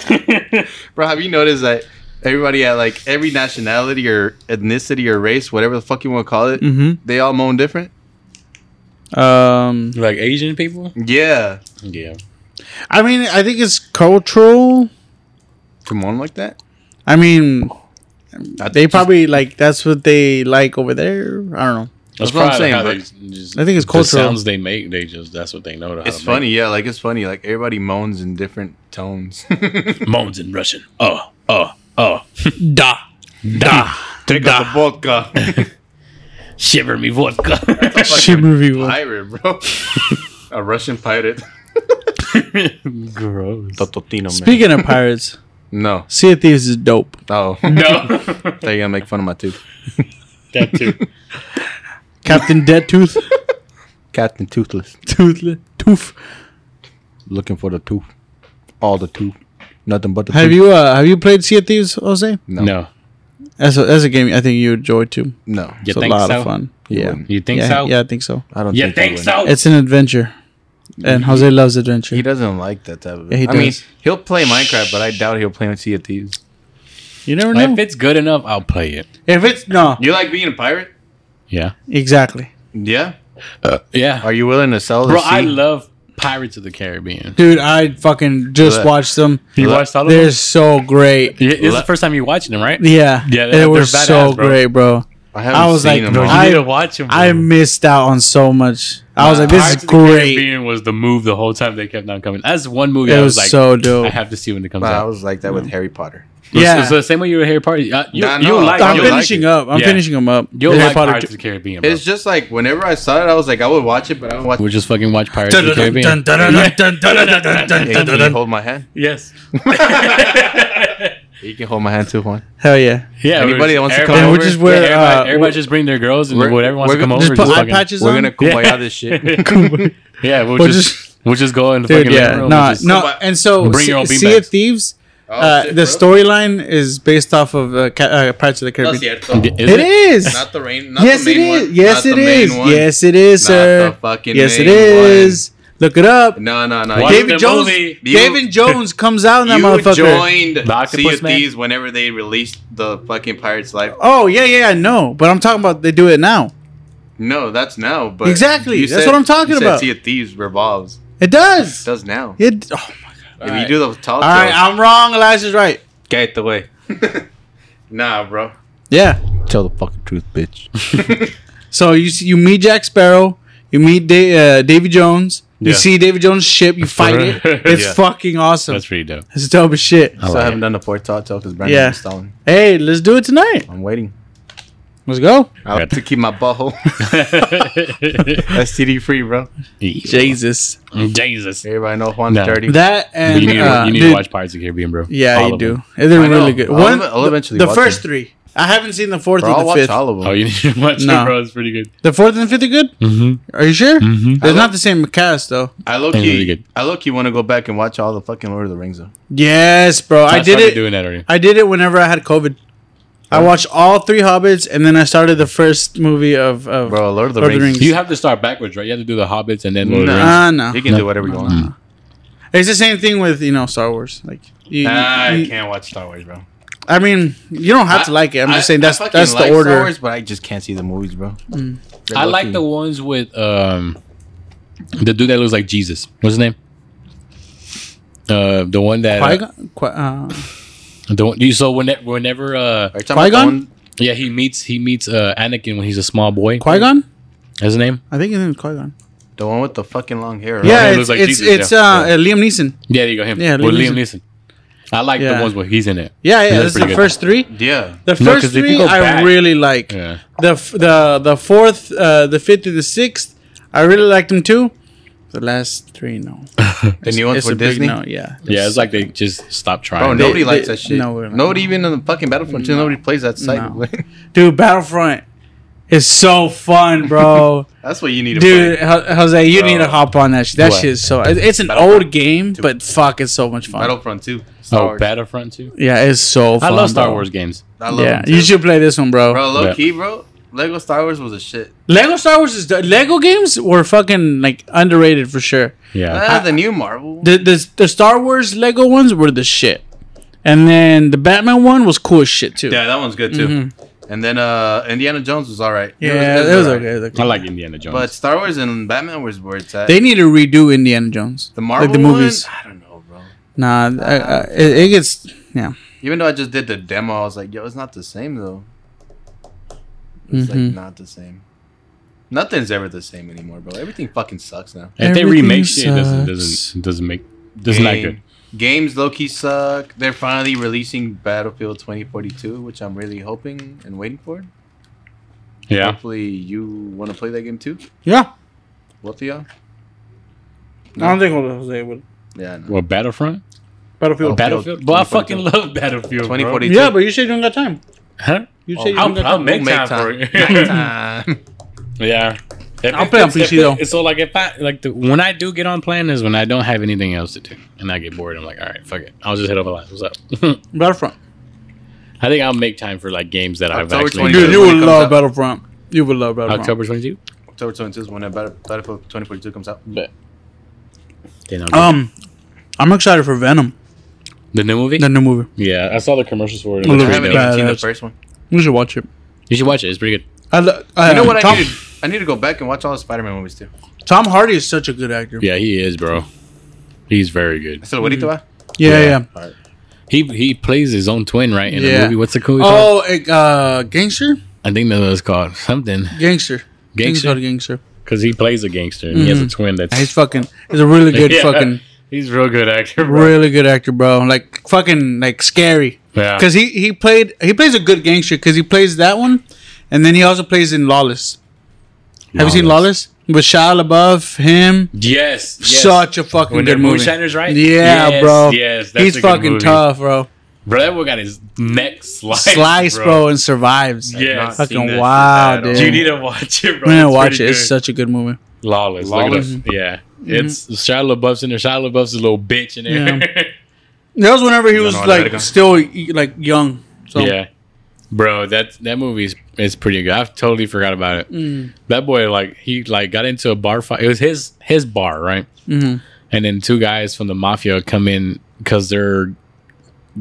S3: Bro, have you noticed that everybody at like every nationality or ethnicity or race, whatever the fuck you want to call it,
S2: Mhm.
S3: they all moan different?
S2: Um,
S4: Like Asian people?
S3: Yeah.
S4: Yeah.
S2: I mean, I think it's cultural.
S3: To moan like that?
S2: I mean,
S3: I
S2: they
S3: just-
S2: probably like that's what they like over there. I don't know.
S3: That's what I'm
S4: probably
S3: saying,
S4: how
S3: but-
S4: they just-
S2: I think it's
S4: The
S2: cultural.
S4: sounds they make, they just that's what they know. How to
S3: It's
S4: make.
S3: funny, yeah. Like it's funny. Like everybody moans in different tones.
S4: Moans in Russian. Oh, oh, oh.
S2: Da.
S4: Da.
S3: Take out the vodka.
S4: Shiver me vodka.
S2: Shit movie. was-
S3: pirate, bro. A Russian pirate.
S4: Gross.
S3: Tototino, man.
S2: Speaking of pirates,
S3: no.
S2: Sea of Thieves is dope.
S3: Oh.
S5: No.
S3: They're gonna make fun of my tooth.
S5: that too.
S2: Captain Dead Tooth,
S3: Captain Toothless.
S2: Tooth, Tooth.
S3: Looking for the tooth. All the tooth. Nothing but the
S2: Have
S3: tooth.
S2: you uh, have you played Sea of Thieves, Jose?
S3: No.
S4: No.
S2: That's a, that's a game I think you enjoy too.
S3: No.
S4: You
S2: It's a
S4: think
S2: lot
S4: so?
S2: of fun.
S3: You
S2: Yeah.
S3: wouldn't.
S4: You think
S2: yeah,
S4: so?
S2: Yeah, I think so.
S3: I don't
S4: You
S3: I
S4: think
S3: would.
S4: so?
S2: It's an adventure, and Jose loves adventure.
S3: He doesn't like that type of.
S2: Yeah, he
S3: I mean,
S2: does.
S3: he'll play Minecraft, but I doubt he'll play Sea of Thieves.
S2: You never know.
S4: If it's good enough, I'll play it.
S2: If it's no,
S3: You like being a pirate?
S4: Yeah.
S2: exactly,
S3: Yeah.
S4: Yeah.
S3: Are you willing to sell the
S4: Bro,
S3: sea?
S4: I love Pirates of the Caribbean.
S2: dude. I fucking just
S3: Look.
S2: watched them.
S5: You
S3: Look,
S5: watched all of
S2: They're
S5: them?
S2: so great.
S4: Yeah, This is
S3: Le-
S4: the first time you're watching them, right?
S2: Yeah,
S5: Yeah,
S2: they
S5: they're-
S2: were
S5: they're
S2: so
S5: badass, bro.
S2: greey, bro.
S3: I haven't
S2: I was
S3: seen
S2: like,
S3: him
S5: Bro,
S3: all.
S5: you
S2: I-
S5: need to watch them.
S2: I missed out on so much. I was like, this is great.
S5: Being was the move the whole time they kept on coming.
S4: That's one movie
S2: It
S4: I
S2: was
S4: was like,
S2: so dope.
S4: I have to see when it comes
S3: Nah, I
S4: out.
S3: was like that with Harry Potter.
S2: Yeah.
S4: So, the same way you were Harry Potter. Uh, you,
S3: Nah,
S4: you
S3: no,
S4: like,
S2: I'm
S3: you
S4: you like,
S2: finishing
S3: it.
S2: up. I'm
S5: Yeah.
S2: finishing them up.
S4: you
S2: Harry
S4: like
S2: Potter
S4: Pirates of
S2: two-
S4: the Caribbean, bro.
S3: It's just like whenever I saw it, I was like, I would watch it, but I don't watch.
S4: we just fucking watch Pirates of the Caribbean.
S2: Dun, dun, dun, dun, dun, dun, dun, dun,
S3: Hey,
S2: dun, dun,
S3: can
S2: dun.
S3: you hold my hand?
S5: Yes.
S3: You can hold my hand too, Juan.
S2: Hell yeah!
S4: Yeah,
S3: Anybody
S4: we're-
S3: that wants to
S4: everybody-
S3: come
S2: And we just wear,
S4: yeah,
S2: uh,
S4: everybody, everybody just bring their girls and
S3: we're-
S4: whatever wants
S3: we're
S4: to come
S3: gonna-
S4: over.
S2: Just put
S4: just
S2: eye
S4: fucking-
S2: patches
S3: We're
S2: on.
S3: gonna kumbaya this shit.
S4: Yeah, we'll,
S2: We'll
S4: just, we'll just go in the
S2: Dude,
S4: fucking living
S2: yeah,
S4: room.
S2: no,
S4: we'll just-
S2: no, and so
S4: Bring your
S2: Sea-
S4: own beanbags.
S2: Sea of Thieves.
S3: Oh,
S2: Uh,
S3: shit,
S2: the
S3: bro.
S2: storyline is based off of uh, Ca- uh, Pirates of the
S3: No,
S2: Caribbean.
S3: cierto.
S4: D- is
S2: It
S4: it?
S2: is.
S3: Not the rain. Not
S2: Yes,
S3: the
S2: it
S3: main
S2: is.
S3: One.
S2: Yes,
S3: not
S2: it
S3: the main
S2: is.
S3: one.
S2: Yes, it is,
S3: Not
S2: sir.
S3: the fucking
S2: Yes, it
S3: main
S2: is. Look it up.
S3: No, no, no.
S5: Why
S3: You-
S5: is
S2: David
S5: the
S2: Jones.
S5: movie-
S3: You-
S2: David Jones comes out in that
S3: you
S2: motherfucker.
S3: joined Sea
S4: Octopus
S3: of
S4: Man?
S3: Thieves whenever they released the fucking Pirates Life.
S2: Oh yeah, yeah, I know. But I'm talking about they do it now.
S3: No, that's now. But
S2: Exactly,
S3: you
S2: that's what I'm talking
S3: you said
S2: about.
S3: Sea of Thieves revolves.
S2: It
S3: It
S2: does.
S3: does now.
S2: It. Oh my god.
S3: if you do the tall,
S2: All right, I'm wrong. Elijah's right.
S3: get the way. nah, bro.
S2: Yeah.
S3: Tell the fucking truth, bitch.
S2: So you see, you meet Jack Sparrow. You meet da- uh, Davy Jones. You
S5: Yeah.
S2: see Davy Jones' ship. You fight it. It's
S3: Yeah.
S2: fucking awesome.
S4: That's pretty dope.
S2: It's dope as shit.
S3: I
S4: like
S3: still haven't
S4: it.
S3: done the fourth tall tale because Brandon's
S2: Yeah.
S3: been stalling.
S2: Hey, let's do it tonight.
S3: I'm waiting.
S2: Let's go.
S3: I have
S4: Good.
S3: to keep my butthole STD free, bro.
S2: Jesus.
S4: Jesus.
S3: Everybody know Juan's
S4: No.
S3: dirty.
S2: That and
S4: you need,
S2: uh,
S4: you need
S2: dude,
S4: to watch Pirates of the Caribbean, bro.
S2: Yeah,
S4: All
S2: you
S4: of
S2: do.
S4: them.
S2: And They're
S3: I know.
S2: really good.
S3: I'll
S2: One,
S3: ev- I'll
S2: the-
S3: eventually
S2: the
S3: watch
S2: first
S3: them.
S2: three. I haven't seen the fourth
S3: Bro, I'll
S2: and the
S3: watch
S2: fifth.
S3: all of them.
S4: Oh, you need to watch
S2: No.
S4: it, bro.
S5: That's pretty good.
S2: The fourth and the fifth are good.
S4: Mm-hmm.
S2: Are you sure?
S4: Mm-hmm.
S2: They're not the same cast though.
S3: I look
S4: They're really good.
S3: I look you want to go back and watch all the fucking Lord of the Rings though.
S2: Yes, bro. I did it.
S4: Doing that already.
S2: I did it whenever I had COVID. I watched all three Hobbits, and then I started the first movie of of.
S3: Bro, Lord of the
S2: Lord of the
S3: Rings.
S2: Rings.
S4: You have to start backwards, right? You have to do the Hobbits and then Lord of the
S2: Nah,
S4: Rings.
S2: Ah, no. Mm-hmm.
S3: You can do whatever you want.
S2: It's the same thing with you know Star Wars. Like, you, you-
S5: I
S2: you-
S5: can't watch Star Wars, bro.
S2: I mean, you don't have to like it. I'm just saying that's
S3: fucking
S2: that's the
S3: like
S2: order.
S3: Star Wars, but I just can't see the movies, bro.
S5: Mm.
S3: They're
S4: I like the
S3: looking-
S4: ones with um the dude that looks like Jesus. What's his name? Uh, the one that
S2: Qui-Gon- Qui- uh,
S4: the one you saw whenever whenever uh
S3: Are you talking about the
S2: Qui-Gon?
S3: one-
S4: yeah he meets he meets uh Anakin when he's a small boy.
S2: Qui Gon.
S4: That's his name.
S2: I think his name is Qui Gon.
S3: The one with the fucking long hair.
S2: Yeah,
S4: he
S2: it's
S4: looks like
S2: it's,
S4: Jesus,
S2: it's
S4: yeah.
S2: uh, uh, Liam Neeson.
S4: Yeah, there you go. Him.
S2: Yeah,
S4: Yeah,
S2: Liam
S4: Liam Neeson. I like
S2: Yeah.
S4: the ones where he's in it.
S2: Yeah, yeah.
S4: That's
S2: This is the
S4: pretty good.
S2: first three.
S3: Yeah.
S2: The
S4: No,
S2: first
S4: 'cause if you
S2: three
S4: go
S2: I
S4: back-
S2: really like.
S4: Yeah.
S2: The f- the the fourth, uh, the fifth, and the sixth. I really liked them too. The last three, no.
S3: The new ones
S2: It's
S3: for
S2: a big
S3: Disney.
S2: no. Yeah.
S4: Yeah, it's like they just stop trying.
S3: Bro, Oh, nobody
S2: they-
S3: likes that shit.
S2: no, we're not.
S3: nobody even on the fucking Battlefront 2, nobody plays that site.
S2: No. Dude, Battlefront is so fun, bro.
S3: That's what you need to
S2: Dude,
S3: play.
S2: Ho- Jose, you need to
S3: Bro.
S2: hop on that shit. That
S4: What?
S2: shit is so. it- It's an old game, but fuck, it's so much fun.
S3: Battlefront 2. Star
S4: oh,
S3: Wars.
S4: Battlefront too.
S2: yeah, it's so
S4: I
S2: fun.
S4: love Star
S2: bro.
S4: Wars games.
S3: I love
S2: Yeah,
S3: them too.
S2: you should play this one, bro.
S3: Bro, low
S4: Yeah.
S3: key, bro. Lego Star Wars was a shit.
S2: Lego Star Wars is the Lego games were fucking like underrated for sure.
S7: Yeah.
S3: Ah, the new Marvel.
S2: The, the the Star Wars Lego ones were the shit, and then the Batman one was cool as shit too.
S3: yeah, that one's good too. And then uh Indiana Jones was all right.
S2: Mm-hmm. Yeah,
S3: good,
S2: it was
S3: but-
S2: okay. it was okay.
S4: I like Indiana Jones.
S3: But Star Wars and Batman was where it's at.
S2: They need to redo Indiana Jones.
S3: the Marvel
S2: the movies.
S3: one, I don't know, bro.
S2: Nah, I, I, it, it gets yeah.
S3: Even though I just did the demo, I was like, yo, it's not the same though. It's
S2: Mm-hmm.
S3: like not the same. Nothing's ever the same anymore, bro. Everything fucking sucks now.
S4: if they
S2: Everything
S4: remake shit, it
S2: sucks.
S4: doesn't doesn't doesn't make doesn't not good.
S3: Game- Games low key suck. They're finally releasing Battlefield 2042, which I'm really hoping and waiting for.
S4: Yeah.
S3: Hopefully, you want to play that game too,
S2: Yeah,
S3: both of y'all.
S2: I don't think Jose would.
S3: Yeah. I know.
S4: Well, Battlefront.
S3: Oh,
S2: Oh, Battlefield.
S4: Battlefield. Well, I fucking love Battlefield. Twenty forty.
S3: 2042.
S2: Yeah, but you said you don't got time.
S4: Huh?
S2: You
S3: Oh,
S2: said you
S4: I'll,
S2: don't got
S4: I'll
S2: time.
S4: make,
S3: We'll make
S4: time, for
S3: time.
S4: it.
S3: Time.
S4: yeah. If
S2: I'll
S4: it
S2: play on
S4: fits, if
S2: PC
S4: it-
S2: though.
S4: So like if I like the, when I do get on plan is when I don't have anything else to do and I get bored. I'm like, all right, fuck it. I'll just hit up a lot. What's up?
S2: Battlefront.
S4: I think I'll make time for like games that I've
S3: October
S4: actually
S3: 22.
S2: Dude,
S4: enjoyed.
S2: you
S3: when it
S2: would
S3: comes
S2: love
S3: out.
S2: Battlefront. You would love Battlefront.
S4: October 22.
S3: October 22 is when that Battle- Battlefield 2042 comes out.
S4: Then I'll do
S2: Um, I'm excited for Venom,
S4: the new movie.
S2: the new movie.
S4: Yeah, I saw the commercials for it.
S2: Look
S3: I
S2: at
S4: Pretty
S3: haven't
S4: dope.
S2: that.
S3: even seen the
S2: Badass.
S3: first one.
S2: We should watch it.
S4: You should watch it. It's pretty good.
S2: I lo- uh,
S3: You know what?
S2: Tom,
S3: I need, to, I need to go back and watch all the Spider Man movies too.
S4: Mm.
S2: Tom Hardy is such a good actor. Yeah,
S4: Yeah, he is, bro. He's very good.
S3: So, what do you think?
S2: yeah.
S4: He he plays his own twin, right? In
S2: Yeah.
S4: the movie. What's the cool? called?
S2: Oh, it, uh, gangster,
S4: I think that was called something.
S2: gangster, Gangster's
S4: Gangster.
S2: called gangster.
S4: Because he plays a gangster and he has a twin that's.
S2: He's fucking. He's a really good
S4: Yeah.
S2: fucking,
S4: He's a real good actor, bro.
S2: really good actor, bro. Like fucking, like scary.
S4: Yeah.
S2: Because he he played he plays a good gangster because he plays that one, and then he also plays in Lawless. Have you seen Lawless with Shia LaBeouf? Him.
S4: Yes. yes.
S2: Such a fucking
S4: When
S2: good
S4: they're
S2: movie.
S4: moonshiners, right?
S2: Yeah,
S4: Yes,
S2: bro.
S4: yes, that's
S2: he's
S4: a good
S2: fucking
S4: movie.
S2: tough, bro.
S4: Bro, that boy got his neck sliced.
S2: Slice, bro. and survives.
S4: Yeah. Yes.
S2: Fucking wow, dude.
S4: You need to watch it, bro.
S2: We're gonna
S4: It's
S2: watch it.
S4: pretty
S2: It's Mm-hmm.
S4: good.
S2: such a good movie.
S4: Lawless.
S3: Lawless.
S4: Look at us. Yeah. It's Shia LaBeouf's in there. Shia LaBeouf's a little bitch in there.
S2: That was whenever he was
S3: know what I gotta go.
S2: like still y- like young. So
S4: Yeah. Bro, that that movie is, is pretty good. I've totally forgot about it. That boy, like, he like got into a bar fight. It was his his bar, right?
S2: Mhm.
S4: And then two guys from the mafia come in because they're,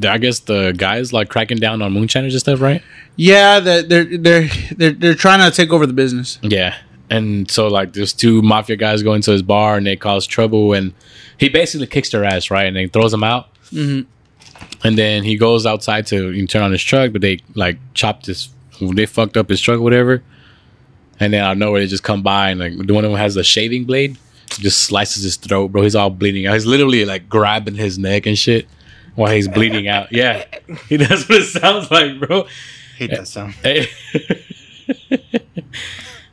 S4: I guess the guys like cracking down on moonshiners and stuff, right?
S2: yeah, that they're they're they're they're trying to take over the business.
S4: Yeah. And so like there's two mafia guys go into his bar and they cause trouble and he basically kicks their ass, right? And then throws them out. And then he goes outside to you know, turn on his truck, but they like chopped his they fucked up his truck or whatever. And then out of nowhere they just come by and like the one of them has a shaving blade, just slices his throat, bro. He's all bleeding out. He's literally like grabbing his neck and shit while he's bleeding out. Yeah. He does what it sounds like, bro.
S3: Hate that sound.
S4: Hey.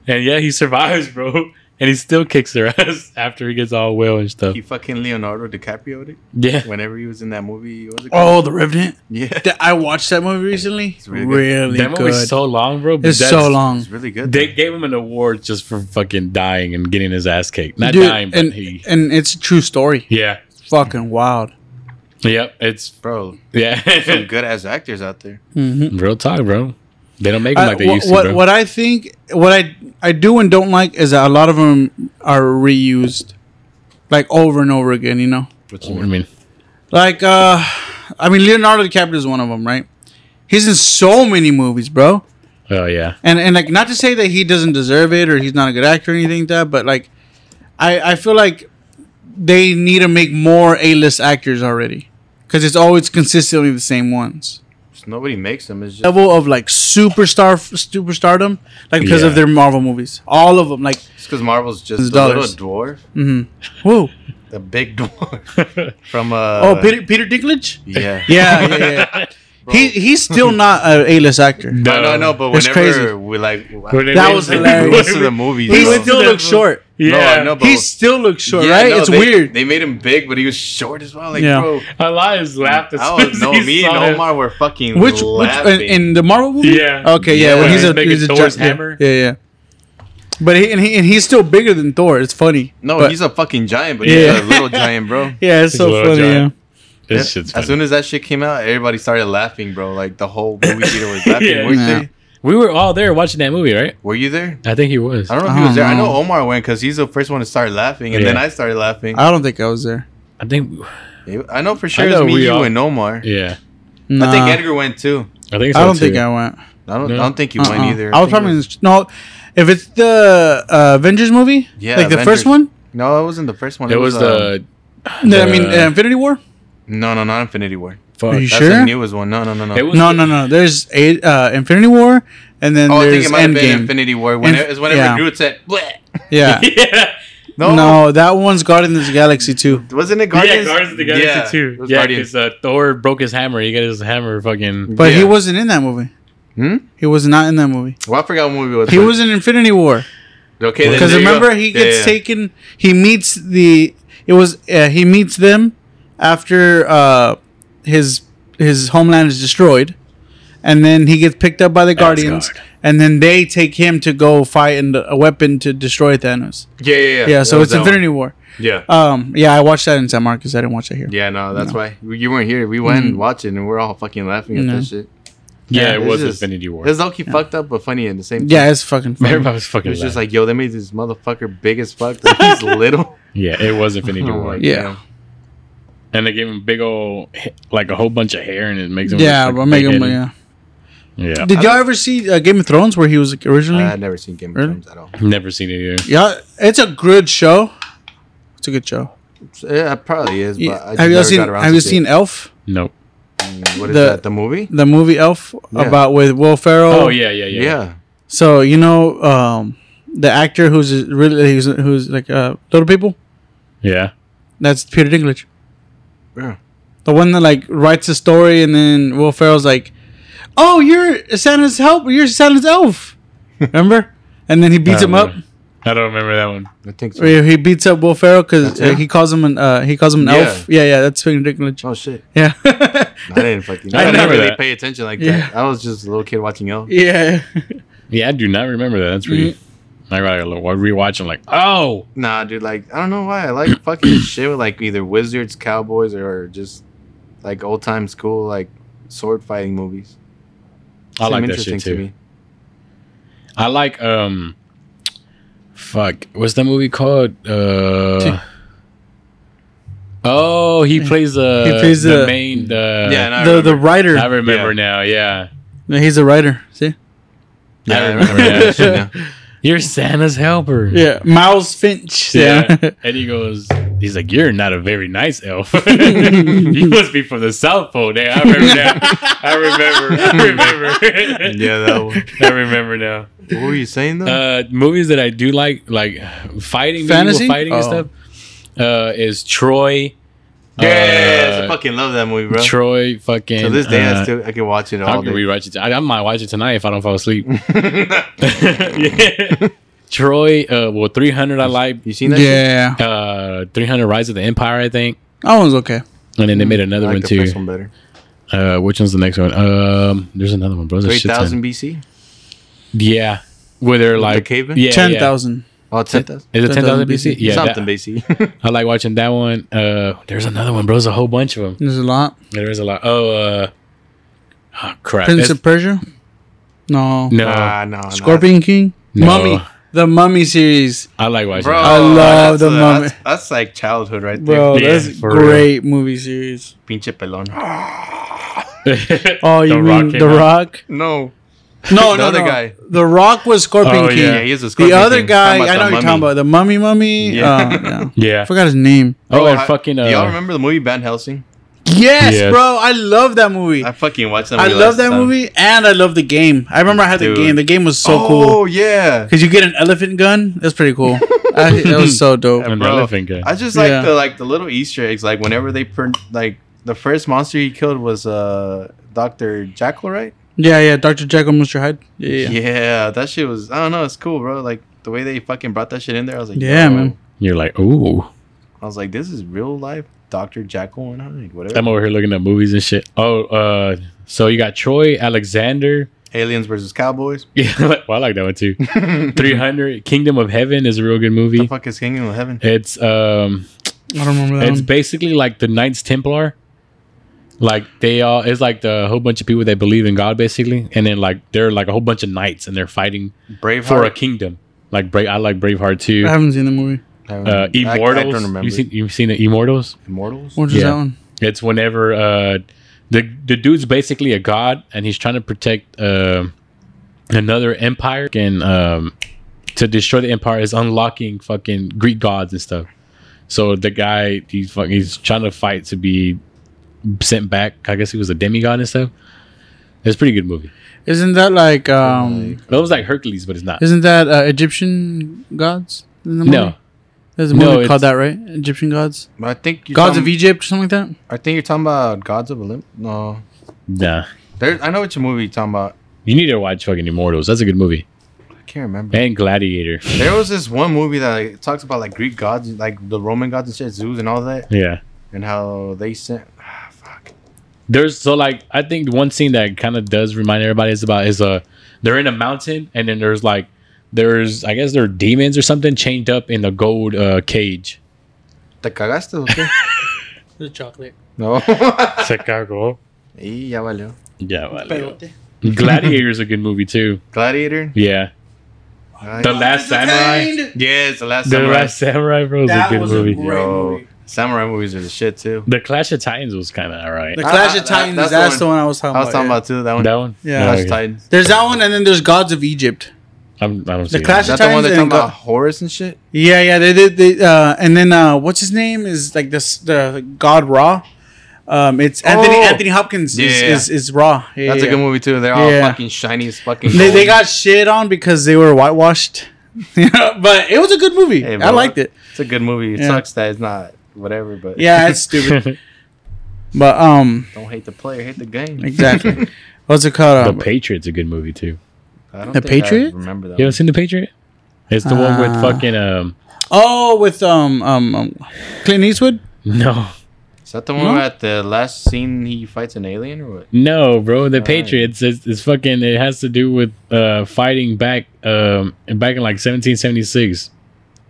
S4: and yeah, he survives, bro. And he still kicks their ass after he gets all well and stuff.
S3: He fucking Leonardo DiCaprio did
S4: Yeah.
S3: whenever he was in that movie. What was it
S2: Oh, The Revenant.
S3: yeah.
S2: Th- I watched that movie recently.
S3: really
S2: really
S3: good.
S4: That
S2: good.
S4: movie's so long, bro. but
S2: it's
S4: that's-
S2: so long.
S3: It's really good.
S4: They gave him an award just for fucking dying and getting his ass kicked. Not
S2: Dude,
S4: dying, but
S2: and
S4: he.
S2: and it's a true story.
S4: Yeah.
S2: Fucking wild.
S4: Yep. It's.
S3: bro, some
S4: Yeah.
S3: good ass actors out there.
S4: Real talk, bro. They don't make them
S2: I-
S4: like they
S2: Uh, wha-
S4: used to,
S2: what
S4: bro.
S2: what I think what I I do and don't like is that a lot of them are reused, like over and over again. You know,
S4: What you mean?
S2: like uh, I mean Leonardo DiCaprio is one of them, right? He's in so many movies, bro.
S4: Oh, yeah.
S2: and and like not to say that he doesn't deserve it or he's not a good actor or anything like that, but like I I feel like they need to make more A list actors already because it's always consistently the same ones.
S3: Just nobody makes them. It's just
S2: Level of like superstar superstardom, like because
S4: Yeah.
S2: of their Marvel movies, all of them. Like
S3: because Marvel's just a
S2: Dollars.
S3: little dwarf,
S2: whoa,
S3: the big dwarf from uh.
S2: oh Peter Peter Dinklage.
S3: Yeah.
S2: Yeah, yeah, yeah. he he's still not an A list actor.
S3: No, no, no. But
S2: It's
S3: whenever
S2: crazy.
S3: we like, wow.
S4: When they
S2: That
S4: made-
S2: was
S4: when
S2: hilarious.
S4: they
S3: Most
S4: made-
S3: of the movies.
S2: He
S3: bro.
S2: still looks short.
S3: No, I
S4: Yeah.
S3: know, but
S2: He still looks short,
S3: Yeah,
S2: right?
S3: no,
S2: it's
S3: they-
S2: weird.
S3: They made him big, but he was short as well. Like,
S2: Yeah.
S3: bro,
S4: Elias laughed as
S3: I
S4: soon
S3: was,
S4: as
S3: no,
S4: he
S3: me
S4: saw
S3: and
S4: him.
S3: Omar were fucking
S2: Which which
S3: laughing.
S2: in, in the Marvel movie?
S4: Yeah.
S2: Okay, yeah.
S3: Yeah,
S2: when he's,
S4: he's
S2: a
S4: making
S2: he's a
S4: Thor's
S2: giant-
S4: hammer.
S2: Yeah, yeah. But he and he and he's still bigger than Thor. It's funny.
S3: no,
S2: But-
S3: he's a fucking giant, but
S2: Yeah.
S3: he's a little giant, bro.
S2: yeah, it's
S4: He's
S2: so
S4: a little
S2: funny.
S4: giant.
S2: Yeah.
S4: This shit's
S3: As
S4: funny.
S3: soon as that shit came out, everybody started laughing, bro. Like the whole movie theater was laughing.
S4: Yeah.
S3: weren't
S2: Yeah.
S3: they?
S4: We were all there watching that movie, right?
S3: Were you there?
S4: I think he was.
S3: I don't know if
S2: I
S3: he was
S2: don't
S3: there. I know
S2: know.
S3: Omar went because he's the first one to start laughing, and then
S4: Yeah.
S3: I started laughing.
S2: I don't think I was there.
S4: I think.
S3: I know for sure
S4: know
S3: it's me,
S4: we
S3: you,
S4: all-
S3: and Omar.
S4: Yeah,
S3: I think
S2: Nah,
S3: Edgar went too.
S4: I think. So
S2: I don't
S4: too.
S2: think I went.
S3: I don't.
S4: No.
S3: I don't think you
S2: Uh-uh.
S3: went either.
S2: I was
S3: think it
S2: probably in, no. If it's the uh, Avengers movie,
S3: Yeah,
S2: like the
S3: Avengers.
S2: first one.
S3: no, it wasn't the first one.
S4: It was
S3: uh,
S4: the.
S2: No, I mean,
S4: The-
S2: uh, Infinity War.
S3: no, no, not Infinity War.
S2: Are
S4: fuck.
S2: you
S3: That's
S2: sure?
S3: the newest one. No, no, no, no.
S4: It was-
S2: No, no, no. There's a, uh, Infinity War, and then
S3: oh, I think
S2: there's
S3: it might have been
S2: Endgame.
S3: Infinity War. When
S2: Inf-
S3: it, it's whenever
S2: yeah.
S3: Groot said, Bleh.
S2: yeah.
S4: yeah.
S3: "No,
S2: No, that one's Guardians of the Galaxy too.
S3: wasn't it
S4: Yeah,
S3: Guardians?
S4: Guardians of the Galaxy
S3: Yeah, it
S4: too.
S3: was
S4: Yeah,
S3: Guardians.
S4: because uh, Thor broke his hammer. He got his hammer fucking.
S2: But he
S3: Yeah.
S2: wasn't in that movie.
S3: Hmm?
S2: He was not in that movie.
S4: uh,
S3: Well, I forgot what movie it was.
S2: He
S3: but-
S2: was in Infinity War
S3: okay. then
S2: because
S3: there you
S2: remember
S3: go.
S2: he
S3: Yeah,
S2: gets
S3: yeah.
S2: taken. He meets the. It was uh, he meets them after uh, his his homeland is destroyed, and then he gets picked up by the Guardians,
S4: Asgard.
S2: and then they take him to go fight and a weapon to destroy Thanos.
S3: Yeah, yeah, yeah.
S2: Yeah,
S3: That
S2: so
S3: was
S2: it's
S3: that one.
S2: Infinity War.
S3: Yeah.
S2: Um, yeah, I watched that in San Marcos. I didn't watch it here.
S3: Yeah, no, that's why you weren't here. We went and watched it, and we're all fucking laughing at
S2: Mm. No.
S3: that shit.
S4: Yeah, it
S3: it's
S4: was
S3: just-
S4: Infinity
S3: It
S4: War.
S3: was low-key fucked up, but funny at the same time.
S2: Yeah, it's fucking. Funny.
S4: Everybody was fucking.
S3: It's just
S4: laughing.
S3: like, yo, they made this motherfucker big as fuck. Like, he's little.
S4: yeah, it was Infinity
S3: I'm
S4: War.
S3: like,
S2: Yeah.
S3: damn.
S4: And they gave him big old, h- like a whole bunch of hair, and it makes him.
S2: Yeah,
S4: look
S2: but
S4: like
S2: make him.
S4: big-headed.
S2: Yeah.
S4: Yeah.
S2: Did y'all ever see uh, Game of Thrones where he was originally?
S3: I had never seen Game of
S2: Really?
S3: Thrones at all.
S4: Never seen it either.
S2: yeah, it's a good show. It's a good show.
S3: So, yeah, it probably is, but
S2: Yeah.
S3: I just
S2: Have you
S3: never
S2: seen
S3: got around
S2: Have
S3: to
S2: you
S3: seeing
S2: seen Elf?
S4: Nope.
S3: it. What is
S2: the-
S3: that? The movie?
S2: The movie Elf
S3: Yeah.
S2: about with Will Ferrell.
S4: Oh yeah, yeah, yeah.
S3: Yeah.
S2: So you know um, the actor who's really who's, who's like uh, Little People.
S4: Yeah.
S2: That's Peter Dinklage.
S3: Yeah.
S2: The one that like writes the story and then Will Ferrell's like, "Oh, you're Santa's help. You're Santa's elf." Remember? And then he beats him up.
S4: I don't remember that one.
S3: I think so.
S2: Where He beats up Will Ferrell because
S3: That's him?
S2: he calls him an uh, he calls him an
S3: Yeah.
S2: elf. Yeah, yeah, that's Peter Dinklage.
S3: Oh shit!
S2: Yeah,
S3: I didn't fucking.
S4: I
S3: I, didn't
S4: remember
S3: really
S4: that.
S3: pay attention like
S2: Yeah.
S3: that. I was just a little kid watching Elf.
S2: yeah.
S4: Yeah, I do not remember that. That's pretty. I gotta look- rewatch. I'm like, oh,
S3: Nah, dude. Like I don't know why I like fucking shit with like either wizards, cowboys, or just like old time school like sword fighting movies.
S4: I
S3: Seem
S4: like that
S3: interesting
S4: shit
S3: to
S4: too.
S3: me.
S4: I like um, fuck, what's that movie called? Uh, oh, he plays the
S2: He plays
S4: the,
S2: the-
S4: main the
S3: yeah, and I
S2: the the
S3: remember-
S2: writer.
S4: I remember now. Yeah,
S2: He's a writer. See?
S3: yeah, I
S4: I
S3: remember
S4: remember
S3: that shit now.
S4: you're Santa's helper.
S2: Yeah, Miles Finch.
S4: Yeah.
S2: Yeah.
S4: And he goes, he's like, You're not a very nice elf. you must be from the South Pole. Now I remember that. I remember. I remember.
S3: Yeah, that one.
S4: I remember now.
S3: What were you saying though?
S4: Uh, movies that I do like, like fighting,
S2: Fantasy?
S4: medieval fighting
S3: Oh.
S4: and stuff, uh, is Troy.
S3: yes, I
S4: uh,
S3: fucking love that movie, bro.
S4: Troy fucking.
S3: So this day,
S4: uh,
S3: I still I can watch it
S4: I
S3: all
S4: can
S3: day.
S4: rewatch it. I, I might watch it tonight if I don't fall asleep. Yeah. Troy, uh, well, 300 I like.
S3: you seen that? shit?
S2: yeah.
S4: Uh, 300 Rise of the Empire, I think.
S2: That one's okay.
S4: And then they made another
S3: Hmm. I
S4: one
S3: like the
S4: too.
S3: first one better.
S4: Uh, which one's the next one? Um, there's another one, bro. There's a
S3: Three
S4: shit ton.
S3: thousand BC.
S4: Yeah, where they're like
S3: cavemen?
S4: Yeah,
S2: Ten
S4: yeah.
S2: thousand.
S3: Oh, 10,000?
S4: Is it
S2: 10,000
S4: ten thousand BC? Yeah,
S3: something
S4: that,
S3: BC.
S4: I like watching that one. Uh, there's another one, bro. There's a whole bunch of them.
S2: There's a lot.
S4: There is a lot. Oh, uh, oh crap.
S2: Prince
S4: That's-
S2: of Persia. No.
S4: no,
S3: nah, no, no.
S2: Scorpion King.
S4: No.
S2: Mummy. The Mummy series.
S4: I like watching.
S3: Bro,
S4: that.
S2: I love
S3: that's
S2: the
S3: a-
S2: moment.
S3: That's, that's like childhood right there.
S2: Bro,
S4: Yeah,
S2: that's
S4: for
S2: great movie series.
S3: Pinche pelón.
S2: Oh, you mean
S4: came
S2: The
S4: out.
S2: Rock?
S3: No.
S2: No,
S3: The
S2: no,
S3: other
S2: no.
S3: guy.
S2: The Rock was Scorpion
S4: Oh,
S2: King.
S4: yeah,
S3: Yeah, he is a
S2: the
S3: Scorpion
S2: other
S3: King.
S2: guy,
S3: Talking about
S2: I know
S3: the
S2: what you're talking
S3: mummy.
S2: about. The Mummy Mummy.
S3: Yeah.
S2: Yeah. yeah. I
S4: Yeah.
S2: forgot his name.
S4: Oh, and
S3: I-
S4: fucking.
S3: Do y'all
S4: Uh,
S3: remember the movie Van Helsing?
S2: Yes,
S4: Yes.
S2: bro. I love that movie.
S3: I fucking watched that
S2: I
S3: movie.
S2: love
S3: last
S2: that
S3: time.
S2: movie, and I love the game. I remember I had
S3: Dude.
S2: the game. The game was so
S3: oh,
S2: cool
S3: yeah.
S2: because you get an elephant gun. That's pretty cool. I, that was so dope.
S4: an
S3: bro.
S4: elephant guy.
S3: I just like
S2: Yeah.
S3: the like the little Easter eggs. Like whenever they per- like the first monster he killed was uh Doctor Jackal, right?
S2: Yeah, yeah. Doctor Jekyll, Mister Hyde. Yeah, yeah.
S3: that shit was. I don't know. It's cool, bro. Like the way they fucking brought that shit in there. I was like,
S2: Yeah,
S3: yo.
S2: man.
S4: You're like, ooh.
S3: I was like, this is real life. Doctor Jackal and Hyde, whatever.
S4: I'm over here looking at movies and shit. Oh, uh, so you got Troy Alexander.
S3: Aliens versus Cowboys.
S4: Yeah, well, I like that one too. 300 Kingdom of Heaven is a real good
S3: The
S4: movie.
S3: fuck is Kingdom of Heaven?
S4: It's um,
S2: I don't remember that
S3: Um,
S4: it's
S2: one.
S4: basically like the Knights Templar. Like they all, it's like the whole bunch of people that believe in God, basically, and then like they're like a whole bunch of knights, and they're fighting
S3: Braveheart.
S4: for a kingdom. Like Bra- I like Braveheart too.
S2: I haven't seen the movie.
S4: Uh,
S3: I- I,
S4: Immortals.
S3: don't remember.
S4: you seen you've seen the Immortals?
S3: Immortals?
S2: What is
S4: Yeah.
S2: that one?
S4: It's whenever uh, the the dude's basically a god, and he's trying to protect uh, another empire, and um, to destroy the empire is unlocking fucking Greek gods and stuff. So the guy he's fucking, he's trying to fight to be sent back. I guess he was a demigod and stuff. It's a pretty good movie.
S2: Isn't that like um?
S4: It was like Hercules, but it's not.
S2: Isn't that uh, Egyptian gods? In the movie?
S4: no,
S2: there's a
S4: No,
S2: movie
S4: it's-
S2: called that, right? Egyptian gods,
S3: But I think you're
S2: gods
S3: talking,
S2: of Egypt, or something like that.
S4: E-
S3: I think you're talking about Gods of Olymp. No,
S4: nah.
S3: there. I know what your movie you're talking about.
S4: You need to watch fucking Immortals. That's a good movie.
S3: I can't remember.
S4: And Gladiator.
S3: There was this one movie that like, talks about like Greek gods, like the Roman gods and shit, Zeus and all that,
S4: Yeah.
S3: and how they sent. Ah, fuck.
S4: there's so like I think one scene that kind of does remind everybody is about is uh they're in a mountain and then there's like there's I guess they're demons or something chained up in the gold uh cage.
S3: Te cagaste, okay?
S5: The chocolate.
S3: no.
S4: Chicago.
S3: y ya valió.
S4: Yeah. Well, Gladiator's a good movie too.
S3: Gladiator.
S4: yeah.
S3: Ay,
S4: The Last Samurai.
S3: Yes, the last
S4: The
S3: samurai.
S4: Last Samurai bro is a
S5: That
S4: good
S5: was a
S4: movie.
S5: great-
S3: Yo,
S5: movie.
S3: samurai movies are the shit too.
S4: the Clash of Titans was kind of alright.
S2: The
S3: Ah,
S2: Clash of
S3: that-
S2: Titans.
S3: that's
S2: That's,
S3: the
S2: the
S3: one.
S2: one I was talking
S3: I was
S2: about.
S3: talking
S2: yeah.
S3: about too that one.
S4: That one.
S2: Yeah.
S4: No,
S3: Clash
S4: okay.
S3: Titans.
S2: There's that one, and then there's gods of Egypt.
S4: I'm, I don't
S2: The
S4: see
S2: Clash
S3: Is
S4: it.
S3: that the one
S2: Titans
S3: that
S2: and
S3: talking about
S2: go-
S3: Horus and shit?
S2: Yeah, yeah, they did. They, uh, and then uh, what's his name is like this the God Raw. Um, it's Anthony
S3: Oh.
S2: Anthony Hopkins is,
S3: Yeah.
S2: is, is Raw. Yeah,
S3: That's
S2: yeah.
S3: a good movie too. They're all
S2: Yeah.
S3: fucking shiny as fucking.
S2: They, they
S3: gold.
S2: got shit on because they were whitewashed. Yeah, but it was a good movie.
S3: Hey,
S2: I
S3: bro.
S2: liked it.
S3: It's a good movie. It
S2: Yeah.
S3: sucks that it's not whatever, but
S2: Yeah, it's stupid, but um,
S3: don't hate the player, hate the game.
S2: exactly. What's it called?
S4: the
S2: Um,
S4: Patriot's a good movie too.
S3: I don't
S2: The
S3: think I
S2: Patriot?
S3: remember that?
S4: You haven't seen The Patriot? It's the one with
S2: Ah.
S3: Uh.
S4: fucking um
S2: oh, with um, um um Clint Eastwood.
S4: no
S3: one. Is that the one
S2: No?
S3: where at the last scene he fights an alien or what?
S4: No, bro, the
S3: Alright.
S4: Patriots is, is fucking. It has to do with uh fighting back, um, back in like 1776.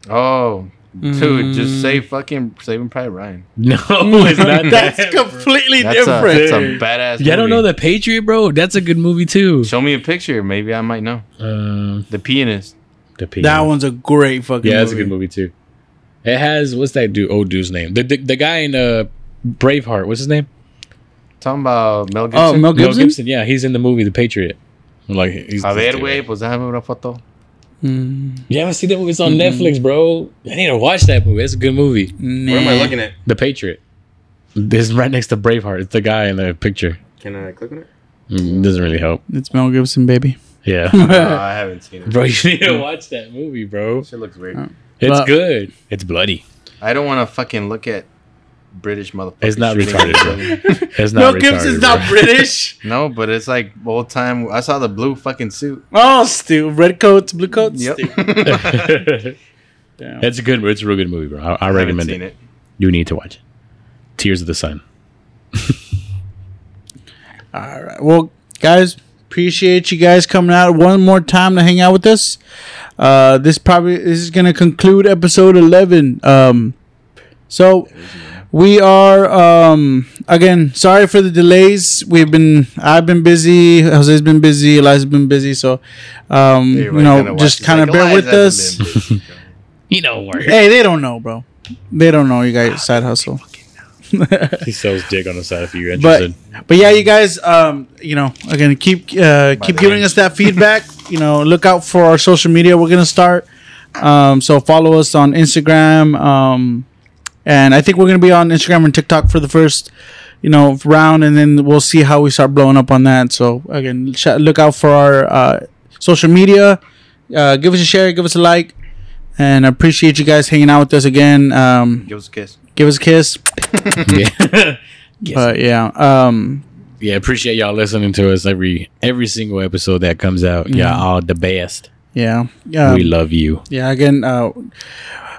S3: Oh, dude,
S2: Mm.
S3: just say fucking Saving Private Ryan.
S4: No, it's not
S2: That's
S4: that.
S2: completely
S3: That's a,
S2: different.
S3: that's a badass.
S4: Yeah, I don't
S3: movie.
S4: know the Patriot, bro. That's a good movie too.
S3: Show me a picture, maybe I might know.
S4: Um,
S3: The Pianist.
S4: the Patriot.
S2: that one's a great fucking.
S4: Yeah, that's a good movie too. It has what's that dude? Old dude's name. The the, the guy in uh Braveheart. What's his name?
S3: Talking about Mel Gibson.
S2: Oh, Mel
S4: Mel
S2: Gibson.
S4: Gibson. Yeah, he's in the movie The Patriot. Like he's.
S3: A ver, güey, pues déjame una foto.
S2: Mm,
S4: You haven't seen that movie? It's on Netflix, bro. I need to watch that movie. That's a good movie.
S2: nah.
S3: at?
S4: The Patriot. This is right next to Braveheart. It's the guy in the picture.
S3: Can I click on it?
S4: Mm, Doesn't really help.
S2: It's Mel Gibson, baby.
S4: Yeah.
S3: Uh, I haven't seen it.
S4: bro, you need to watch that movie, bro. It's
S3: Shit looks weird.
S2: But-
S4: good. It's bloody.
S3: I don't want to fucking look at British motherfuckers.
S4: It's not
S3: shooting
S4: retarded,
S3: each
S4: bro.
S3: other.
S4: It's
S2: Mel
S4: not retarded,
S2: Gibson's not
S4: bro.
S2: British.
S3: No, but it's like old time. I saw the blue fucking suit.
S2: Oh, still red coats, blue coats. stupid. Damn.
S4: it's a good. It's a real good movie, bro. I, I recommend it. You need to watch it. Tears of the Sun.
S2: All right. Well, guys, appreciate you guys coming out one more time to hang out with us. Uh, this probably this is gonna conclude episode eleven. Um, so we are um again sorry for the delays. We've been I've been busy. Jose's been busy. Eliza's been busy. So um, you know just kind of bear with us.
S4: You know where
S2: Hey, they don't know, bro. They don't know you guys side hustle.
S4: he sells dick on the side if you're
S2: but
S4: interested.
S2: but yeah, you guys, um, you know, again, keep uh, keep
S3: the
S2: giving
S3: hand.
S2: us that feedback. you know, look out for our social media. We're gonna start. Um, so follow us on Instagram. Um, and I think we're gonna be on Instagram and TikTok for the first, you know, round, and then we'll see how we start blowing up on that. So again, sh- look out for our uh, social media. Uh, give us a share, give us a like, and I appreciate you guys hanging out with us again. Um,
S3: Give us a kiss.
S2: give us a kiss.
S4: yeah.
S2: But yeah, um,
S4: yeah, appreciate y'all listening to us every every single episode that comes out. Y'all are the best.
S2: yeah, um, yeah.
S4: we love you.
S2: Yeah, again, uh,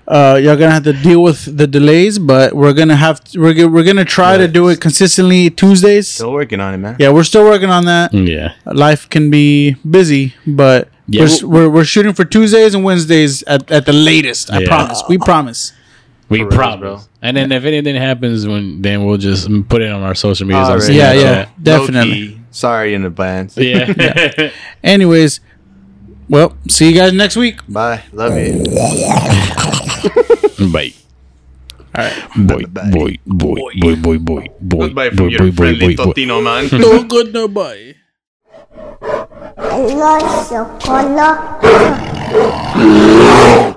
S2: uh, you're gonna have to deal with the delays, but we're gonna have to, we're go- we're gonna try to do it consistently Tuesdays.
S3: Still working on it, man.
S2: Yeah, we're still working on that.
S4: Yeah.
S2: Life can be busy, but
S4: Yeah,
S2: we're, s- we're we're shooting for Tuesdays and Wednesdays at, at the latest. I
S4: Yeah.
S2: promise. We promise.
S4: We
S3: For reals,
S4: promise.
S3: bro.
S4: And then if anything happens, when then we'll just put it on our social media.
S3: Alright.
S2: Yeah,
S3: Yeah.
S2: yeah, definitely.
S3: Low-key. Sorry in advance.
S4: yeah.
S2: Anyways, well, see you guys next week.
S3: Bye. Love you.
S4: Bye. All right.
S3: Bye.
S4: Boy, boy, boy, boy, boy, boy, boy,
S3: Goodbye
S4: boy,
S3: from your
S4: boy, boy,
S3: friendly
S4: boy, boy.
S3: Totino man.
S2: No good, no bye.
S1: los chocolate.